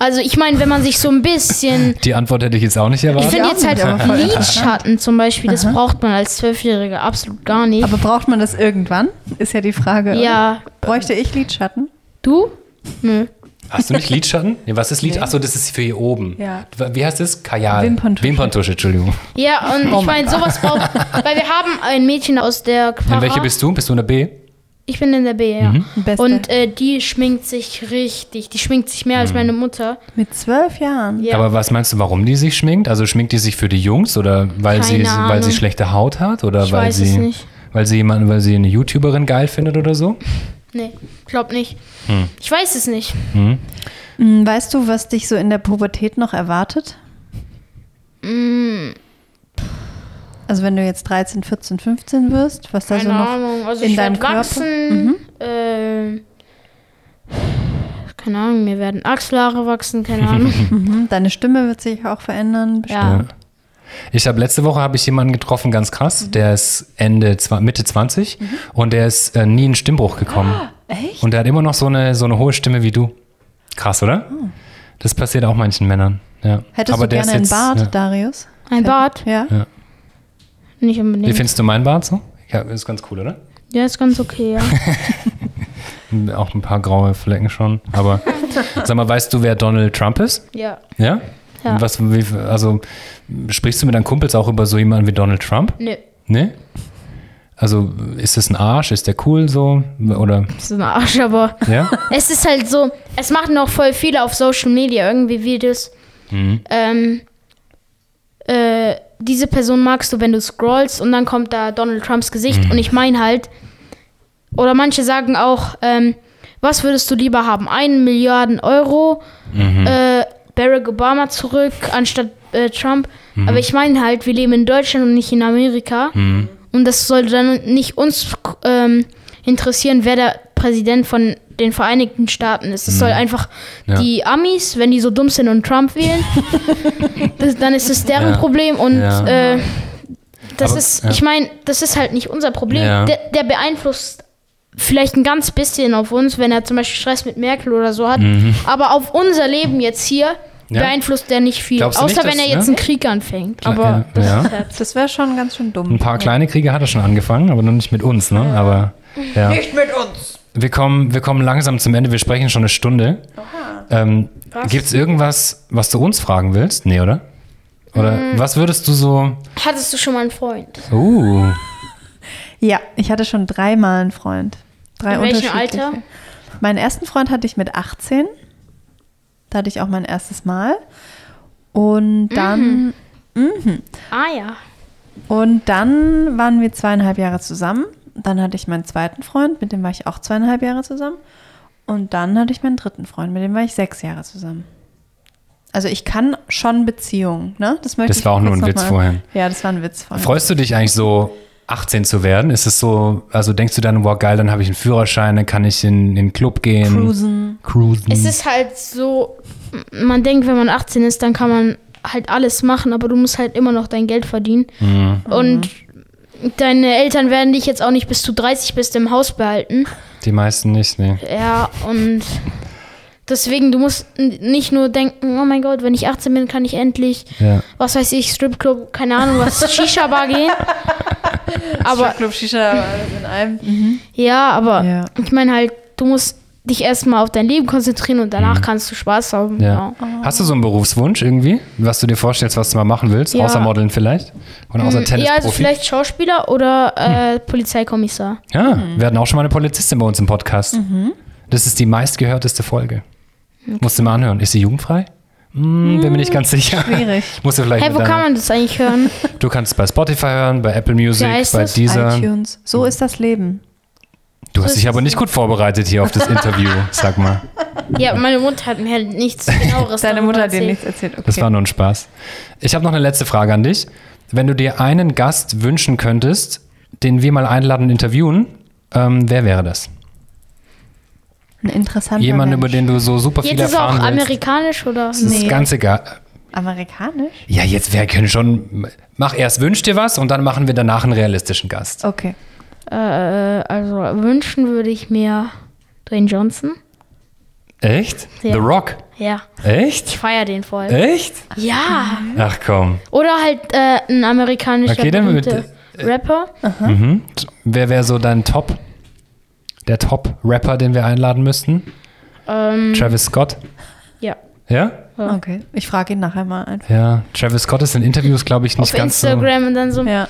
[SPEAKER 2] Also ich meine, wenn man sich so ein bisschen.
[SPEAKER 3] Die Antwort hätte ich jetzt auch nicht
[SPEAKER 2] Ich
[SPEAKER 3] erwartet.
[SPEAKER 2] finde
[SPEAKER 1] auch
[SPEAKER 2] jetzt halt
[SPEAKER 1] nicht, aber voll
[SPEAKER 2] Lidschatten zum Beispiel, das braucht man als Zwölfjähriger absolut gar nicht.
[SPEAKER 1] Aber braucht man das irgendwann? Ist ja die Frage. oder?
[SPEAKER 2] ja.
[SPEAKER 1] Bräuchte ich Lidschatten?
[SPEAKER 2] Du?
[SPEAKER 3] Hast du nicht Lidschatten? Nee, was ist Lid? Ach Achso, das ist für hier oben.
[SPEAKER 1] Ja.
[SPEAKER 3] Wie heißt das? Kajal.
[SPEAKER 1] Wimperntusche.
[SPEAKER 3] Wimperntusche, Entschuldigung.
[SPEAKER 2] Ja, und
[SPEAKER 1] Oh
[SPEAKER 2] ich
[SPEAKER 1] mein
[SPEAKER 2] meine, sowas braucht. Weil wir haben ein Mädchen aus der Para.
[SPEAKER 3] In welche bist Mhm. du? Bist du in der B?
[SPEAKER 2] Ich bin in der B, ja.
[SPEAKER 1] Beste.
[SPEAKER 2] Und äh, die schminkt sich richtig. Die schminkt sich
[SPEAKER 3] Mhm.
[SPEAKER 2] mehr als meine Mutter.
[SPEAKER 1] Mit zwölf Jahren?
[SPEAKER 2] Ja.
[SPEAKER 3] Aber was meinst du, warum die sich schminkt? Also schminkt die sich für die Jungs oder weil,
[SPEAKER 2] Keine
[SPEAKER 3] sie, weil sie
[SPEAKER 2] Ahnung.
[SPEAKER 3] schlechte Haut hat oder
[SPEAKER 2] Ich
[SPEAKER 3] weil
[SPEAKER 2] weiß
[SPEAKER 3] sie
[SPEAKER 2] es nicht.
[SPEAKER 3] weil sie jemanden, weil sie eine YouTuberin geil findet oder so?
[SPEAKER 2] Nee, glaub nicht. Ich weiß es nicht.
[SPEAKER 1] Hm, Weißt du, was dich so in der Pubertät noch erwartet?
[SPEAKER 2] Hm.
[SPEAKER 1] Also wenn du jetzt 13, 14, 15 wirst, was da so
[SPEAKER 2] Keine
[SPEAKER 1] noch...
[SPEAKER 2] Ahnung. Also
[SPEAKER 1] in
[SPEAKER 2] ich
[SPEAKER 1] deinem
[SPEAKER 2] werd
[SPEAKER 1] Körper? Mhm.
[SPEAKER 2] wachsen. ähm, keine Ahnung, mir werden Achselhaare wachsen, keine Ahnung.
[SPEAKER 1] Mhm, Deine Stimme wird sich auch verändern.
[SPEAKER 2] ja.
[SPEAKER 3] Ich habe letzte Woche habe ich jemanden getroffen, ganz krass.
[SPEAKER 2] Mhm.
[SPEAKER 3] Der ist Ende zwa- Mitte 20 und der ist äh, nie in Stimmbruch gekommen.
[SPEAKER 1] Echt?
[SPEAKER 3] Und der hat immer noch so eine so eine hohe Stimme wie du. Krass, oder?
[SPEAKER 2] Oh.
[SPEAKER 3] Das passiert auch manchen Männern. Ja.
[SPEAKER 1] Hättest
[SPEAKER 3] Aber
[SPEAKER 1] du
[SPEAKER 3] der
[SPEAKER 1] gerne einen
[SPEAKER 3] ist jetzt-
[SPEAKER 1] Bart,
[SPEAKER 3] Ja.
[SPEAKER 1] Darius?
[SPEAKER 2] Ein Bart?
[SPEAKER 1] Ja?
[SPEAKER 2] Nicht
[SPEAKER 3] Wie
[SPEAKER 2] unbedingt.
[SPEAKER 3] findest du meinen Bart so? Ja, ist ganz cool, oder?
[SPEAKER 2] Ja, ist ganz okay, ja.
[SPEAKER 3] Auch ein paar graue Flecken schon. Aber sag mal, weißt du, wer Donald Trump ist?
[SPEAKER 2] ja.
[SPEAKER 3] Ja?
[SPEAKER 2] Ja.
[SPEAKER 3] Und Was, wie, also sprichst du mit deinen Kumpels auch über so jemanden wie Donald Trump?
[SPEAKER 2] Nö.
[SPEAKER 3] Ne? Also ist das ein Arsch? Ist der cool so? Oder
[SPEAKER 2] Ist ein Arsch, aber
[SPEAKER 3] ja?
[SPEAKER 2] es ist halt so, es machen auch voll viele auf Social Media irgendwie Videos. Ähm, äh, diese Person magst du, wenn du scrollst und dann kommt da Donald Trumps Gesicht und ich meine halt, oder manche sagen auch, ähm, was würdest du lieber haben? Einen Milliarden Euro, äh, Barack Obama zurück anstatt äh, Trump. Aber ich meine halt, wir leben in Deutschland und nicht in Amerika. Und das sollte dann nicht uns ähm, interessieren, wer der Präsident von den Vereinigten Staaten ist. Das soll einfach
[SPEAKER 3] Ja.
[SPEAKER 2] die Amis, wenn die so dumm sind und Trump wählen, das, dann ist es deren
[SPEAKER 3] Ja.
[SPEAKER 2] Problem. Und
[SPEAKER 3] Ja.
[SPEAKER 2] äh, das
[SPEAKER 3] Aber-
[SPEAKER 2] ist,
[SPEAKER 3] ja.
[SPEAKER 2] ich meine, das ist halt nicht unser Problem.
[SPEAKER 3] Ja.
[SPEAKER 2] Der, der beeinflusst vielleicht ein ganz bisschen auf uns, wenn er zum Beispiel Stress mit Merkel oder so hat. Aber auf unser Leben jetzt hier
[SPEAKER 3] Mhm. Ja.
[SPEAKER 2] beeinflusst er nicht viel.
[SPEAKER 3] Glaubst du
[SPEAKER 2] Außer
[SPEAKER 3] nicht,
[SPEAKER 2] wenn
[SPEAKER 3] dass-
[SPEAKER 2] er jetzt einen
[SPEAKER 3] ne?
[SPEAKER 2] Krieg anfängt.
[SPEAKER 3] Klar,
[SPEAKER 2] Aber
[SPEAKER 3] ja,
[SPEAKER 2] das
[SPEAKER 3] ja.
[SPEAKER 2] ist halt.
[SPEAKER 1] Das wäre schon ganz schön dumm.
[SPEAKER 3] Ein paar kleine Kriege hat er schon angefangen, aber noch nicht mit uns, ne? Aber ja. Nicht mit uns. Wir kommen, wir kommen langsam zum Ende. Wir sprechen schon eine Stunde. Ähm, Gibt es irgendwas, was du uns fragen willst? Nee, oder? Oder
[SPEAKER 2] Mm.
[SPEAKER 3] was würdest du so.
[SPEAKER 2] Hattest du schon mal einen Freund?
[SPEAKER 3] Uh,
[SPEAKER 1] Ja, ich hatte schon dreimal einen Freund. Drei
[SPEAKER 2] In welchem
[SPEAKER 1] unterschiedliche.
[SPEAKER 2] Alter?
[SPEAKER 1] Meinen ersten Freund hatte ich mit 18. Da hatte ich auch mein erstes Mal.
[SPEAKER 2] Mhm.
[SPEAKER 1] Und dann,
[SPEAKER 2] Ah ja.
[SPEAKER 1] und dann waren wir zweieinhalb Jahre zusammen. Dann hatte ich meinen zweiten Freund, mit dem war ich auch zweieinhalb Jahre zusammen. Und dann hatte ich meinen dritten Freund, mit dem war ich sechs Jahre zusammen. Also ich kann schon Beziehungen, ne? Das, möchte
[SPEAKER 3] Das
[SPEAKER 1] ich
[SPEAKER 3] war auch nur
[SPEAKER 1] kurz
[SPEAKER 3] ein
[SPEAKER 1] noch
[SPEAKER 3] Witz
[SPEAKER 1] mal-
[SPEAKER 3] vorhin.
[SPEAKER 1] Ja, das war ein Witz vorhin.
[SPEAKER 3] freust du dich eigentlich so, 18 zu werden? Ist es so, also denkst du dann, wow, geil, dann habe ich einen Führerschein, dann kann ich in, in den Club gehen?
[SPEAKER 1] Cruisen.
[SPEAKER 3] Cruisen.
[SPEAKER 2] Es ist halt so, man denkt, wenn man 18 ist, dann kann man halt alles machen, aber du musst halt immer noch dein Geld verdienen. Und deine Eltern werden dich jetzt auch nicht bis du 30 bist im Haus behalten.
[SPEAKER 3] Die meisten nicht, nee.
[SPEAKER 2] Ja, und deswegen, du musst n- nicht nur denken, oh mein Gott, wenn ich 18 bin, kann ich endlich,
[SPEAKER 3] Ja.
[SPEAKER 2] was weiß ich, Stripclub, keine Ahnung, was, Shisha-Bar gehen. Aber
[SPEAKER 1] Club Shisha in einem.
[SPEAKER 2] ja, aber
[SPEAKER 1] Ja.
[SPEAKER 2] ich meine halt, du musst dich erstmal auf dein Leben konzentrieren und danach kannst du Spaß haben. genau.
[SPEAKER 3] Ja.
[SPEAKER 2] Ja.
[SPEAKER 3] Hast du so einen Berufswunsch irgendwie, was du dir vorstellst, was du mal machen willst,
[SPEAKER 2] Ja.
[SPEAKER 3] außer Modeln vielleicht? Oder außer
[SPEAKER 2] Ja, also
[SPEAKER 3] Tennisprofi? Hm.
[SPEAKER 2] vielleicht Schauspieler oder äh, Polizeikommissar.
[SPEAKER 3] Ja,
[SPEAKER 2] Hm.
[SPEAKER 3] wir hatten auch schon mal eine Polizistin bei uns im Podcast.
[SPEAKER 2] Mhm.
[SPEAKER 3] Das ist die meistgehörteste Folge. Musst du mal anhören. Ist sie jugendfrei? Hm, bin mir nicht ganz sicher.
[SPEAKER 1] Schwierig.
[SPEAKER 3] Musst du vielleicht
[SPEAKER 2] Hey,
[SPEAKER 3] mit
[SPEAKER 2] wo kann
[SPEAKER 3] deiner-
[SPEAKER 2] man das eigentlich hören?
[SPEAKER 3] Du kannst es bei Spotify hören, bei Apple Music,
[SPEAKER 2] Wie heißt
[SPEAKER 3] bei
[SPEAKER 2] es?
[SPEAKER 3] dieser.
[SPEAKER 1] iTunes. So ist das Leben.
[SPEAKER 3] Du hast dich aber nicht gut vorbereitet hier auf das Interview, sag mal.
[SPEAKER 2] ja, meine Mutter hat mir halt nichts genaueres
[SPEAKER 1] Deine
[SPEAKER 2] darüber
[SPEAKER 1] Mutter hat dir
[SPEAKER 2] erzählt.
[SPEAKER 1] nichts erzählt. Okay.
[SPEAKER 3] Das war nur ein Spaß. Ich habe noch eine letzte Frage an dich. Wenn du dir einen Gast wünschen könntest, den wir mal einladen und interviewen, ähm, wer wäre das?
[SPEAKER 1] ein interessanter
[SPEAKER 3] Jemand,
[SPEAKER 1] Mensch.
[SPEAKER 3] über den du so super viel
[SPEAKER 2] Jetzt ist er auch
[SPEAKER 3] erfahren willst.
[SPEAKER 2] amerikanisch oder?
[SPEAKER 3] Das ist
[SPEAKER 1] Nee.
[SPEAKER 3] ganz egal.
[SPEAKER 1] Amerikanisch?
[SPEAKER 3] Ja, jetzt, wir können schon. Mach erst, wünsch dir was und dann machen wir danach einen realistischen Gast.
[SPEAKER 1] Okay.
[SPEAKER 2] Äh, also wünschen würde ich mir Dwayne Johnson.
[SPEAKER 3] Echt?
[SPEAKER 2] Ja.
[SPEAKER 3] The Rock.
[SPEAKER 2] Ja, ich
[SPEAKER 3] Echt?
[SPEAKER 2] feier den voll.
[SPEAKER 3] Echt?
[SPEAKER 2] Ja.
[SPEAKER 3] Ach komm.
[SPEAKER 2] Oder halt äh, ein amerikanischer
[SPEAKER 3] Okay, dann äh,
[SPEAKER 2] berühmter
[SPEAKER 3] mit-
[SPEAKER 2] Rapper.
[SPEAKER 3] Mhm. Wer wäre so dein Top? Der Top-Rapper, den wir einladen müssten?
[SPEAKER 2] Ähm,
[SPEAKER 3] Travis Scott?
[SPEAKER 2] ja.
[SPEAKER 3] Ja?
[SPEAKER 1] Okay. Ich frage ihn nachher mal einfach.
[SPEAKER 3] Ja. Travis Scott ist in Interviews, glaube ich, nicht
[SPEAKER 2] Auf
[SPEAKER 3] ganz
[SPEAKER 2] Instagram und dann so,
[SPEAKER 1] Ja.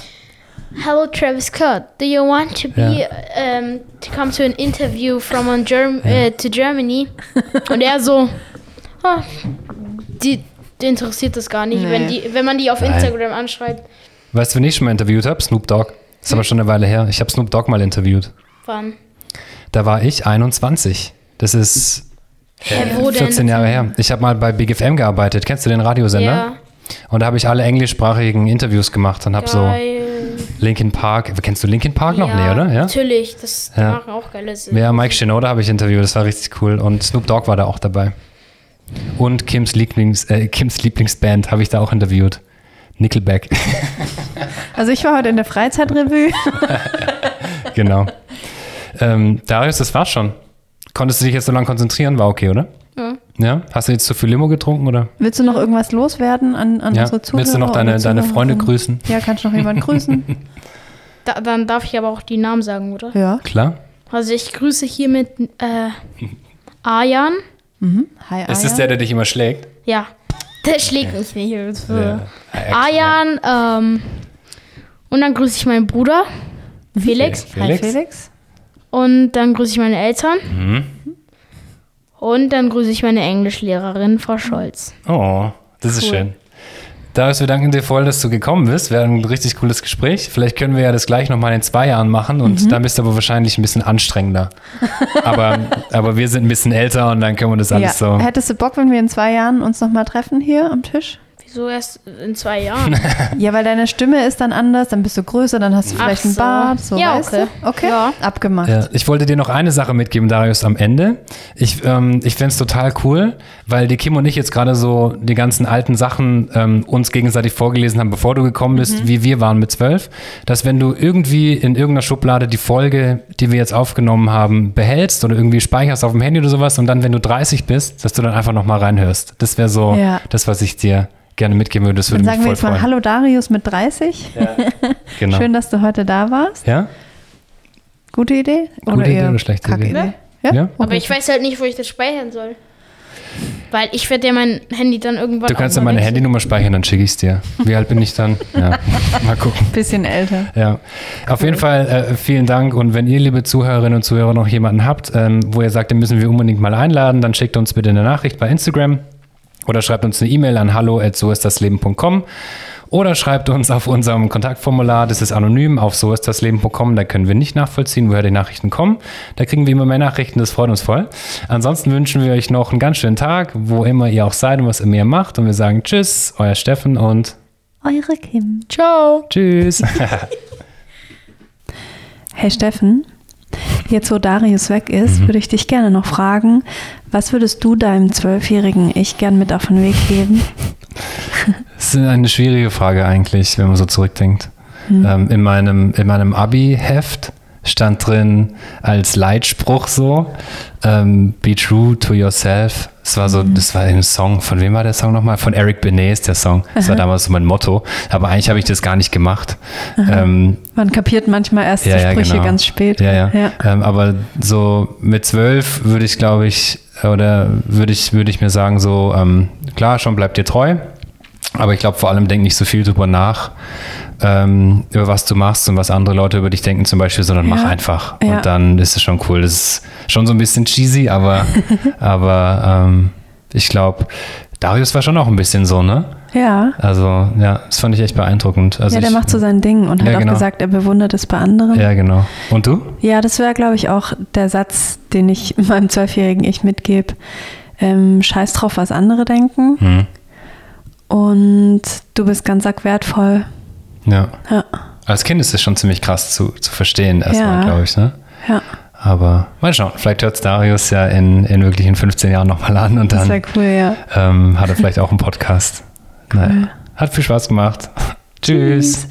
[SPEAKER 2] Hello Travis Scott, do you want to be um, to come to an interview from on Germ äh, to Germany? Und er so, "Ah, die, die interessiert das gar nicht, wenn die, wenn man die auf
[SPEAKER 3] Nein.
[SPEAKER 2] Instagram anschreibt.
[SPEAKER 3] so. Weißt du, wen ich schon mal interviewt habe? Snoop Dogg. Ist aber schon eine Weile her. Ich habe Snoop Dogg mal interviewt.
[SPEAKER 2] Wann?
[SPEAKER 3] Da war ich 21. Das ist
[SPEAKER 2] Hä, Äh, wo denn?
[SPEAKER 3] 14 Jahre ne? her. Ich habe mal bei Big FM gearbeitet. Kennst du den Radiosender?
[SPEAKER 2] Ja.
[SPEAKER 3] Und da habe ich alle englischsprachigen Interviews gemacht und habe so
[SPEAKER 2] Geil.
[SPEAKER 3] Linkin Park. Kennst du Linkin Park noch?
[SPEAKER 2] ja,
[SPEAKER 3] Nee, oder? Ja.
[SPEAKER 2] Natürlich, das die
[SPEAKER 3] Ja.
[SPEAKER 2] machen auch geile Sachen.
[SPEAKER 3] Ja, Mike Shinoda habe ich interviewt, das war richtig cool. Und Snoop Dogg war da auch dabei. Und Kims, Lieblings, äh, Kims Lieblingsband habe ich da auch interviewt. Nickelback,
[SPEAKER 1] Also ich war heute in der Freizeitrevue.
[SPEAKER 3] genau. ähm, Darius, das war's schon. Konntest du dich jetzt so lange konzentrieren? War okay, oder?
[SPEAKER 2] Ja.
[SPEAKER 3] Ja? Hast du jetzt zu viel Limo getrunken, oder?
[SPEAKER 1] Willst du noch irgendwas loswerden an, an
[SPEAKER 3] Ja.
[SPEAKER 1] unsere Zuhörer?
[SPEAKER 3] Willst du noch deine-
[SPEAKER 1] oder
[SPEAKER 3] deine
[SPEAKER 1] Zuhörer?
[SPEAKER 3] Freunde grüßen?
[SPEAKER 1] Ja, kannst du noch jemanden grüßen?
[SPEAKER 2] Da, dann darf ich aber auch die Namen sagen, oder?
[SPEAKER 1] Ja.
[SPEAKER 3] Klar.
[SPEAKER 2] Also ich grüße hiermit äh, Arjan.
[SPEAKER 1] Hi,
[SPEAKER 3] Ist
[SPEAKER 1] Aya.
[SPEAKER 3] es der, der dich immer schlägt?
[SPEAKER 2] Ja, der schlägt mich nicht. Also.
[SPEAKER 3] Äh,
[SPEAKER 2] Arjan, ähm, und dann grüße ich meinen Bruder, Felix.
[SPEAKER 1] Hi
[SPEAKER 3] Felix.
[SPEAKER 1] Felix.
[SPEAKER 2] Und dann grüße ich meine Eltern.
[SPEAKER 3] Mhm.
[SPEAKER 2] Und dann grüße ich meine Englischlehrerin, Frau Scholz.
[SPEAKER 3] Oh, das ist
[SPEAKER 2] Cool.
[SPEAKER 3] schön. Darius, wir danken dir voll, dass du gekommen bist. Wäre ein richtig cooles Gespräch. Vielleicht können wir ja das gleich nochmal in zwei Jahren machen und dann bist du aber wahrscheinlich ein bisschen anstrengender. aber, aber wir sind ein bisschen älter und dann können wir das
[SPEAKER 1] ja.
[SPEAKER 3] alles so.
[SPEAKER 1] Hättest du Bock, wenn wir in zwei Jahren uns nochmal treffen hier am Tisch?
[SPEAKER 2] Wieso erst in zwei Jahren?
[SPEAKER 1] Ja, weil deine Stimme ist dann anders, dann bist du größer, dann hast du vielleicht einen
[SPEAKER 2] so.
[SPEAKER 1] Bart. So,
[SPEAKER 2] Ja,
[SPEAKER 1] weißt
[SPEAKER 2] okay.
[SPEAKER 1] Du? Okay,
[SPEAKER 2] Ja.
[SPEAKER 1] abgemacht.
[SPEAKER 3] Ja, ich wollte dir noch eine Sache mitgeben, Darius, am Ende. Ich, ähm, ich fänd's total cool, weil die Kim und ich jetzt gerade so die ganzen alten Sachen ähm, uns gegenseitig vorgelesen haben, bevor du gekommen bist,
[SPEAKER 1] Mhm.
[SPEAKER 3] wie wir waren mit zwölf, dass wenn du irgendwie in irgendeiner Schublade die Folge, die wir jetzt aufgenommen haben, behältst oder irgendwie speicherst auf dem Handy oder sowas und dann, wenn du 30 bist, dass du dann einfach nochmal reinhörst. Das wäre so
[SPEAKER 1] Ja.
[SPEAKER 3] das, was ich dir gerne mitgeben würde. Das würde
[SPEAKER 1] Dann sagen wir
[SPEAKER 3] mich voll
[SPEAKER 1] jetzt mal
[SPEAKER 3] freuen.
[SPEAKER 1] Hallo Darius mit 30.
[SPEAKER 3] Genau.
[SPEAKER 1] Schön, dass du heute da warst.
[SPEAKER 3] ja?
[SPEAKER 1] Gute Idee?
[SPEAKER 3] Gute Idee
[SPEAKER 1] eher
[SPEAKER 3] oder schlechte
[SPEAKER 1] Kacke
[SPEAKER 3] Idee?
[SPEAKER 1] Ja?
[SPEAKER 3] Ja.
[SPEAKER 2] Ne? Aber ich weiß halt nicht, wo ich das speichern soll. Weil ich werde ja mein Handy dann irgendwann.
[SPEAKER 3] Du kannst ja meine Handynummer speichern, dann schicke ich es dir. Wie alt bin ich dann? Ja, mal gucken.
[SPEAKER 1] Bisschen älter.
[SPEAKER 3] Ja, auf jeden Fall äh, vielen Dank. Und wenn ihr, liebe Zuhörerinnen und Zuhörer, noch jemanden habt, ähm, wo ihr sagt, den müssen wir unbedingt mal einladen, dann schickt uns bitte eine Nachricht bei Instagram oder schreibt uns eine E-Mail an hallo oder schreibt uns auf unserem Kontaktformular, das ist anonym, auf so ist das Leben.com, da können wir nicht nachvollziehen, woher die Nachrichten kommen. Da kriegen wir immer mehr Nachrichten, das freut uns voll. Ansonsten wünschen wir euch noch einen ganz schönen Tag, wo immer ihr auch seid und was immer ihr macht. Und wir sagen Tschüss, euer Steffen und
[SPEAKER 1] Eure Kim.
[SPEAKER 2] Ciao.
[SPEAKER 3] Tschüss.
[SPEAKER 1] Hey Steffen, jetzt wo Darius weg ist,
[SPEAKER 3] Mhm.
[SPEAKER 1] würde ich dich gerne noch fragen, was würdest du deinem zwölfjährigen Ich gern mit auf den Weg geben?
[SPEAKER 3] Das ist eine schwierige Frage eigentlich, wenn man so zurückdenkt. Ähm, in meinem, in meinem Abi-Heft stand drin als Leitspruch so, ähm, be true to yourself. Es war so, das war ein Song, von wem war der Song nochmal? Von Eric Benet ist der Song. Das war damals so mein Motto. Aber eigentlich habe ich das gar nicht gemacht. Ähm,
[SPEAKER 1] Man kapiert manchmal erst
[SPEAKER 3] ja,
[SPEAKER 1] die
[SPEAKER 3] ja,
[SPEAKER 1] Sprüche
[SPEAKER 3] genau.
[SPEAKER 1] ganz spät.
[SPEAKER 3] Ja, ja.
[SPEAKER 1] ja.
[SPEAKER 3] Ähm, aber so mit zwölf würde ich, glaube ich, oder würde ich, würde ich mir sagen, so, ähm, klar, schon bleibt dir treu. Aber ich glaube, vor allem denk nicht so viel drüber nach, ähm, über was du machst und was andere Leute über dich denken zum Beispiel, sondern mach
[SPEAKER 1] Ja.
[SPEAKER 3] einfach.
[SPEAKER 1] Ja.
[SPEAKER 3] Und dann ist es schon cool. Das ist schon so ein bisschen cheesy, aber, aber ähm, ich glaube, Darius war schon auch ein bisschen so, ne?
[SPEAKER 1] ja.
[SPEAKER 3] Also, ja, das fand ich echt beeindruckend. Also
[SPEAKER 1] ja, der
[SPEAKER 3] ich,
[SPEAKER 1] macht so sein Ding und hat
[SPEAKER 3] Ja, genau.
[SPEAKER 1] auch gesagt, er bewundert es bei anderen. Ja,
[SPEAKER 3] Ja, genau. Und du?
[SPEAKER 1] das wäre, glaube ich, auch der Satz, den ich meinem zwölfjährigen Ich mitgebe. Ähm, scheiß drauf, was andere denken
[SPEAKER 3] Hm.
[SPEAKER 1] und du bist ganz arg wertvoll.
[SPEAKER 3] Ja.
[SPEAKER 1] Ja,
[SPEAKER 3] Als Kind ist es schon ziemlich krass zu, zu verstehen, erstmal,
[SPEAKER 1] Ja.
[SPEAKER 3] glaube ich. Ne?
[SPEAKER 1] ja
[SPEAKER 3] Aber mal schauen, vielleicht hört es Darius ja in, in wirklich in 15 Jahren nochmal an und
[SPEAKER 1] das
[SPEAKER 3] dann
[SPEAKER 1] wäre cool, ja.
[SPEAKER 3] ähm, hat er vielleicht auch einen Podcast. Naja. Hat viel Spaß gemacht. Tschüss.